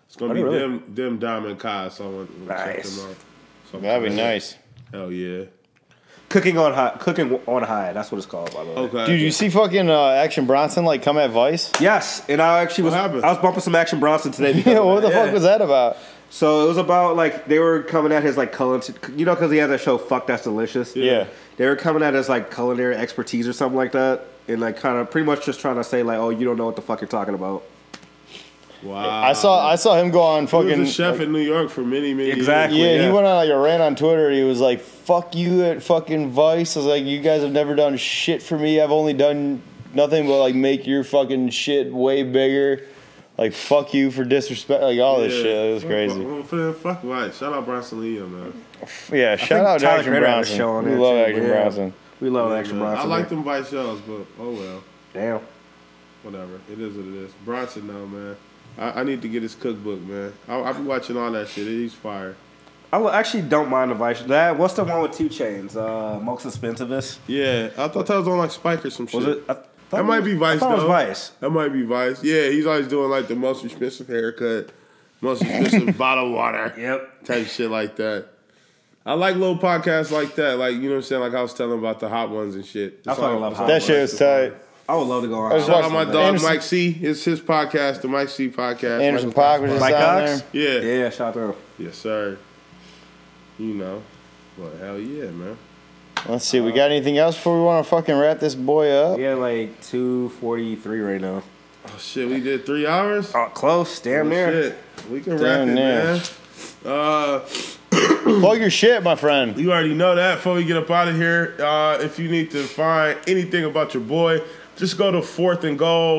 C: It's
D: Oh,
C: gonna
B: Are
C: be
B: they really?
C: them them Dom and Kai. So I want to check
B: Nice.
C: them out. So
D: That'd be nice.
C: Hell yeah.
B: Cooking on high, cooking on high. That's what it's called, by the way.
C: Okay.
D: Dude, you see fucking uh, Action Bronson like come at Vice?
B: Yes, and I actually was
C: What happened?
B: I was bumping some Action Bronson today. Because
D: Yeah,
B: of
D: what the
B: that.
D: fuck
B: Yeah.
D: was that about?
B: So it was about like they were coming at his like culinary, you know, because he had that show "Fuck That's Delicious."
D: Yeah.
B: they were coming at his like culinary expertise or something like that, and like kind of pretty much just trying to say like, "Oh, you don't know what the fuck you're talking about."
C: Wow.
D: I saw I saw him go on
C: He was
D: fucking.
C: a chef in New York for many many
B: Exactly.
D: yeah,
B: yeah.
D: he went on like a rant on Twitter. He was like, "Fuck you at fucking Vice." I was like, "You guys have never done shit for me. I've only done nothing but like make your fucking shit way bigger." Like fuck you for disrespect, like all
C: years.
D: this shit. It was
C: Fuck-
D: crazy.
C: Fuck, fuck, fuck White. Shout out Bronson Lee, man.
D: Yeah, shout out to
B: Tyler
D: Action
B: Creator had a
D: Bronson.
B: show on
D: We
B: there,
D: love
B: too,
D: Action
B: yeah.
D: Bronson.
B: We love Action Bronson.
C: I like them Vice shows, but oh well.
B: Damn.
C: Whatever. It is what it is. Bronson though, man. I, I need to get his cookbook, man. I, I've been watching all that shit. He's fire.
B: I li- actually don't mind the Vice. That what's the one with two chains? Uh, Most Expensivist.
C: Yeah, I thought that was on like Spike or some shit.
B: Was it? I
C: That might be Vice.
B: I thought it was
C: though.
B: Vice.
C: That might be Vice. Yeah, he's always doing like the most expensive haircut, most expensive bottle water. Yep. Type shit like that. I like little podcasts like that. Like you know what I'm saying. Like I was telling about the hot ones and shit.
B: I fucking love Hot
D: That shit was tight.
B: I would love to go
D: I was
C: Shout out
D: watching
C: my
D: that.
C: dog
D: Anderson-
C: Mike C. It's his podcast, the Mike C. podcast.
D: Anderson
C: Mike
D: Paak was just Mike down Cox?
C: Yeah,
B: yeah. Shout out.
C: Yes, sir. You know, well, hell yeah, man.
D: Let's see. We got anything else before we want to fucking wrap this boy up?
B: Yeah, like two forty three right now.
C: Oh shit, we did three hours.
B: Oh, close, damn
C: Oh,
B: near.
C: shit. We can wrap
D: Damn
C: it,
D: near.
C: man. Uh,
D: Plug your shit, my friend.
C: You already know that. Before we get up out of here, uh, if you need to find anything about your boy, just go to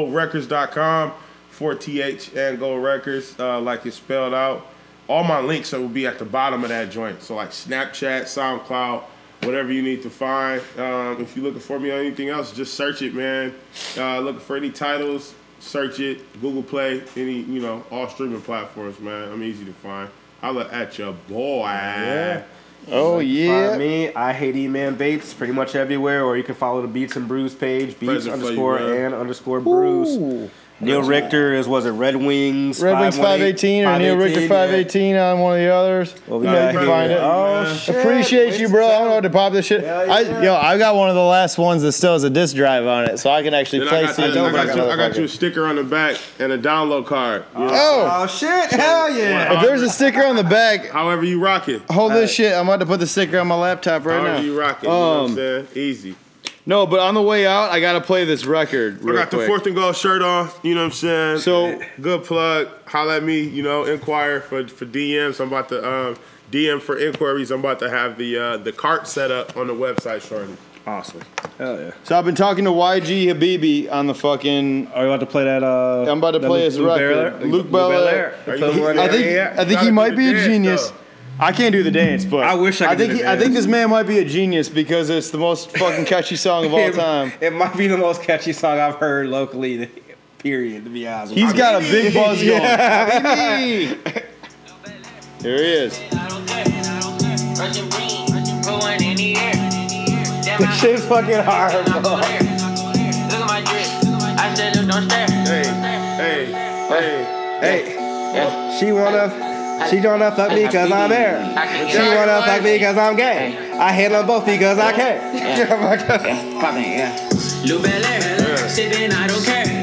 C: fourthandgoalrecords.com, 4th and goal records, uh, like it's spelled out. All my links will be at the bottom of that joint. So, like Snapchat, SoundCloud, whatever you need to find. Um, if you're looking for me on anything else, just search it, man. Uh, looking for any titles, search it. Google Play, any, you know, all streaming platforms, man. I'm easy to find. Holla at your boy.
B: Yeah.
D: Oh yeah.
B: Find me, I hate E Man Bates, pretty much everywhere. Or you can follow the Beats and Brews page, Beats
C: Present for you,
B: underscore
C: bro.
B: and underscore Brews.
D: Ooh.
B: Neil
D: Present.
B: Richter is was it Red Wings?
D: Red Wings 518 or Neil Richter 518 on one of the others.
B: Well, we
D: you know you
B: got
D: can
B: here.
D: find it.
B: Oh, shit.
D: Appreciate you, bro. I don't know what to pop this shit. I,
B: yeah.
D: Yo, I got one of the last ones that still has a disc drive on it, so I can actually
C: Then I
D: play
C: got, you,
D: CDs.
C: I, got you, I got
D: motherfucker.
C: you a sticker on the back and a download card. You know?
D: Oh.
B: Oh shit! Hell yeah!
D: If there's a sticker on the back,
C: However you rock it.
D: hold this shit. I'm about to put the sticker on my laptop right
C: However
D: now.
C: Oh, you rock it. You know what I'm
D: Um,
C: saying? Easy.
D: no, but on the way out, I gotta play this record.
C: I
D: Real
C: got the
D: quick.
C: fourth and goal shirt on. You know what I'm saying?
D: So-
C: good plug. Holla at me. You know, inquire for for DMs. I'm about to um, DM for inquiries. I'm about to have the uh, the cart set up on the website shortly.
B: Awesome. Hell yeah!
D: So I've been talking to YG Habibi on the fucking.
B: Are you about to play that? Uh,
D: I'm about to
B: that
D: play
B: Luke-
D: his
B: Luke
D: record.
B: Belair?
D: Luke
B: Luke Belair.
D: Belair.
B: Are you gonna do
D: I
B: the
D: think
B: dance?
D: I think
B: Gotta
D: he
B: do
D: might
B: the
D: be a
B: dance,
D: genius.
B: though.
D: I can't do the dance, but
B: I wish I could
D: I think
B: do the
D: he- I think
B: dance.
D: this man might be a genius because it's the most fucking catchy song of all
B: It-
D: time.
B: It might be the most catchy song I've heard locally. Period. To be honest,
D: He's got a big buzz going.
B: Yeah.
D: Here he is.
B: This shit's fucking hard, bro.
C: Hey, hey, hey.
B: Hey, she wanna, she wanna fuck me cause I'm there. She wanna fuck me cause I'm gay. I hate them both because I can.
P: Lou Bel Air, sipping, I don't care.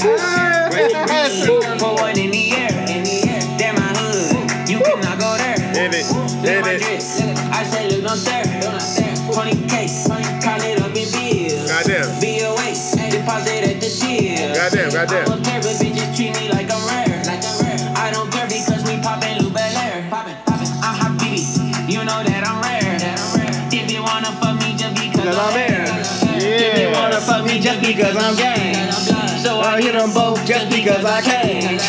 P: Green, Put one in the air, in the air. Damn my hood, you cannot go there.
C: Hit it,
P: Look at my
C: hit it.
P: dress, I said look don't stare, don't stare. Twenty case, call it up in bills.
C: Goddamn.
P: BOS, deposit at the shield.
C: Goddamn, goddamn.
P: I don't care, but bitches treat me like I'm rare. Like I'm rare. I don't care because we poppin' Lou Bel Air. Poppin', poppin', I'm hot baby. You know that I'm rare. That I'm rare. If you wanna fuck me just because I'm there. If you wanna fuck me just because I'm gay. So I hit them both just because I can.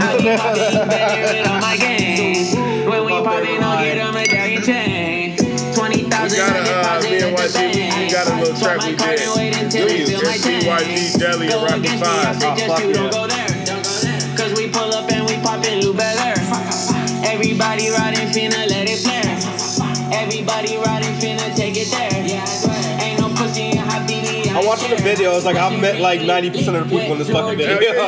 P: I be poppin' better on my game. When we poppin', I'll get 'em a diamond chain. 20,000
C: We got a, uh,
P: deposit
C: me and YG, we-
P: at the
C: we
P: bank.
C: got a little
P: So
C: track
P: my
C: we
P: card
C: did.
P: and wait until they
C: Dude,
P: fill my
C: SC, YG,
P: tank.
C: Deli,
P: Go
C: Rocky
P: against me,
C: Five.
P: I suggest
C: Oh, fuck yeah.
P: you don't go there. Don't go there. Cause we pull up and we poppin' Lou Bel Air. Everybody riding, finna let it flare. Everybody riding, finna take it there. Ain't no pussy in hot BD.
B: I'm watching the video. It's like I've met like 90% of the people in this fucking video.
P: Bitch,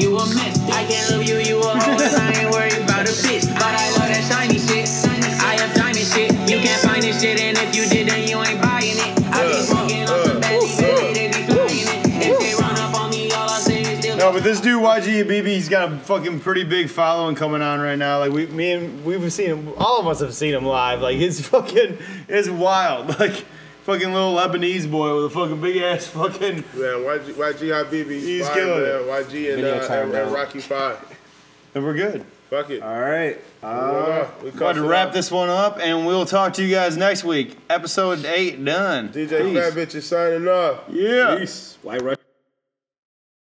P: you a mess. I can't love you, you a hoe, and I ain't worried about a bitch. But I love that shiny shit. I have diamond shit. You can't find this shit, and if you did, then you ain't buying it. I be smoking on the belly, belly, they be flying it. If they run up on me, all I say is they'll
D: No, but this dude YG Habibi, he's got a fucking pretty big following coming on right now. Like we, me and we've seen him. All of us have seen him live. Like it's fucking, it's wild. Like fucking little Lebanese boy with a fucking big ass fucking.
C: Man, YG, YG IBB.
D: He's
C: fire,
D: killing
C: man.
D: it.
C: YG and,
D: Video
C: uh,
D: time,
C: and,
D: bro.
C: and Rocky Five.
D: And we're good.
C: Fuck it.
B: All right.
C: Uh, we
D: About
C: cussed
D: to
C: it
D: wrap
C: out.
D: this one up, and we'll talk to you guys next week. Episode eight done.
C: DJ Fat Bitch is signing off.
D: Yeah.
C: Peace.
B: White Russian.